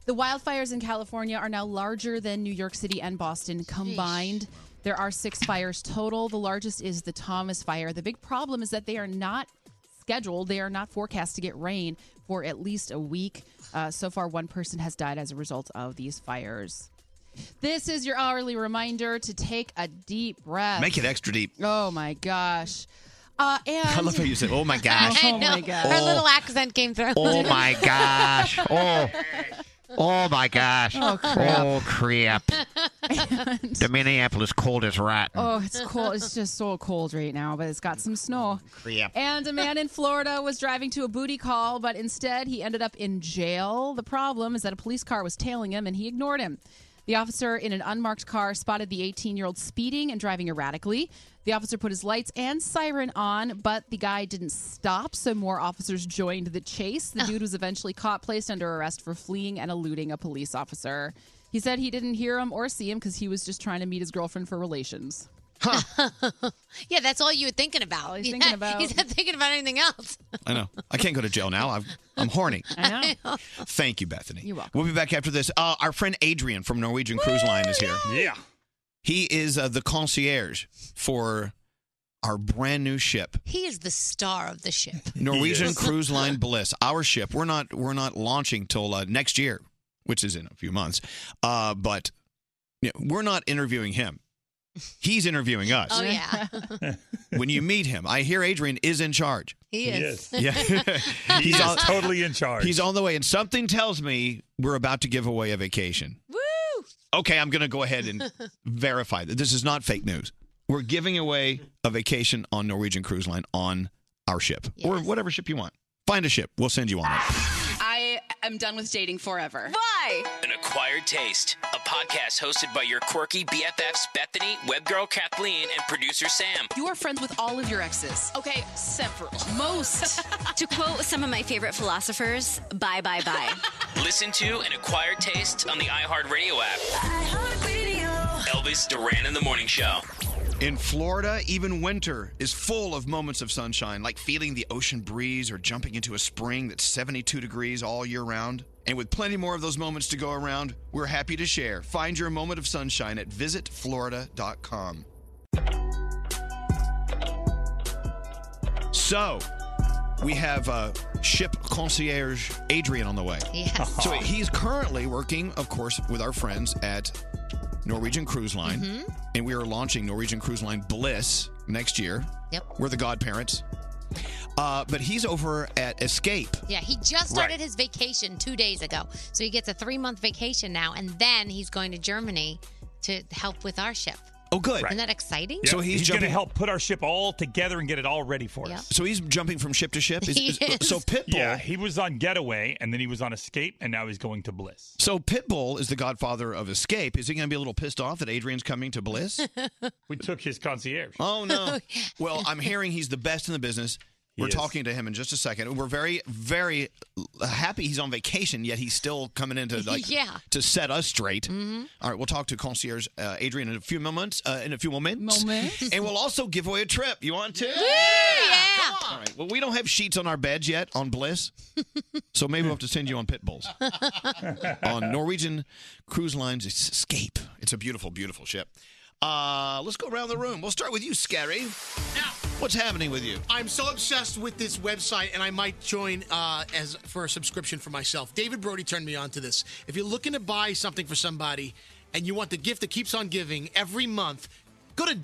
The wildfires in California are now larger than New York City and Boston combined. There are six fires total. The largest is the Thomas Fire. The big problem is that they are not scheduled, they are not forecast to get rain for at least a week. Uh, so far, one person has died as a result of these fires. This is your hourly reminder to take a deep breath. Make it extra deep. Oh my gosh. Uh, and I love how you said, oh my gosh. I know. my gosh. Her little accent came through. Oh my (laughs) gosh. (laughs) Oh. Oh my gosh. Oh, crap. Oh crap. the Minneapolis cold is rotten. Oh, it's cold. It's just so cold right now, but it's got some snow. Crap. And a man in Florida was driving to a booty call, but instead he ended up in jail. The problem is that a police car was tailing him and he ignored him. The officer in an unmarked car spotted the 18 year old speeding and driving erratically. The officer put his lights and siren on, but the guy didn't stop, so more officers joined the chase. The dude was eventually caught, placed under arrest for fleeing and eluding a police officer. He said he didn't hear him or see him because he was just trying to meet his girlfriend for relations. Yeah, that's all you were thinking about. He's thinking about- (laughs) He's not thinking about anything else. I know. I can't go to jail now. I've, I'm horny. (laughs) I know. Thank you, Bethany. You're welcome. We'll be back after this. Uh, our friend Adrian from Norwegian Cruise Line is here. Yeah. He is uh, the concierge for our brand new ship, He is the star of the ship. (laughs) Norwegian (laughs) Yes. Cruise Line Bliss. Our ship. We're not. We're not launching till uh, next year. which is in a few months. Uh, but you know, we're not interviewing him. He's interviewing us. Oh yeah. When you meet him, I hear Adrian is in charge. He (laughs) is. (laughs) (laughs) Yeah. (laughs) He is on- totally in charge. He's on the way, and something tells me we're about to give away a vacation. Woo! Okay, I'm going to go ahead and verify that this is not fake news. We're giving away a vacation on Norwegian Cruise Line on our ship or whatever ship you want. Find a ship, we'll send you on it. I am done with dating forever. Why? An Acquired Taste, a podcast hosted by your quirky BFFs Bethany, Webgirl Kathleen, and producer Sam. You are friends with all of your exes. Okay, (laughs) several. Most. (laughs) to quote some of my favorite philosophers, bye bye bye. Listen to An Acquired Taste on the iHeartRadio app. Elvis Duran in the Morning Show. In Florida, even winter is full of moments of sunshine, like feeling the ocean breeze or jumping into a spring that's 72 degrees all year round. And with plenty more of those moments to go around, we're happy to share. Find your moment of sunshine at visitflorida.com. So, we have uh, ship concierge Adrian on the way. Yes. (laughs) So he's currently working, of course, with our friends at Norwegian Cruise Line, Mm-hmm. and we are launching Norwegian Cruise Line Bliss next year. Yep. We're the godparents. Uh, but he's over at Escape. Yeah, he just started Right. his vacation two days ago. So he gets a three month vacation now, and then he's going to Germany to help with our ship. Oh, good. Isn't that exciting? So he's, going to jumping- help put our ship all together and get it all ready for us. So he's jumping from ship to ship. Is- He is- is. so Pitbull- Yeah, he was on Getaway, and then he was on Escape, and now he's going to Bliss. So Pitbull is the godfather of Escape. Is he going to be a little pissed off that Adrian's coming to Bliss? (laughs) we took his concierge. Oh no. well, I'm hearing he's the best in the business. We're is. talking to him in just a second. We're very, very happy he's on vacation, yet he's still coming in to like Yeah. to set us straight. All right, we'll talk to concierge uh, Adrian in a few moments. Uh, in a few moments, Moments. and we'll also give away a trip. You want to? All right. Well, we don't have sheets on our beds yet on Bliss, so maybe we'll have to send you on pit bulls on Norwegian Cruise Lines Escape. It's a beautiful, beautiful ship. Uh, let's go around the room. We'll start with you, Scary. What's happening with you? I'm so obsessed with this website, and I might join uh, as for a subscription for myself. David Brody turned me on to this. If you're looking to buy something for somebody, and you want the gift that keeps on giving every month, go to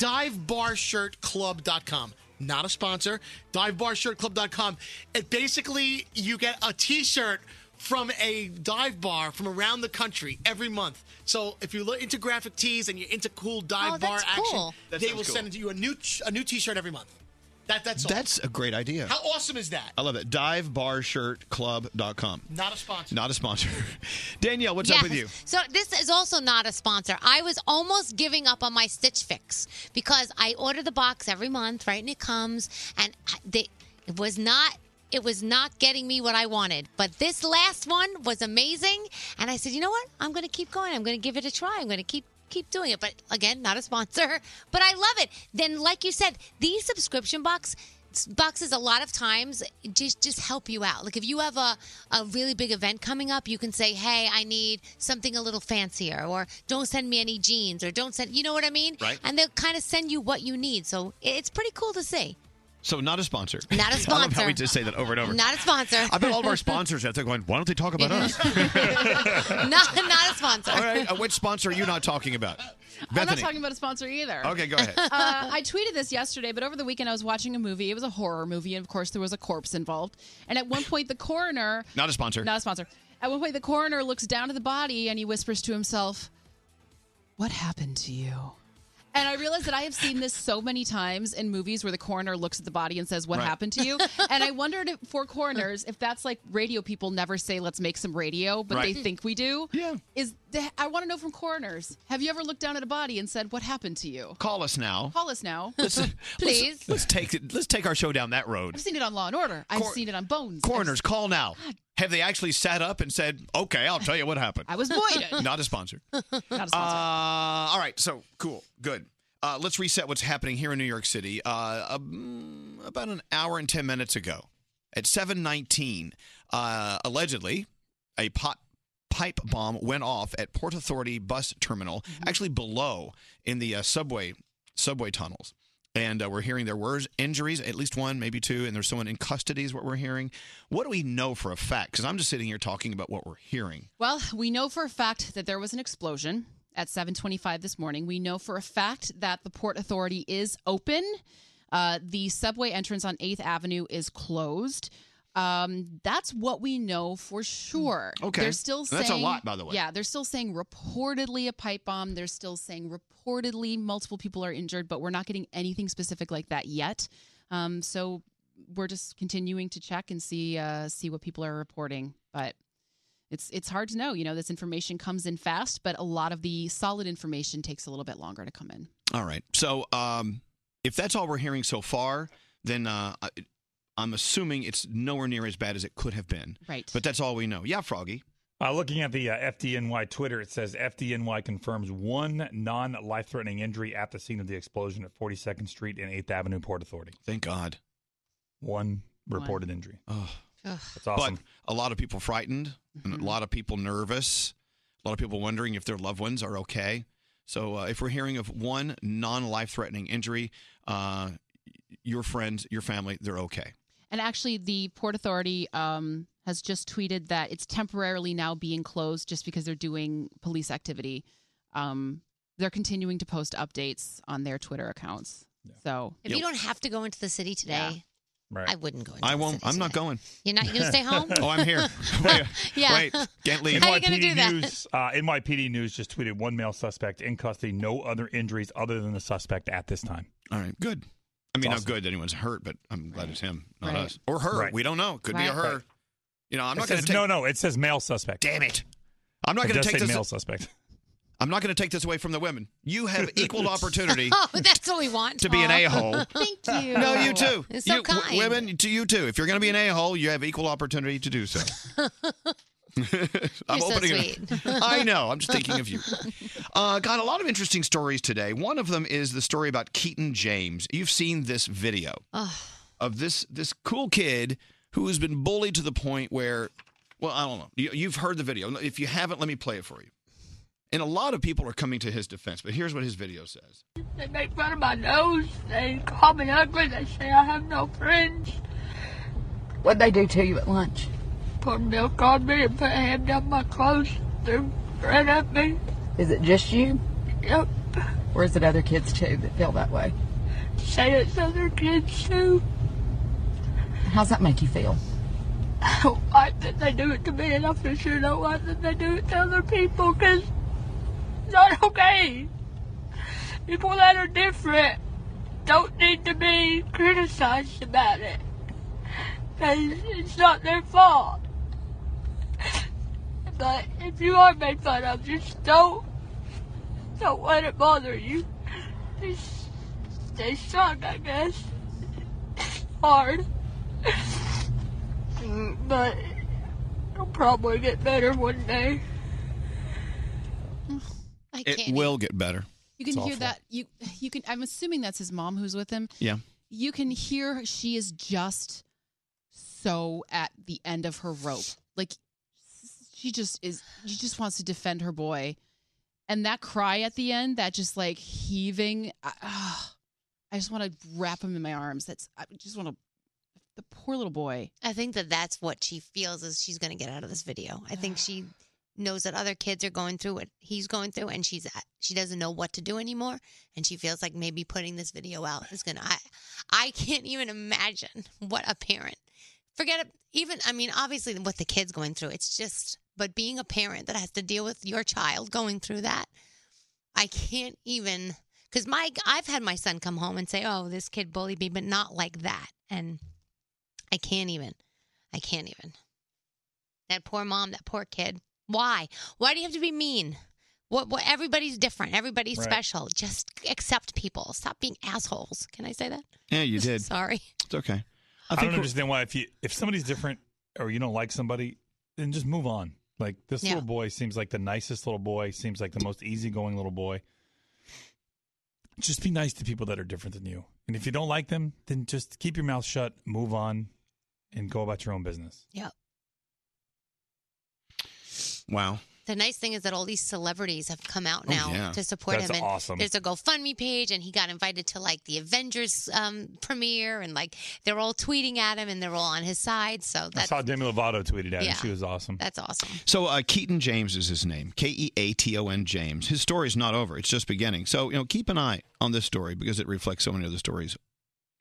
divebarshirtclub.com. Not a sponsor. Divebarshirtclub.com. It basically you get a T-shirt from a dive bar from around the country every month. So if you're into graphic tees and you're into cool dive Oh, bar that's action, cool. That they sounds will cool. send you a new a new T-shirt every month. That that's all. That's a great idea. How awesome is that? I love it. Divebarshirtclub.com. Not a sponsor. Not a sponsor. (laughs) Danielle, what's up with you? So this is also not a sponsor. I was almost giving up on my Stitch Fix because I order the box every month, right? And it comes, and I- they, it was not. It was not getting me what I wanted, but this last one was amazing. And I said, you know what? I'm going to keep going. I'm going to give it a try. I'm going to keep keep doing it. But again, not a sponsor. (laughs) But I love it. Then, like you said, these subscription box boxes a lot of times just just help you out. Like if you have a, a really big event coming up, you can say, Hey, I need something a little fancier or don't send me any jeans or don't send you know what I mean? Right. And they'll kind of send you what you need. So it- it's pretty cool to see. So not a sponsor. Not a (laughs) I love how sponsor. we just say that over and over. Not a sponsor. (laughs) I bet all (laughs) of our sponsors are out there going, why don't they talk about us? (laughs) not not a sponsor. All (laughs) right. Uh, which sponsor are you not talking about? I'm not Bethany. talking about a sponsor either. Okay, go ahead. (laughs) uh, I tweeted this yesterday, but over the weekend I was watching a movie. It was a horror movie, and of course there was a corpse involved. And at one point, the coroner Not a sponsor. Not a sponsor. At one point, the coroner looks down to the body and he whispers to himself, What happened to you? And I realized that I have seen this so many times in movies where the coroner looks at the body and says, What Right. happened to you? And I wondered if, for coroners if that's like radio people never say, Let's make some radio, but Right. they think we do. Yeah. Is the, I want to know from coroners have you ever looked down at a body and said, What happened to you? Call us now. Call us now. Listen, (laughs) Please. Let's, let's take it. Let's take our show down that I've road. seen it on Law and Order, I've seen it on Bones. I've Coroners, call now. Have they actually sat up and said, "Okay, I'll tell you what happened"? I was (laughs) voided. Not a sponsor. Not a sponsor. Uh, all right. So cool. Good. Uh, let's reset what's happening here in New York City. Uh, um, about an hour and ten minutes ago, at seven nineteen, uh, allegedly, a pot pipe bomb went off at Port Authority bus terminal, actually below in the uh, subway subway tunnels. And uh, we're hearing there were injuries, at least one, maybe two, and there's someone in custody, is what we're hearing. What do we know for a fact? Because I'm just sitting here talking about what we're hearing. Well, we know for a fact that there was an explosion at 7:25 this morning. We know for a fact that the Port Authority is open. Uh, the subway entrance on 8th Avenue is closed. Um, that's what we know for sure. Mm, Okay. They're still saying That's a lot, by the way. Yeah, they're still saying reportedly a pipe bomb. They're still saying reportedly multiple people are injured, but we're not getting anything specific like that yet. Um, so we're just continuing to check and see uh, see what people are reporting, but it's it's hard to know. You know, this information comes in fast, but a lot of the solid information takes a little bit longer to come in. All right. So um, if that's all we're hearing so far, then uh, I- I'm assuming it's nowhere near as bad as it could have been. Right. But that's all we know. Yeah, Froggy. Uh, looking at the uh, FDNY Twitter, it says FDNY confirms one non life threatening injury at the scene of the explosion at 42nd Street and 8th Avenue Port Authority. Thank God. One reported injury. Oh, That's awesome. But a lot of people frightened, Mm-hmm. and a lot of people nervous, a lot of people wondering if their loved ones are okay. So uh, if we're hearing of one non life threatening injury, uh, your friends, your family, they're okay. And actually, the Port Authority um, has just tweeted that it's temporarily now being closed just because they're doing police activity. Um, they're continuing to post updates on their Twitter accounts. So If you don't have (sighs) to go into the city today, Right. I wouldn't go. Into I won't. I'm not going. You're not- (laughs) you're gonna stay (laughs) home? oh, I'm here. (laughs) Yeah. Wait, (laughs) can't leave. How you gonna NYPD do that? News, uh, NYPD News just tweeted one male suspect in custody, no other injuries other than the suspect at this time. All right, good. I mean, Awesome. not good that anyone's hurt, but I'm glad it's him, not Right. us. Or her. Right. We don't know. Could be a Right. her. Right. You know, I'm It not going to says- take. No, no, it says male suspect. Damn it. I'm not It going to does take say this. male suspect. I'm not going to take this away from the women. You (laughs) have equal opportunity. (laughs) oh, that's what we want. to be an Aw. a-hole. (laughs) (laughs) Thank you. No, you too. It's so you, w- kind. women, to you too. If you're going to be an a hole, you have equal opportunity to (laughs) do so. I'm You're so opening it up. sweet. (laughs) I know. I'm just thinking of you. Uh, got a lot of interesting stories today. One of them is the story about Keaton James. You've seen this video of this this cool kid who has been bullied to the point where, well, I don't know. You, you've heard the video. If you haven't, let me play it for you. And a lot of people are coming to his defense, but here's what his video says. (laughs) They make fun of my nose. They call me ugly. They say I have no friends. What'd they do to you at lunch? Put milk on me and put ham down my clothes. Threw bread at me. Is it just you? Yep. Or is it other kids too that feel that way? Say it's other kids too. How's that make you feel? (laughs) I don't like that they do it to me, and I for sure don't like that they do it to other people because it's not okay. People that are different don't need to be criticized about it because it's not their fault. But if you are made fun of, just don't don't let it bother you. Just stay strong, I guess. Hard. Mm, but it'll probably get better one day. It will get better. you can hear that. You you can. I'm assuming that's his mom who's with him. Yeah. You can hear she is just so at the end of her rope. Like she just is. She just wants to defend her boy, and that cry at the end, that just like heaving. I, ah, I just want to wrap him in my arms. That's. I just want to. The poor little boy. I think that that's what she feels is she's going to get out of this video. I (sighs) think she knows that other kids are going through what he's going through, and she's she doesn't know what to do anymore, and she feels like maybe putting this video out is going to. I I can't even imagine what a parent. Forget it. Even I mean, obviously, what the kid's going through. It's just, but being a parent that has to deal with your child going through that, I can't even. Because my I've had my son come home and say, "Oh, this kid bullied me," but not like that, and. I can't even. I can't even. That poor mom, that poor kid. Why? Why do you have to be mean? What, what everybody's different. Everybody's Right. special. Just accept people. Stop being assholes. Can I say that? Yeah, you did. Sorry. It's okay. I, think don't we're- understand why if you if somebody's different or you don't like somebody, then just move on. Like this Yeah. little boy seems like the nicest little boy, seems like the most easygoing little boy. Just be nice to people that are different than you. And if you don't like them, then just keep your mouth shut, move on, and go about your own business. Yep. Wow. The nice thing is that all these celebrities have come Oh, out now yeah. to support That's him. And awesome. There's a GoFundMe page, and he got invited to like the Avengers um, premiere, and like they're all tweeting at him, and they're all on his side. So I that's saw Demi Lovato tweeted at Yeah. him. She was awesome. that's awesome. So uh, Keaton James is his name, K E A T O N James. His story's not over; it's just beginning. So you know, keep an eye on this story because it reflects so many other stories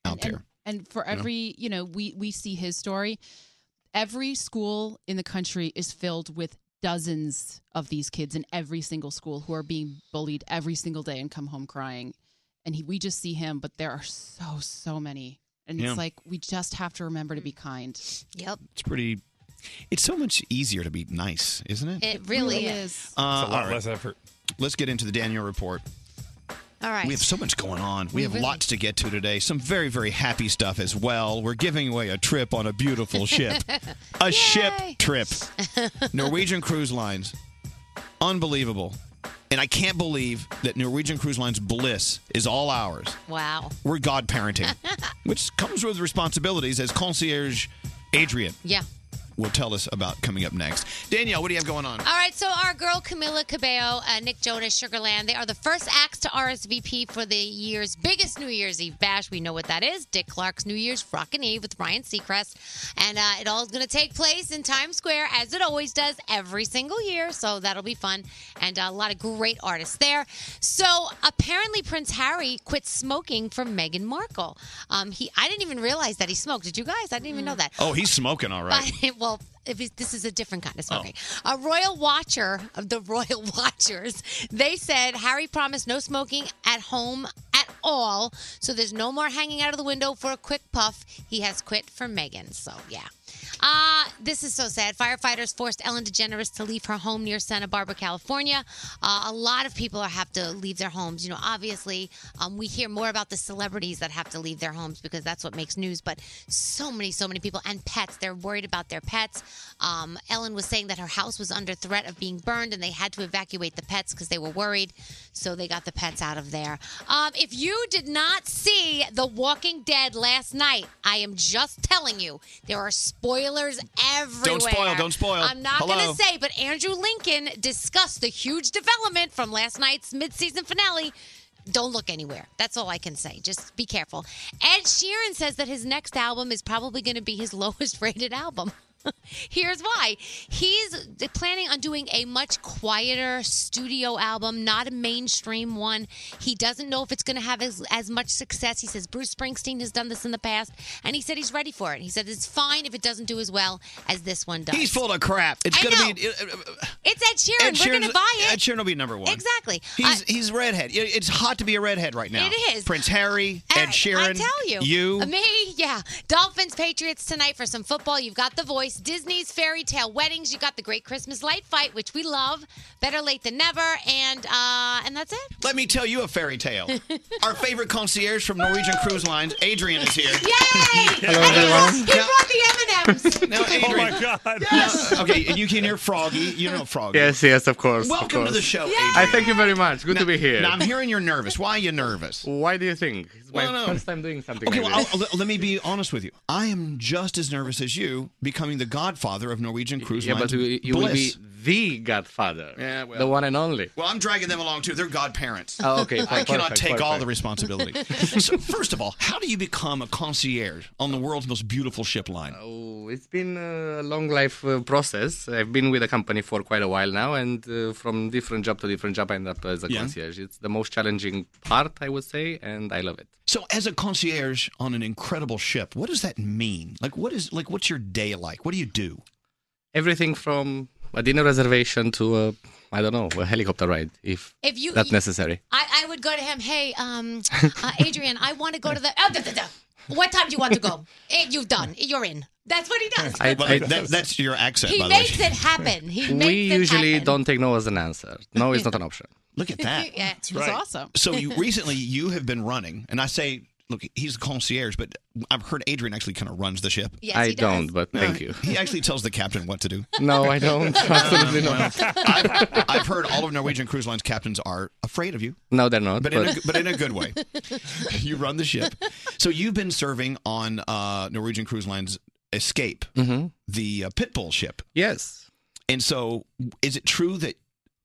out there. And for You know? every, you know, we we see his story. Every school in the country is filled with dozens of these kids in every single school who are being bullied every single day and come home crying. And he, we just see him, but there are so so many. And Yeah. it's like we just have to remember to be kind. Yep. It's pretty. It's so much easier to be nice, isn't it? It really is. Uh, It's a lot less effort. Let's get into the Daniel report. All right. We have so much going on. We, We have really- lots to get to today. Some very, very happy stuff as well. We're giving away a trip on a beautiful (laughs) (laughs) ship. a ship trip. Norwegian Cruise Lines. Unbelievable. And I can't believe that Norwegian Cruise Lines Bliss is all ours. Wow. We're (laughs) godparenting, which comes with responsibilities, as concierge Adrian Yeah. will tell us about coming up next. Danielle, what do you have going on? All right, so our girl Camila Cabello, uh, Nick Jonas, Sugarland, they are the first acts to RSVP for the year's biggest New Year's Eve bash. We know what that is Dick Clark's New Year's Rockin' Eve with Ryan Seacrest. And uh, it all is going to take place in Times Square, as it always does every single year. So that'll be fun. And uh, a lot of great artists there. So apparently, Prince Harry quit smoking for Meghan Markle. Um, he, I didn't even realize that he smoked. Did you guys? I didn't even know that. Oh, he's smoking all right. Oh. But, (laughs) well, if it's, this is a different kind of smoking. A royal watcher of the (laughs) royal watchers, they said Harry promised no smoking at home at all. So there's no more hanging out of the window for a quick puff. He has quit for Megan. So yeah. Uh, this is so sad. Firefighters forced Ellen DeGeneres to leave her home near Santa Barbara, California. Uh, a lot of people are, have to leave their homes. You know, obviously, um, we hear more about the celebrities that have to leave their homes because that's what makes news. But so many, so many people and pets, they're worried about their pets. Um, Ellen was saying that her house was under threat of being burned and they had to evacuate the pets because they were worried. So they got the pets out of there. Um, if you did not see The Walking Dead last night, I am just telling you, there are spoilers everywhere. spoil, don't spoil. I'm not going Hello. to say, but Andrew Lincoln discussed the huge development from last night's midseason finale. Don't look anywhere. That's all I can say. Just be careful. Ed Sheeran says that his next album is probably going to be his (laughs) lowest rated album. (laughs) Here's why. He's planning on doing a much quieter studio album, not a mainstream one. He doesn't know if it's going to have as, as much success. He says Bruce Springsteen has done this in the past, and he said he's ready for it. He said it's fine if it doesn't do as well as this one does. He's full of crap. It's I going to know. be. uh, uh, uh, It's Ed Sheeran. Ed We're going Sheeran's- to buy it. Ed Sheeran will be number one. Exactly. Uh, He's he's redhead. It- It's hot to be a redhead right now. It is. Prince Harry, Ed Sheeran. I tell you. You. Me, yeah. Dolphins, Patriots tonight for some football. You've got The Voice, Disney's Fairy Tale Weddings. You got the Great Christmas Light Fight, which we love. Better late than never, and uh, and that's it. Let me tell you a fairy (laughs) tale. Our favorite concierge from Norwegian Cruise Lines, Adrian, is here. Yay! Hello, everyone. He brought the M and M's. Now, Adrian. Oh my God. Okay, and you can hear Froggy. You know Froggy. Yes, yes, of course. of Welcome to course. the show, Yeah. Adrian. I thank you very much. Good Now- to be here. Now I'm hearing you're nervous. Why are you nervous? Why do you think? It's my Well, no. first time doing something Okay, like well, this. I'll, let- let me be honest with you. I am just as nervous as you becoming the godfather of Norwegian Cruise yeah, Lines. but you, you will be Bliss. the Godfather. Yeah, well. the one and only. Well, I'm dragging them along too. They're godparents. Oh, okay, I fine, cannot perfect, take all the perfect. responsibility. (laughs) so, first of all, how do you become a concierge on the world's most beautiful ship line? Oh, it's been a long life uh, process. I've been with the company for quite a while now, and uh, from different job to different job, I end up as a Yeah. concierge. It's the most challenging part, I would say, and I love it. So, as a concierge on an incredible ship, what does that mean? Like, what is like, what's your day like? What do you do? Everything from a dinner reservation to a, I don't know, a helicopter ride, if, If you- that's necessary. I, I would go to him. Hey, (laughs) um, uh, Adrian, I want to go to the. Oh, da, da, da. What time do you want to (laughs) go? Eh, You've done. You're in. That's what he does. Well, that- that's your accent, he by the way. makes it happen. (laughs) He makes we it usually happen. don't take no as an answer. No is not an option. Look at that. Yeah, That's it's right. awesome. So, (laughs) you recently you have been running, and I say, look, he's a concierge, but I've heard Adrian actually kind of runs the ship. Yes, I he does. don't, but thank you. He actually tells the captain what to do. No, I don't. (laughs) Absolutely No, no, not. no. I've, I've heard all of Norwegian Cruise Lines captains are afraid of you, No, they're not. but in a, but in a good (laughs) way. You run the ship. So you've been serving on Mm-hmm. uh, Norwegian Cruise Lines Escape, the uh, Pitbull ship. Yes. And so, is it true that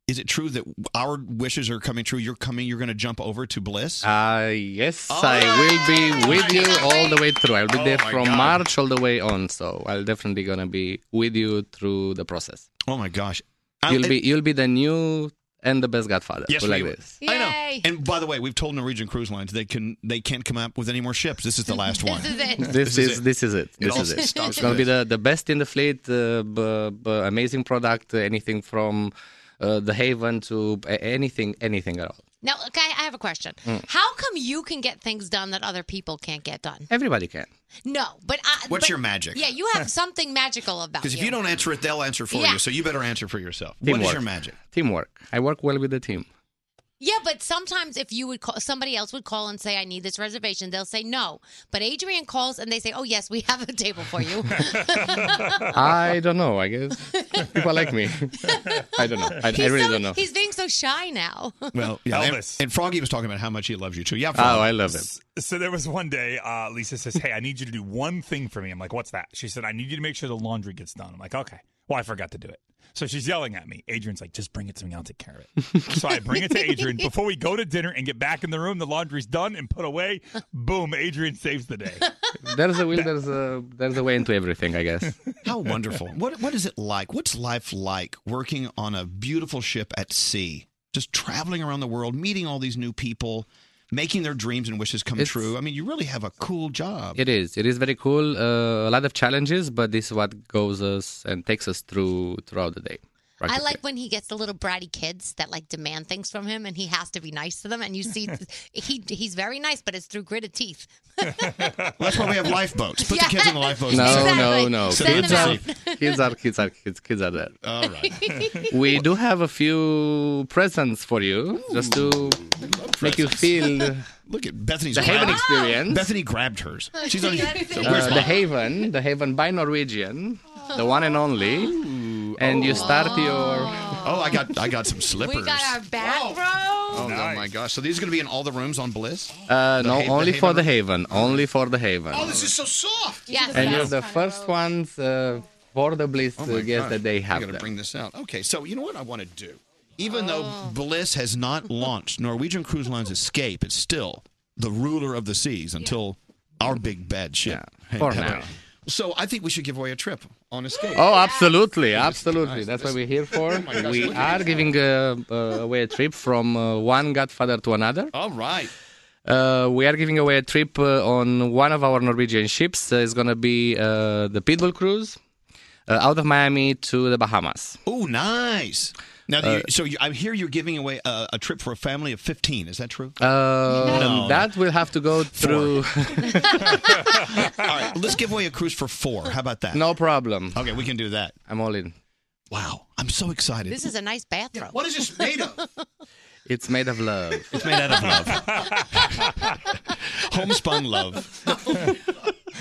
is it true that our wishes are coming true? You're coming. You're going to jump over to Bliss. Uh, yes, I will be with you all the way through. I'll be Oh there my from God. March all the way on, so I'll definitely gonna be with you through the process. Oh my gosh, you'll I- be you'll be the new and the best Godfather. Yes, like we- this. I know. And by the way, we've told Norwegian Cruise Lines they can they can't come up with any more ships. This is the (laughs) last one. is it. This is this is it. This all (laughs) is it. starts It's gonna with be the, the best in the fleet. Uh, b- b- amazing product. uh, Anything from uh, the Haven to a- anything, anything at all. Now, okay, I have a question. Mm. How come you can get things done that other people can't get done? Everybody can. No, but I, What's but- your magic? Yeah, you have something magical about Because if you don't answer it, they'll answer for Yeah. you. So you better answer for yourself. What Teamwork. is your magic? Teamwork. I work well with the team. Yeah, but sometimes if you would call, somebody else would call and say, "I need this reservation," they'll say no. But Adrian calls and they say, "Oh yes, we have a table for you." (laughs) I don't know. I guess people like me. I don't know. I, I He's really so- don't know. He's being so shy now. Well, yeah, and, and Froggy was talking about how much he loves you too. Yeah, Froggy. Oh, I love it. So there was one day uh, Lisa says, Hey, I need you to do one thing for me. I'm like, What's that? She said, I need you to make sure the laundry gets done. I'm like, Okay. Well, I forgot to do it. So she's yelling at me. Adrian's like, Just bring it to me. I'll take care (laughs) of it. so I bring it to Adrian. Before we go to dinner and get back in the room, the laundry's done and put away. Boom, Adrian saves the day. There's a will. There's a there's a way into everything. I guess. How wonderful. what what is it like? What's life like working on a beautiful ship at sea? Just traveling around the world, meeting all these new people, making their dreams and wishes come true. I mean, you really have a cool job. It is. It is very cool. Uh, a lot of challenges, but this is what goes us and takes us through throughout the day. (laughs) I practically. like when he gets the little bratty kids that like demand things from him, and he has to be nice to them. And you see, (laughs) he he's very nice, but it's through gritted teeth. (laughs) That's why we (laughs) have lifeboats. Put Yeah. the kids in the lifeboats. No, Exactly. no, no. Send Kids them are, (laughs) kids are kids are kids. Kids are there. All right. (laughs) We do have a few presents for you, just to make you feel. (laughs) Look at Bethany's the Haven grabbed- experience. Bethany grabbed hers. She's (laughs) on. so Uh, where's the mine? Haven, the Haven by Norwegian, the one and only, and you start your. Oh, I got I got some slippers. our bathrobe. Oh, no, my gosh! So these are going to be in all the rooms on Bliss. Uh, The no, Haven- only the for the Haven, only for the Haven. Oh, this is so soft. Yeah. and you're the first ones uh, for the Bliss Oh to my guess gosh. that they have I gotta them. bring this out. Okay, so you know what I want to do? Even though Bliss has not launched Norwegian Cruise Lines Escape, it's still the ruler of the seas until our big bad ship. Yeah, for now. So I think we should give away a trip on Escape. Oh, absolutely, absolutely. That's what we're here for. Oh my gosh, we look at are giving uh, uh, away a trip from uh, one godfather to another. All right. Uh, we are giving away a trip uh, on one of our Norwegian ships. Uh, it's going to be uh, the Pitbull Cruise uh, out of Miami to the Bahamas. Oh, nice. Now, do you, Uh, so you, I hear you're giving away a, a trip for a family of 15. Is that (laughs) true? Um, No. That will have to go through. (laughs) All right, let's give away a cruise for four. How about that? no problem. Okay, we can do that. I'm all in. Wow, I'm so excited. This is a nice bathrobe. What is this made of? It's made of love. It's made out of love. (laughs) Homespun love.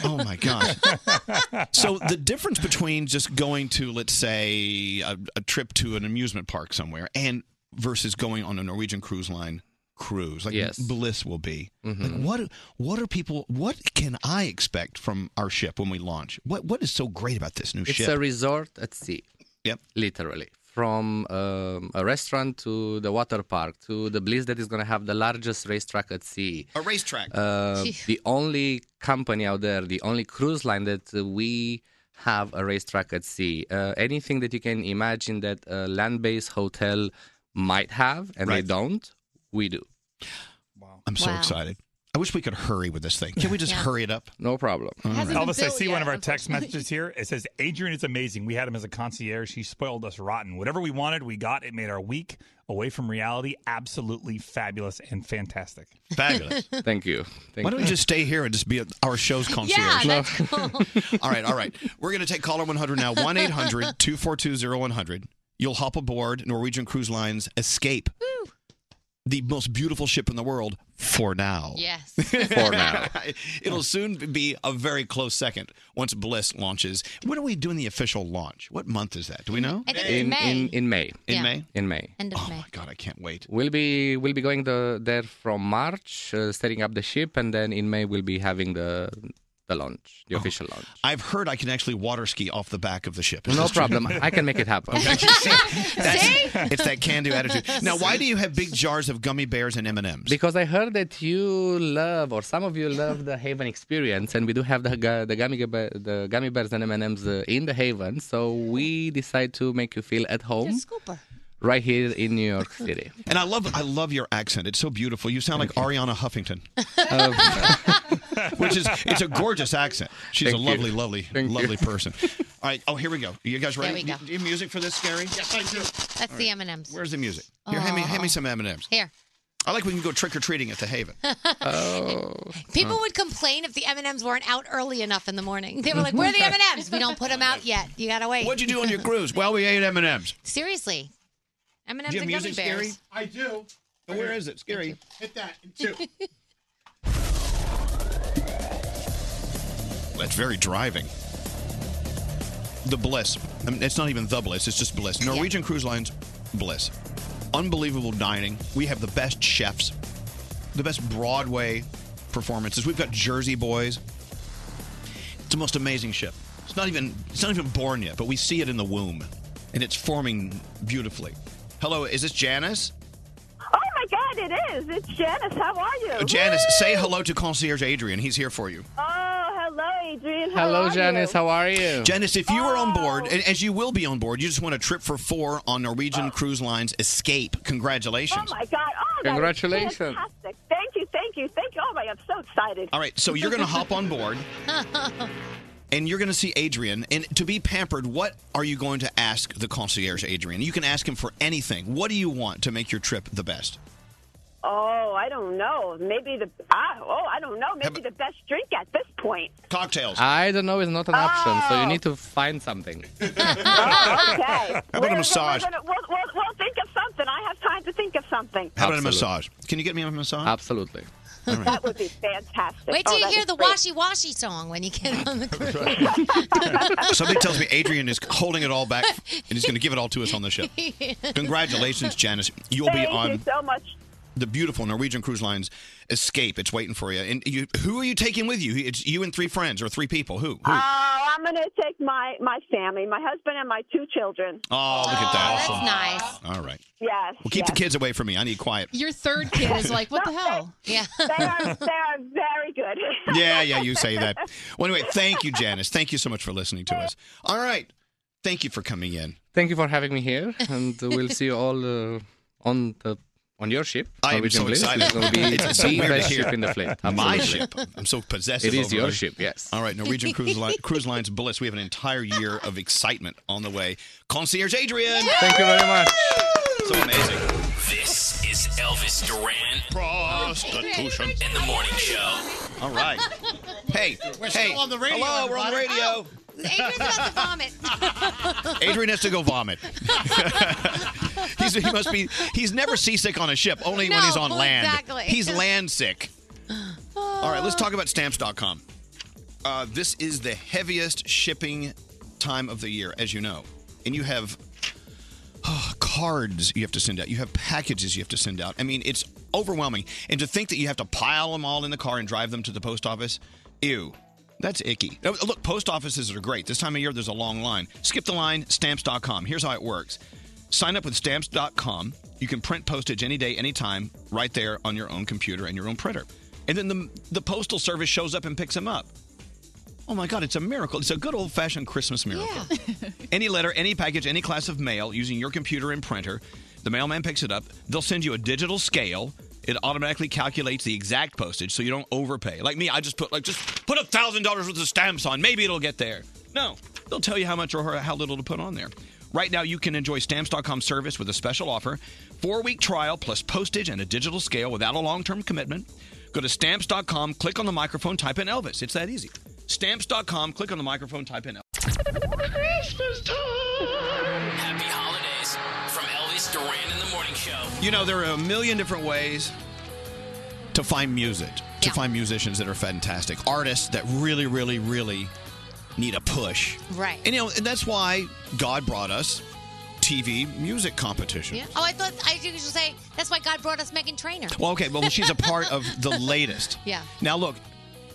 Oh my (laughs) gosh. So the difference between just going to, let's say, a, a trip to an amusement park somewhere and versus going on a Norwegian cruise line cruise, like Yes. Mm-hmm. Bliss will be. Like what what are people what can I expect from our ship when we launch? What what is so great about this new It's ship? a resort at sea. Yep. Literally. From um, a restaurant to the water park to the Bliss that is going to have the largest racetrack at sea. A racetrack. Uh, Phew. the only company out there, the only cruise line that uh, we have a racetrack at sea. Uh, anything that you can imagine that a land based hotel might have and Right. they don't, we do. I'm so Wow. excited. I wish we could hurry with this thing. Can we just Yeah. hurry it up? No problem. Elvis, I see one of our text messages here. It says, Adrian is amazing. We had him as a concierge. He spoiled us rotten. Whatever we wanted, we got. It made our week away from reality absolutely fabulous and fantastic. Fabulous. (laughs) Thank you. Thank Why don't you. we just stay here and just be at our show's concierge? (laughs) all right, all right. We're going to take caller 100 now. 1 800 242 100. You'll hop aboard Norwegian Cruise Lines Escape, the most beautiful ship in the world for now. (laughs) Yes. For now. It'll soon be a very close second once Bliss launches. When are we doing the official launch? What month is that? Do we know? I think it's In- May. in, in May. In May? In May. (laughs) End of May. God, I can't wait. We'll be we'll be going the, there from March, uh, setting up the ship, and then in May we'll be having the the launch, Oh. the official launch. I've heard I can actually water ski off the back of the ship. Is No this true? problem. I can make it (laughs) happen. Okay. (laughs) That's- It's that can-do attitude. Now, why do you have big jars of gummy bears and M and M's? Because I heard that you love, or some of you love, the Haven experience, and we do have the gu- the gummy gu- the gummy bears and M and M's in the Haven. So we decide to make you feel at home, right here in New York City. (laughs) And I love uh, I love your accent. It's so beautiful. You sound like Ariana (laughs) Huffington, Oh. (laughs) which is it's a gorgeous accent. She's Thank a you. lovely, lovely, Thank you. lovely person. All right. Oh, here we go. You guys There ready? we go. Do you have music for this, Gary? Yes, I do. That's the M and M's. Where's the music? Here, hand me hand me some M and M's. Here. (laughs) I like we can go trick or treating at the Haven. Oh. People would complain if the M and M's weren't out early enough in the morning. They were like, (laughs) "Where are the M and M's? We don't put them out yet. You gotta wait." What'd you (laughs) do on your cruise? Well, we ate M and M's. Seriously, M and M's Do you and have gummy music, Scary? bears. I do. Where is it, Scary? Hit that in two. That's very driving. The Bliss. I mean, it's not even the Bliss, it's just Bliss. Norwegian Cruise Lines, Bliss. Unbelievable dining. We have the best chefs, the best Broadway performances. We've got Jersey Boys. It's the most amazing ship. It's not even it's not even born yet, but we see it in the womb and it's forming beautifully. Hello, is this Janice? Oh my God, it is. It's Janice. How are you? Uh, Janice, say hello to concierge Adrian. He's here for you. Oh, hello, Adrian. How Hello, are Oh. Janice. How are you? Janice, if you were on board, and as you will be on board, you just won a trip for four on Norwegian Cruise Lines Escape. You? Oh Congratulations. my God. Oh, that is Congratulations. Fantastic. Thank you. Thank you. Thank you. Oh my, I'm so excited. All right, so you're going to hop on board and you're going to see Adrian. And to be pampered, what are you going to ask the concierge, Adrian? You can ask him for anything. What do you want to make your trip the best? (laughs) oh, I don't know. Maybe the ah, oh, I don't know. Maybe the best drink at this point. Cocktails. I don't know; it's not an option, so you need to find something. Oh, okay. How We're gonna- We're gonna, we'll, we'll, we'll think of something. I have time to think of something. How about a massage? Can you get me a massage? Absolutely. That would be (laughs) fantastic. Wait till Oh, you that hear is the great. washy washy song when you get on the cruise. Somebody tells me Adrian is holding it all back and he's going to give it all to us on the (laughs) ship. (laughs) Congratulations, Janice. You'll Thank be on you so much. the beautiful Norwegian Cruise Lines Escape. It's waiting for you. And you, who are you taking with you? It's you and three friends or three people. Who? Who? Oh, I'm going to take my my family, my husband and my two children. Oh, look at that. that's Awesome. nice. All right. Yes. Well, keep the kids away from me. I need quiet. Your third kid is like, what the hell? Yeah. They (laughs) are, they are very good. Yeah, yeah, you say (laughs) that. Well, anyway, thank you, Janice. Thank you so much for listening to us. All right. Thank you for coming in. Thank you for having me here, and uh, we'll see you all uh, on the on your ship. I am Norwegian so Bliss. excited. It's going to (laughs) be It's so the weird best to hear. ship in the fleet. My absolutely. ship. I'm so possessive. It is over your it. ship, yes. All right, Norwegian Cruise, Line, Cruise Lines Bliss. We have an entire year of excitement on the way. Concierge Adrian. Thank you very much. So amazing. This is Elvis Duran. Prostitution. In the morning show. All (laughs) right. Hey, We're hey. still on the radio, Hello, we're on the everybody. radio. Oh, Adrian's about to vomit. Adrian has to go vomit. (laughs) he's, he must be. He's never seasick on a ship. Only when he's No, on land. exactly. He's land sick. All right, let's talk about stamps.com. Uh, this is the heaviest shipping time of the year, as you know, and you have cards you have to send out. You have packages you have to send out. I mean, it's overwhelming. And to think that you have to pile them all in the car and drive them to the post office, ew. That's icky. Oh, Look, post offices are great. This time of year, there's a long line. Skip the line, stamps.com. Here's how it works sign up with stamps.com. You can print postage any day, anytime, right there on your own computer and your own printer. And then the, the postal service shows up and picks them up. Oh my God, it's a miracle. It's a good old fashioned Christmas miracle. any letter, any package, any class of mail using your computer and printer. The mailman picks it up. They'll send you a digital scale. It automatically calculates the exact postage so you don't overpay. Like me, I just put like just put a thousand dollars worth of stamps on. Maybe it'll get there. No, they'll tell you how much or how little to put on there. Right now, you can enjoy stamps.com service with a special offer four week trial plus postage and a digital scale without a long term commitment. Go to stamps.com, click on the microphone, type in Elvis. It's that easy. Stamps.com, click on the microphone, type in Elvis. Christmas time. Happy holidays from Elvis Duran in the morning show. You know, there are a million different ways to find music, to find musicians that are fantastic, artists that really, really, really need a push. Right. And, you know, and that's why God brought us TV music competition. Yeah. Oh, I thought I should say that's why God brought us Megan Trainer. (laughs) Well, okay, well, she's a part of the latest. Yeah. Now, look,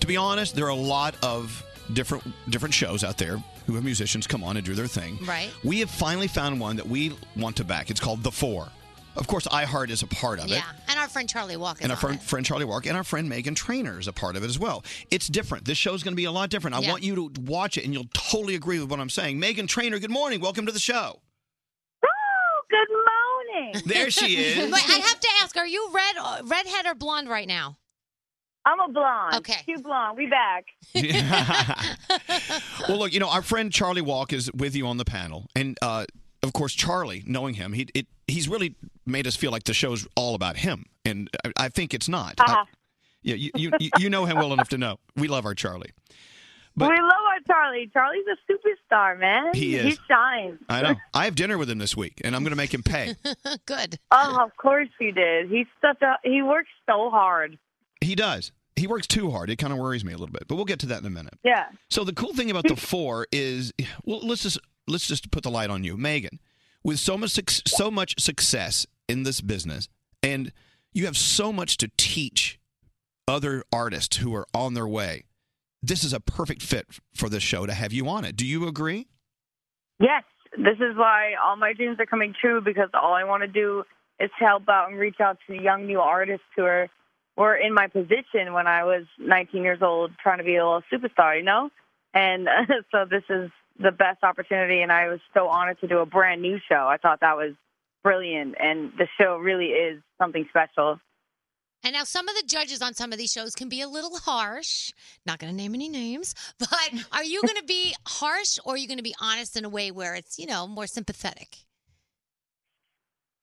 to be honest, there are a lot of different different shows out there who have musicians come on and do their thing. Right. We have finally found one that we want to back. It's called The Four. Of course, iHeart is a part of it. Yeah, and our friend Charlie Walker. And our friend, friend Charlie Walk and our friend Megan Trainer is a part of it as well. It's different. This show's going to be a lot different. I Yeah. want you to watch it, and you'll totally agree with what I'm saying. Megan Trainer, good morning. Welcome to the show. Good morning. (laughs) There she is. But I have to ask: Are you red, uh, redhead, or blonde right now? I'm a blonde. Okay, Too blonde. We back. well, look, you know, our friend Charlie Walk is with you on the panel, and uh, of course, Charlie, knowing him, he it, he's really made us feel like the show's all about him, and I, I think it's not. I- Uh-huh. yeah, you, you you- you know him well enough to know we love our Charlie. we love our Charlie. Charlie's a superstar, man. He is. He shines. I know. I have dinner with him this week, and I'm going to make him (laughs) pay. Good. Oh, of course he did. He's such a. He works so hard. He does. He works too hard. It kind of worries me a little bit, but we'll get to that in a minute. Yeah. So the cool thing about the four is, well, let's just let's just put the light on you, Megan. With so much suc- so much success in this business, and you have so much to teach other artists who are on their way. This is a perfect fit for this show to have you on it. Do you agree? Yes, this is why all my dreams are coming true because all I want to do is help out and reach out to the young new artists who are were in my position when I was 19 years old, trying to be a little superstar, you know. And (laughs) uh, so this is the best opportunity, and I was so honored to do a brand new show. I thought that was brilliant, and the show really is something special. And now some of the judges on some of these shows can be a little harsh. Not going to name any names, (laughs) but are you going to be harsh or are you going to be honest in a way where it's, you know, more sympathetic?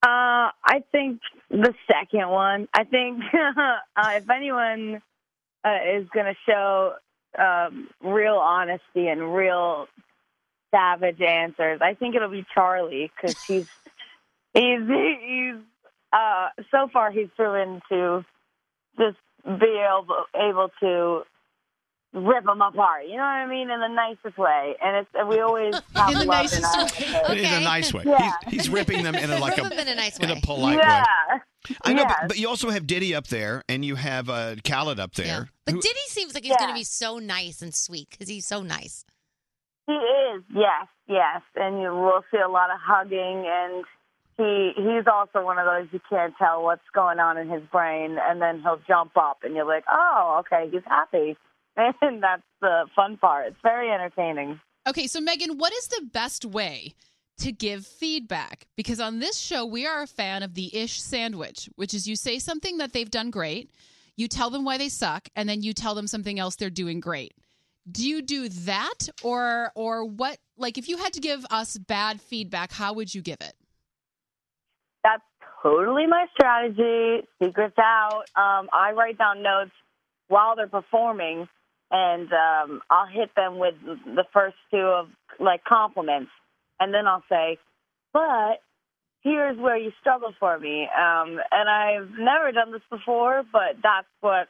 Uh, I think the second one. I think (laughs) uh, if anyone uh, is going to show um, real honesty and real savage answers, I think it'll be Charlie because he's he's he's uh, so far he's proven to just be able able to rip them apart. You know what I mean in the nicest way, and it's and we always (laughs) have In the love nicest our- In a nice way. Yeah. He's, he's ripping them in a, like (laughs) Rip 'em in a nice in a way. polite Yeah. way. I know, but, but you also have Diddy up there, and you have uh, Khaled up there. But who- Diddy seems like he's going to be so nice and sweet because he's so nice. He is, yes, yes, and you will see a lot of hugging, and he he's also one of those you can't tell what's going on in his brain, and then he'll jump up, and you're like, oh, okay, he's happy, (laughs) and that's the fun part. It's very entertaining. Okay, so Megan, what is the best way to give feedback? Because on this show, we are a fan of the ish sandwich, which is you say something that they've done great, you tell them why they suck, and then you tell them something else they're doing great. Do you do that or or what like if you had to give us bad feedback, how would you give it? That's totally my strategy. Secrets out. Um, I write down notes while they're performing, and um, I'll hit them with the first two of like compliments, and then I'll say, "But here's where you struggle for me." Um, and I've never done this before, but that's what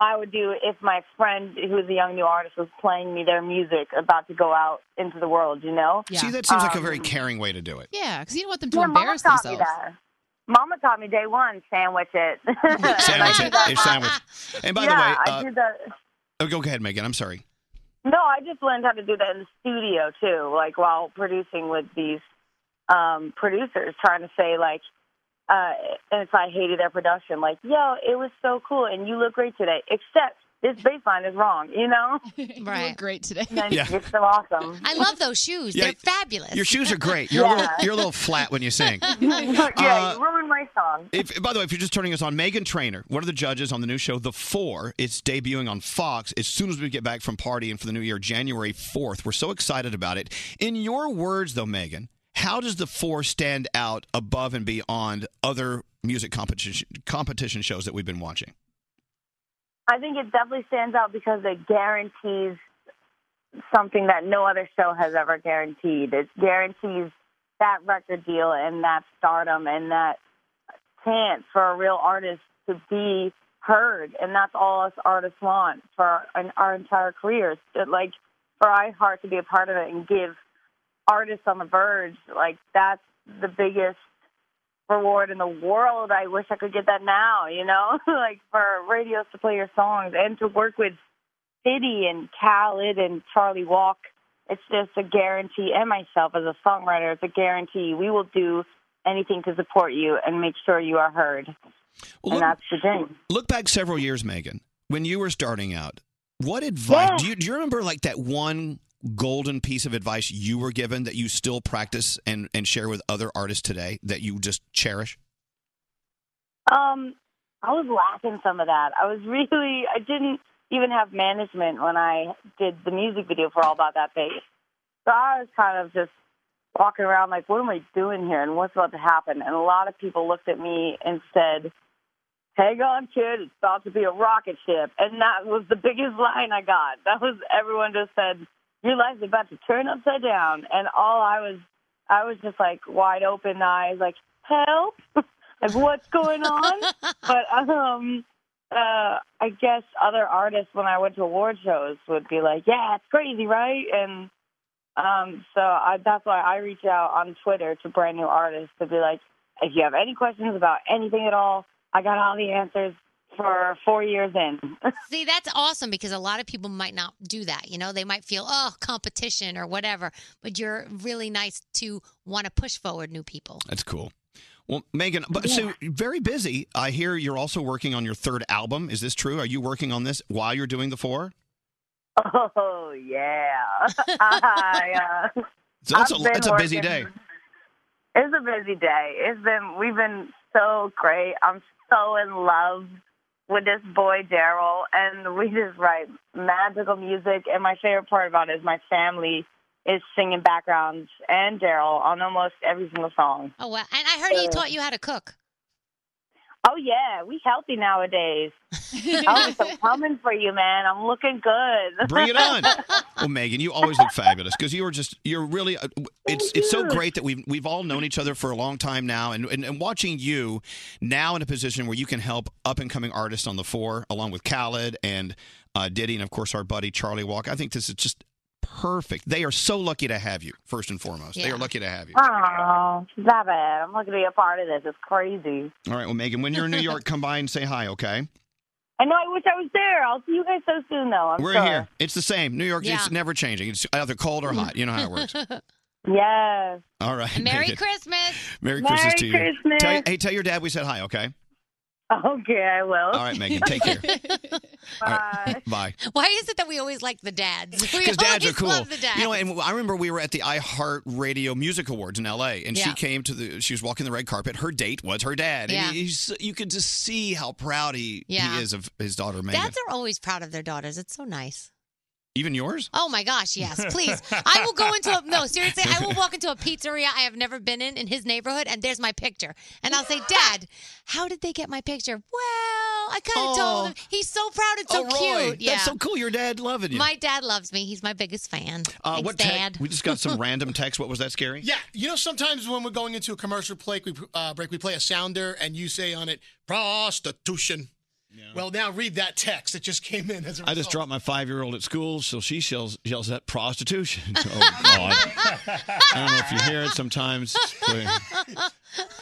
I would do if my friend, who's a young new artist, was playing me their music about to go out into the world. You know? See, that seems like a Um, very caring way to do it. Yeah, because you don't want them yeah, Mama taught Me that. Mama taught me day one, sandwich it. (laughs) (laughs) Sandwich it. It's sandwich. And by yeah, the I way, did that. uh, oh, go ahead, Megan. I'm sorry. No, I just learned how to do that in the studio too, like while producing with these um, producers, trying to say like, uh, and if I hated their production, like, yo, it was so cool, and you look great today, except this bass line is wrong, you know? Right. (laughs) You look great today. And then Yeah. You're so awesome. I love those shoes. Yeah, They're fabulous. Your shoes are great. You're, a, little, Yeah. you're a little flat when you sing. (laughs) yeah, Uh, you ruined my song. If, by the way, if you're just turning us on, Megan Trainer, one of the judges on the new show, The Four, it's debuting on Fox as soon as we get back from partying for the new year, January 4th. We're so excited about it. In your words, though, Megan, how does The Four stand out above and beyond other music competition competition shows that we've been watching? I think it definitely stands out because it guarantees something that no other show has ever guaranteed. It guarantees that record deal and that stardom and that chance for a real artist to be heard. And that's all us artists want for an, our entire careers. It, like for iHeart to be a part of it and give artists on the verge, like that's the biggest reward in the world. I (laughs) wish I could get that now, you know, like for radios to play your songs and to work with Diddy and Khaled and Charlie Walk. It's just a guarantee, and myself as a songwriter, it's a guarantee we will do anything to support you and make sure you are heard. and that's the dream. Look back several years, Megan, when you were starting out. What advice do you do you remember like that one golden piece of advice you were given that you still practice and and share with other artists today that you just cherish? Um, I was lacking some of that. I was (laughs) really, I didn't even have management when I did the music video for All About That Bass. So I was kind of just walking around like, what am I doing here and what's about to happen? And a lot of people looked at me and said, hang on, kid, it's about to be a rocket ship. And that was the (laughs) biggest line I got. That was everyone just said, your life's about to turn upside down. And all I was, I was just like wide open eyes, like, help. like what's going on but um uh i guess other artists when i went to award shows would be like yeah it's crazy right and um so I, that's why i reach out on twitter to brand new artists to be like if you have any questions about anything at all i got all the answers for four years in See, that's awesome because a lot of people might not do that. You know, they might feel, oh, competition or whatever, but you're really nice to want to push forward new people. That's cool. Well, Megan, but so very busy. I hear you're also working on your third album. Is this true? Are you working on this while you're doing the four? oh (laughs) yeah I, uh, So that's I've a been that's a busy working- day. It's a busy day. It's been we've been so great. I'm so in love with this boy Daryl, and we just write magical music. And my favorite part about it is my family is singing backgrounds and Daryl on almost every single song. Oh, well. And I heard he Uh, taught you how to cook. Oh yeah, we (laughs) healthy nowadays. oh, I'm coming for you, man. I'm looking good. Bring it (laughs) on. Well, Megan, you always look fabulous because you were just you're really uh, it's it's so you. great that we've we've all known each other for a long time now, and and, and watching you now in a position where you can help up and coming artists on the four, along with Khaled and uh, Diddy, and of course our buddy Charlie Walk. I think this is just perfect. They are so lucky to have you. First and foremost, they Yeah. are lucky to have you. Oh, stop it. I'm looking to be a part of this. It's crazy. All right, well, Megan, when you're in New (laughs) York, come by and say hi, okay? I know. I wish I was there. I'll see you guys so soon, though. I'm We're sure. here. It's the same. New York, Yeah. it's never changing. It's either cold or hot. You know how it (laughs) works. (laughs) yes. All right. Megan. Christmas. Merry Christmas to you. Christmas. Tell- hey, tell your dad we said hi, okay? (laughs) Okay, I will. All right, Megan, take care. All right. (laughs) Bye. (laughs) Why is it that we always like the dads? (laughs) Because dads are cool. love the dads. You know, and I remember we were at the iHeart Radio Music Awards in LA, and she Yeah. came to the, she was walking the red carpet. Her date was her dad. Yeah. And he's, you could just see how proud he, Yeah. he is of his daughter, Megan. Dads are always proud of their daughters. It's so nice. Even (laughs) yours? Oh my gosh, yes, please. I will go into a no, seriously, I will walk into a pizzeria I have never been in in his neighborhood and there's my picture. And I'll say, "Dad, how did they get my picture?" Well, I kind of Oh. told him. He's so proud. It's so oh, Roy, cute. Yeah. That's so cool. Your dad loving you. Uh, My dad loves me. He's my biggest fan. Thanks, what te- dad. we just got (laughs) some random text. What was that, Scary? Yeah, you know sometimes when we're going into a commercial break, we uh, break we play a sounder and you say on it prostitution. Well, now read that text that just came in as a I just result. dropped my five year old at school, so she yells, yells at prostitution. (laughs) Oh, (laughs) God. I don't know if you hear it sometimes. but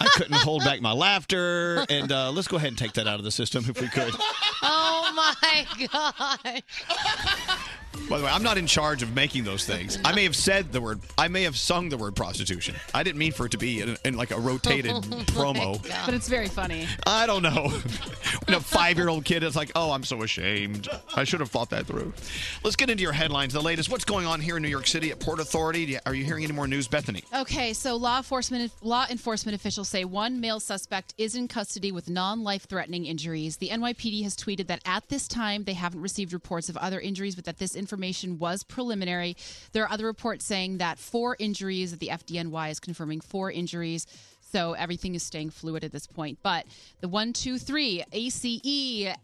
I couldn't hold back my laughter. And uh, let's go ahead and take that out of the system if we could. (laughs) oh my god. By the way, I'm not in charge of making those things. I may have said the word, I may have sung the word prostitution. I didn't mean for it to be in, in like a (laughs) rotated Oh my promo. But it's very funny. I don't know. (laughs) when a five year old kid is like, oh, I'm so ashamed. I should have thought that through. Let's get into your headlines. The latest. What's going on here in New York City at Port Authority? Do you- Are you hearing any more news, Bethany? Okay, so law enforcement law enforcement officials say one male suspect is in custody with non-life-threatening injuries. The NYPD has tweeted that at this time they haven't received reports of other injuries, but that this information was preliminary. There are other reports saying that four injuries. that The FDNY is confirming four injuries. So everything is staying fluid at this point. But the one, two, three, E, ACE,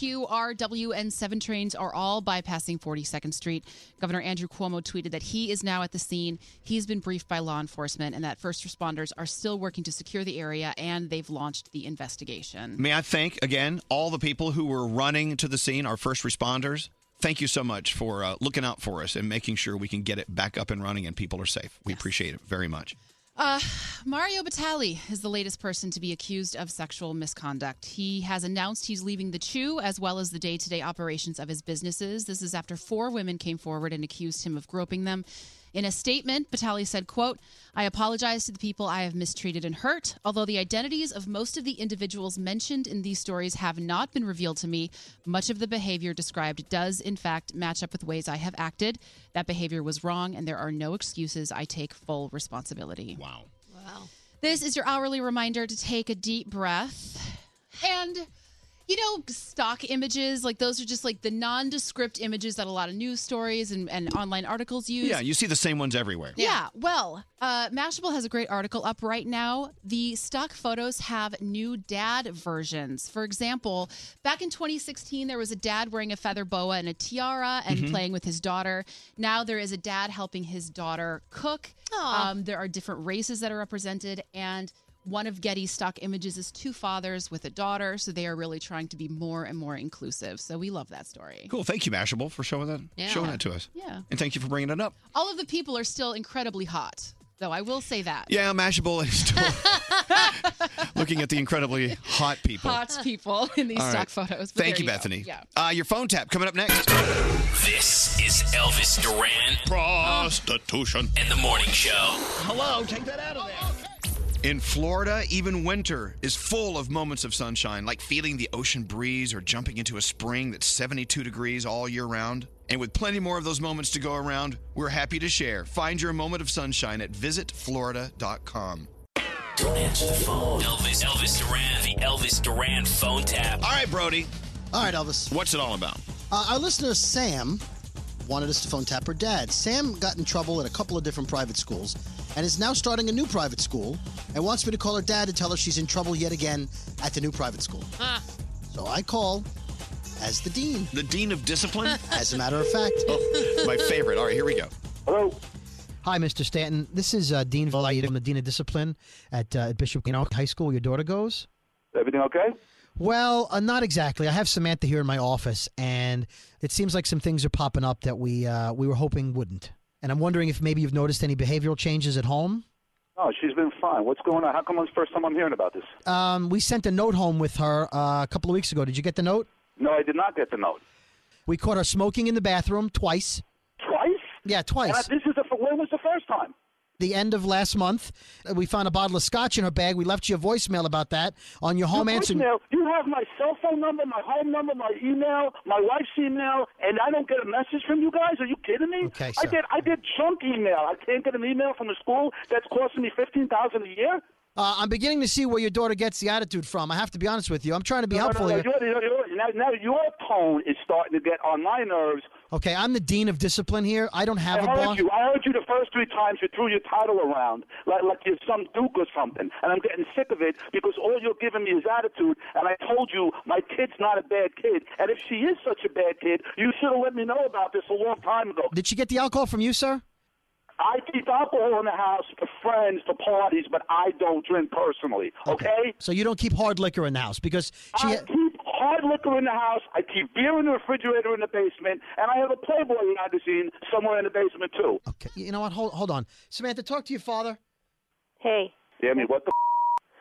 NQRW, and seven trains are all bypassing 42nd Street. Governor Andrew Cuomo tweeted that he is now at the scene. He's been briefed by law enforcement and that first responders are still working to secure the area and they've launched the investigation. May I thank again all the people who were running to the scene, our first responders. Thank you so much for uh, looking out for us and making sure we can get it back up and running and people are safe. We appreciate it very much. Uh, Mario Batali is the latest person to be accused of sexual misconduct. He has announced he's leaving the Chew as well as the day to day operations of his businesses. This is after four women came forward and accused him of groping them. In a statement, Batali said, quote, I apologize to the people I have mistreated and hurt. Although the identities of most of the individuals mentioned in these stories have not been revealed to me, much of the behavior described does, in fact, match up with ways I have acted. That behavior was wrong, and there are no excuses. I take full responsibility. Wow. Wow. This is your hourly reminder to take a deep breath. And, you know, stock images, like those are just like the nondescript images that a lot of news stories and, and online articles use. Yeah, you see the same ones everywhere. Yeah. Well, uh, Mashable has a great article up right now. The stock photos have new dad versions. For example, back in 2016, there was a dad wearing a feather boa and a tiara and Mm-hmm. Mhm. playing with his daughter. Now there is a dad helping his daughter cook. Um, there are different races that are represented. And one of Getty's stock images is two fathers with a daughter. So they are really trying to be more and more inclusive. So we love that story. Cool. Thank you, Mashable, for showing that Yeah. showing that to us. Yeah. And thank you for bringing it up. All of the people are still incredibly hot, though I will say that. Yeah, Mashable is (laughs) still looking at the incredibly hot people. Hot people in these All right. stock photos. but Thank there you, go. Bethany. Yeah. Uh, your phone tap coming up next. This is Elvis Duran. Prostitution. And the morning show. Hello, take that out of there. In Florida, even winter is full of moments of sunshine, like feeling the ocean breeze or jumping into a spring that's 72 degrees all year round. And with plenty more of those moments to go around, we're happy to share. Find your moment of sunshine at visitflorida.com. Don't answer the phone. Elvis, Elvis Duran, the Elvis Duran phone tap. All right, Brody. All right, Elvis. What's it all about? Uh, our listener Sam wanted us to phone tap her dad. Sam got in trouble at a couple of different private schools and is now starting a new private school and wants me to call her dad to tell her she's in trouble yet again at the new private school. (laughs) So I call as the dean. The dean of discipline? (laughs) Oh, As a matter of fact. My favorite. All right, here we go. Hello. Hi, Mr. Stanton. This is uh, Dean Valaya from the Dean of Discipline at uh, Bishop Gannock High School. where Your daughter goes. Everything okay? Well, uh, not exactly. I have Samantha here in my office, and it seems like some things are popping up that we uh, we were hoping wouldn't. And I'm wondering if maybe you've noticed any behavioral changes at home. Oh, she's been fine. What's going on? How come it's the first time I'm hearing about this? Um, we sent a note home with her uh, a couple of weeks ago. Did you get the note? No, I did not get the note. We caught her smoking in the bathroom twice. Twice? Yeah, twice. And I- this is the, fir- when was the first time? the end of last month. Uh, We found a bottle of scotch in her bag. We left you a voicemail about that on your home Your answering. voicemail, You have my cell phone number, my home number, my email, my wife's email, and I don't get a message from you guys. Are you kidding me? Okay, I sir. did. I did junk email. I can't get an email from the school that's costing me fifteen thousand a year. Uh, I'm beginning to see where your daughter gets the attitude from. I have to be honest with you. I'm trying to be No, no, helpful no, here. you're- you're- you're- now, now your tone is starting to get on my nerves. Okay, I'm the dean of discipline here. I don't have I a heard boss. you. I heard you the first three times you threw your title around like, like you're some duke or something, and I'm getting sick of it because all you're giving me is attitude. And I told you my kid's not a bad kid, and if she is such a bad kid, you should have let me know about this a long time ago. Did she get the alcohol from you, sir? I keep alcohol in the house for friends, for parties, but I don't drink personally. Okay? So you don't keep hard liquor in the house because she. I keep hard liquor in the house. I keep beer in the refrigerator in the basement, and I have a Playboy magazine somewhere in the basement too. Okay, you know what? Hold, hold on, Samantha. Talk to your father. Hey, Damn it! What the?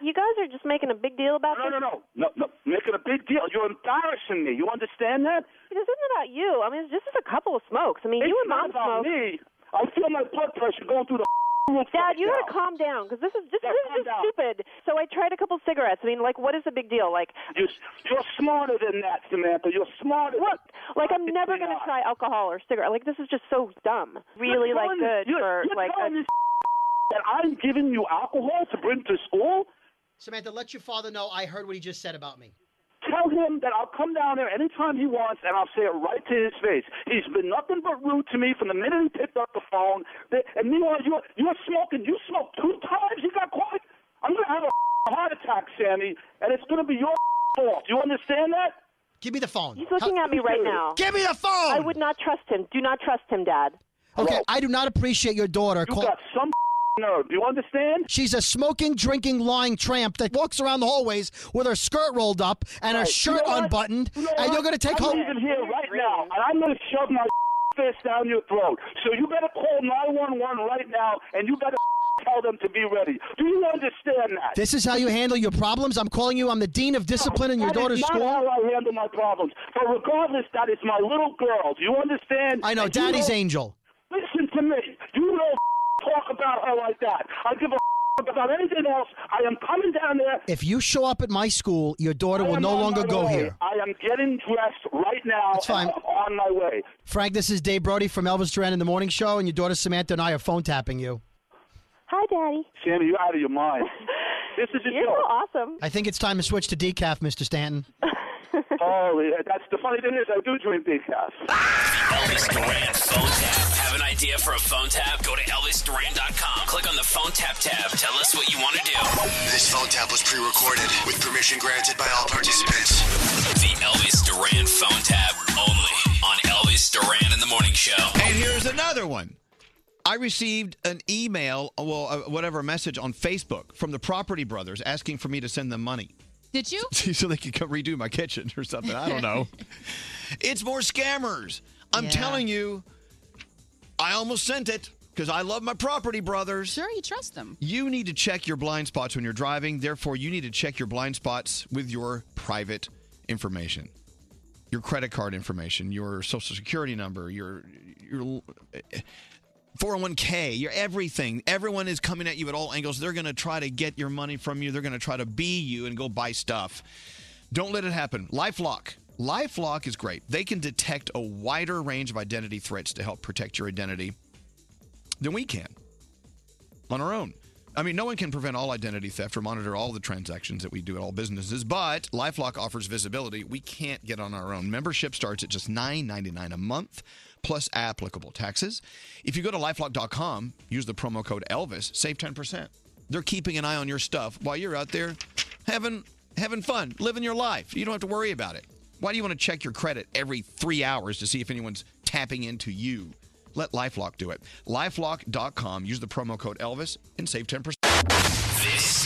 you guys are just making a big deal about No, this. no, no, no, no! Making a big deal. You're embarrassing me. You understand that? This isn't about you. I mean, it's just a couple of smokes. I mean, it's you and not about mom smoke. me. I feel my blood pressure going through the. roof Dad, right you gotta now. calm down because this is just, Yeah, this calm is just down. stupid. So I tried a couple cigarettes. I mean, like, what is the big deal? Like, You're, you're smarter than that, Samantha. You're smarter. Look, like I'm never You're gonna not. try alcohol or cigarette. Like, this is just so dumb. Really, You're like, telling- good you're- for you're like. telling A, this (laughs) that I'm giving you alcohol to bring to school. Samantha, let your father know I heard what he just said about me. Tell him that I'll come down there anytime he wants, and I'll say it right to his face. He's been nothing but rude to me from the minute he picked up the phone. Th- And meanwhile, you're, you're smoking. You smoked two times. You got caught. I'm going to have a (laughs) heart attack, Sammy, and it's going to be your (laughs) fault. Do you understand that? Give me the phone. he's looking at me right now. Give me the phone. (laughs) I would not trust him. Do not trust him, Dad. Okay, I do not appreciate your daughter. You got some (laughs) nerve. Do you understand? She's a smoking, drinking, lying tramp that walks around the hallways with her skirt rolled up and her Right. shirt You know what? unbuttoned, You know and what? you're going to take I'm home. leaving here right now, and I'm going to shove my (laughs) this down your throat. So you better call 911 right now, and you better (laughs) tell them to be ready. Do you understand that? This is how you handle your problems. I'm calling you. I'm the dean of discipline in your That is daughter's not school. how I handle my problems. But regardless, that is my little girl. Do you understand? I know, And you Daddy's don't- angel. Listen to me. You don't (laughs) talk about her like that. I give a (laughs) about anything else. I am coming down there. If you show up at my school, your daughter I will am no on longer my go way. here. I am getting dressed right now. That's fine. and I'm on my (laughs) way. Frank, this is Dave Brody from Elvis Duran in the Morning Show, and your daughter Samantha and I are phone tapping you. Hi, Daddy. Sammy, you're out of your (laughs) mind. this is a You're joke. so awesome. I think it's time to switch to decaf, Mr. Stanton. Holy, that's the funny thing is I do drink big house. (laughs) Elvis Duran phone tap. Have an idea for a phone tap? Go to ElvisDuran.com. Click on the phone tap tab. Tell us what you want to do. This phone tap was pre-recorded with permission granted by all participants. The Elvis Duran phone tap only on Elvis Duran in the Morning Show. And here's another one. I received an email, well, uh, whatever, a message on Facebook from the Property Brothers asking for me to send them money. Did you? (laughs) so they could come redo my kitchen or something. I don't know. it's more scammers. I'm Yeah. telling you, I almost sent it because I love my Property Brothers. Sure, you trust them. You need to check your blind spots when you're driving. Therefore, you need to check your blind spots with your private information. Your credit card information, your social security number, your your 401k, your everything. Everyone is coming at you at all angles. They're going to try to get your money from you. They're going to try to be you and go buy stuff. Don't let it happen. LifeLock. LifeLock is great. They can detect a wider range of identity threats to help protect your identity than we can on our own. I mean, no one can prevent all identity theft or monitor all the transactions that we do at all businesses, but LifeLock offers visibility we can't get on our own. Membership starts at just $9.99 a month plus applicable taxes. If you go to lifelock.com, use the promo code Elvis, save 10%. They're keeping an eye on your stuff while you're out there having having fun, living your life. You don't have to worry about it. Why do you want to check your credit every 3 hours to see if anyone's tapping into you? Let LifeLock do it. LifeLock.com. Use the promo code Elvis and save 10%. This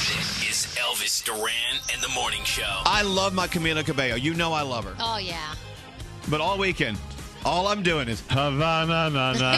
is Elvis Duran and the Morning Show. I love my Camila Cabello. You know I love her. Oh yeah. But all weekend, all I'm doing is Havana, (laughs) na, na, na.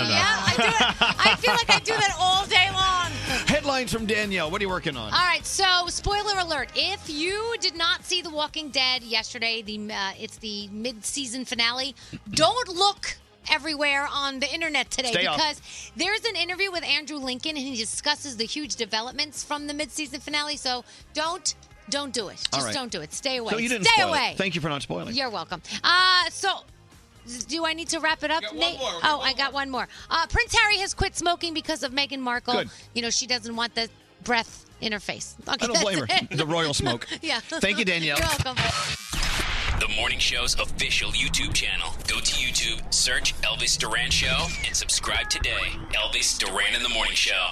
I feel like I do that all day long. Headlines from Danielle. What are you working on? All right, so spoiler alert. If you did not see The Walking Dead yesterday, the uh, it's the mid-season finale, don't look everywhere on the internet today Stay off. because there's an interview with Andrew Lincoln and he discusses the huge developments from the mid-season finale, so don't don't do it. All Just right. don't do it. Stay away. So you didn't Stay spoil it. away. Thank you for not spoiling. You're welcome. Uh, so. Do I need to wrap it up, Nate? oh, I got one more. Uh, Prince Harry has quit smoking because of Meghan Markle. Good. You know, she doesn't want the breath in her face. Okay, I don't that's blame her. it. The royal smoke. (laughs) yeah. Thank you, Danielle. You're welcome. The Morning Show's official YouTube channel. Go to YouTube, search Elvis Duran Show, and subscribe today. Elvis Duran and the Morning Show.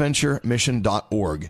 stbonaventuremission.org.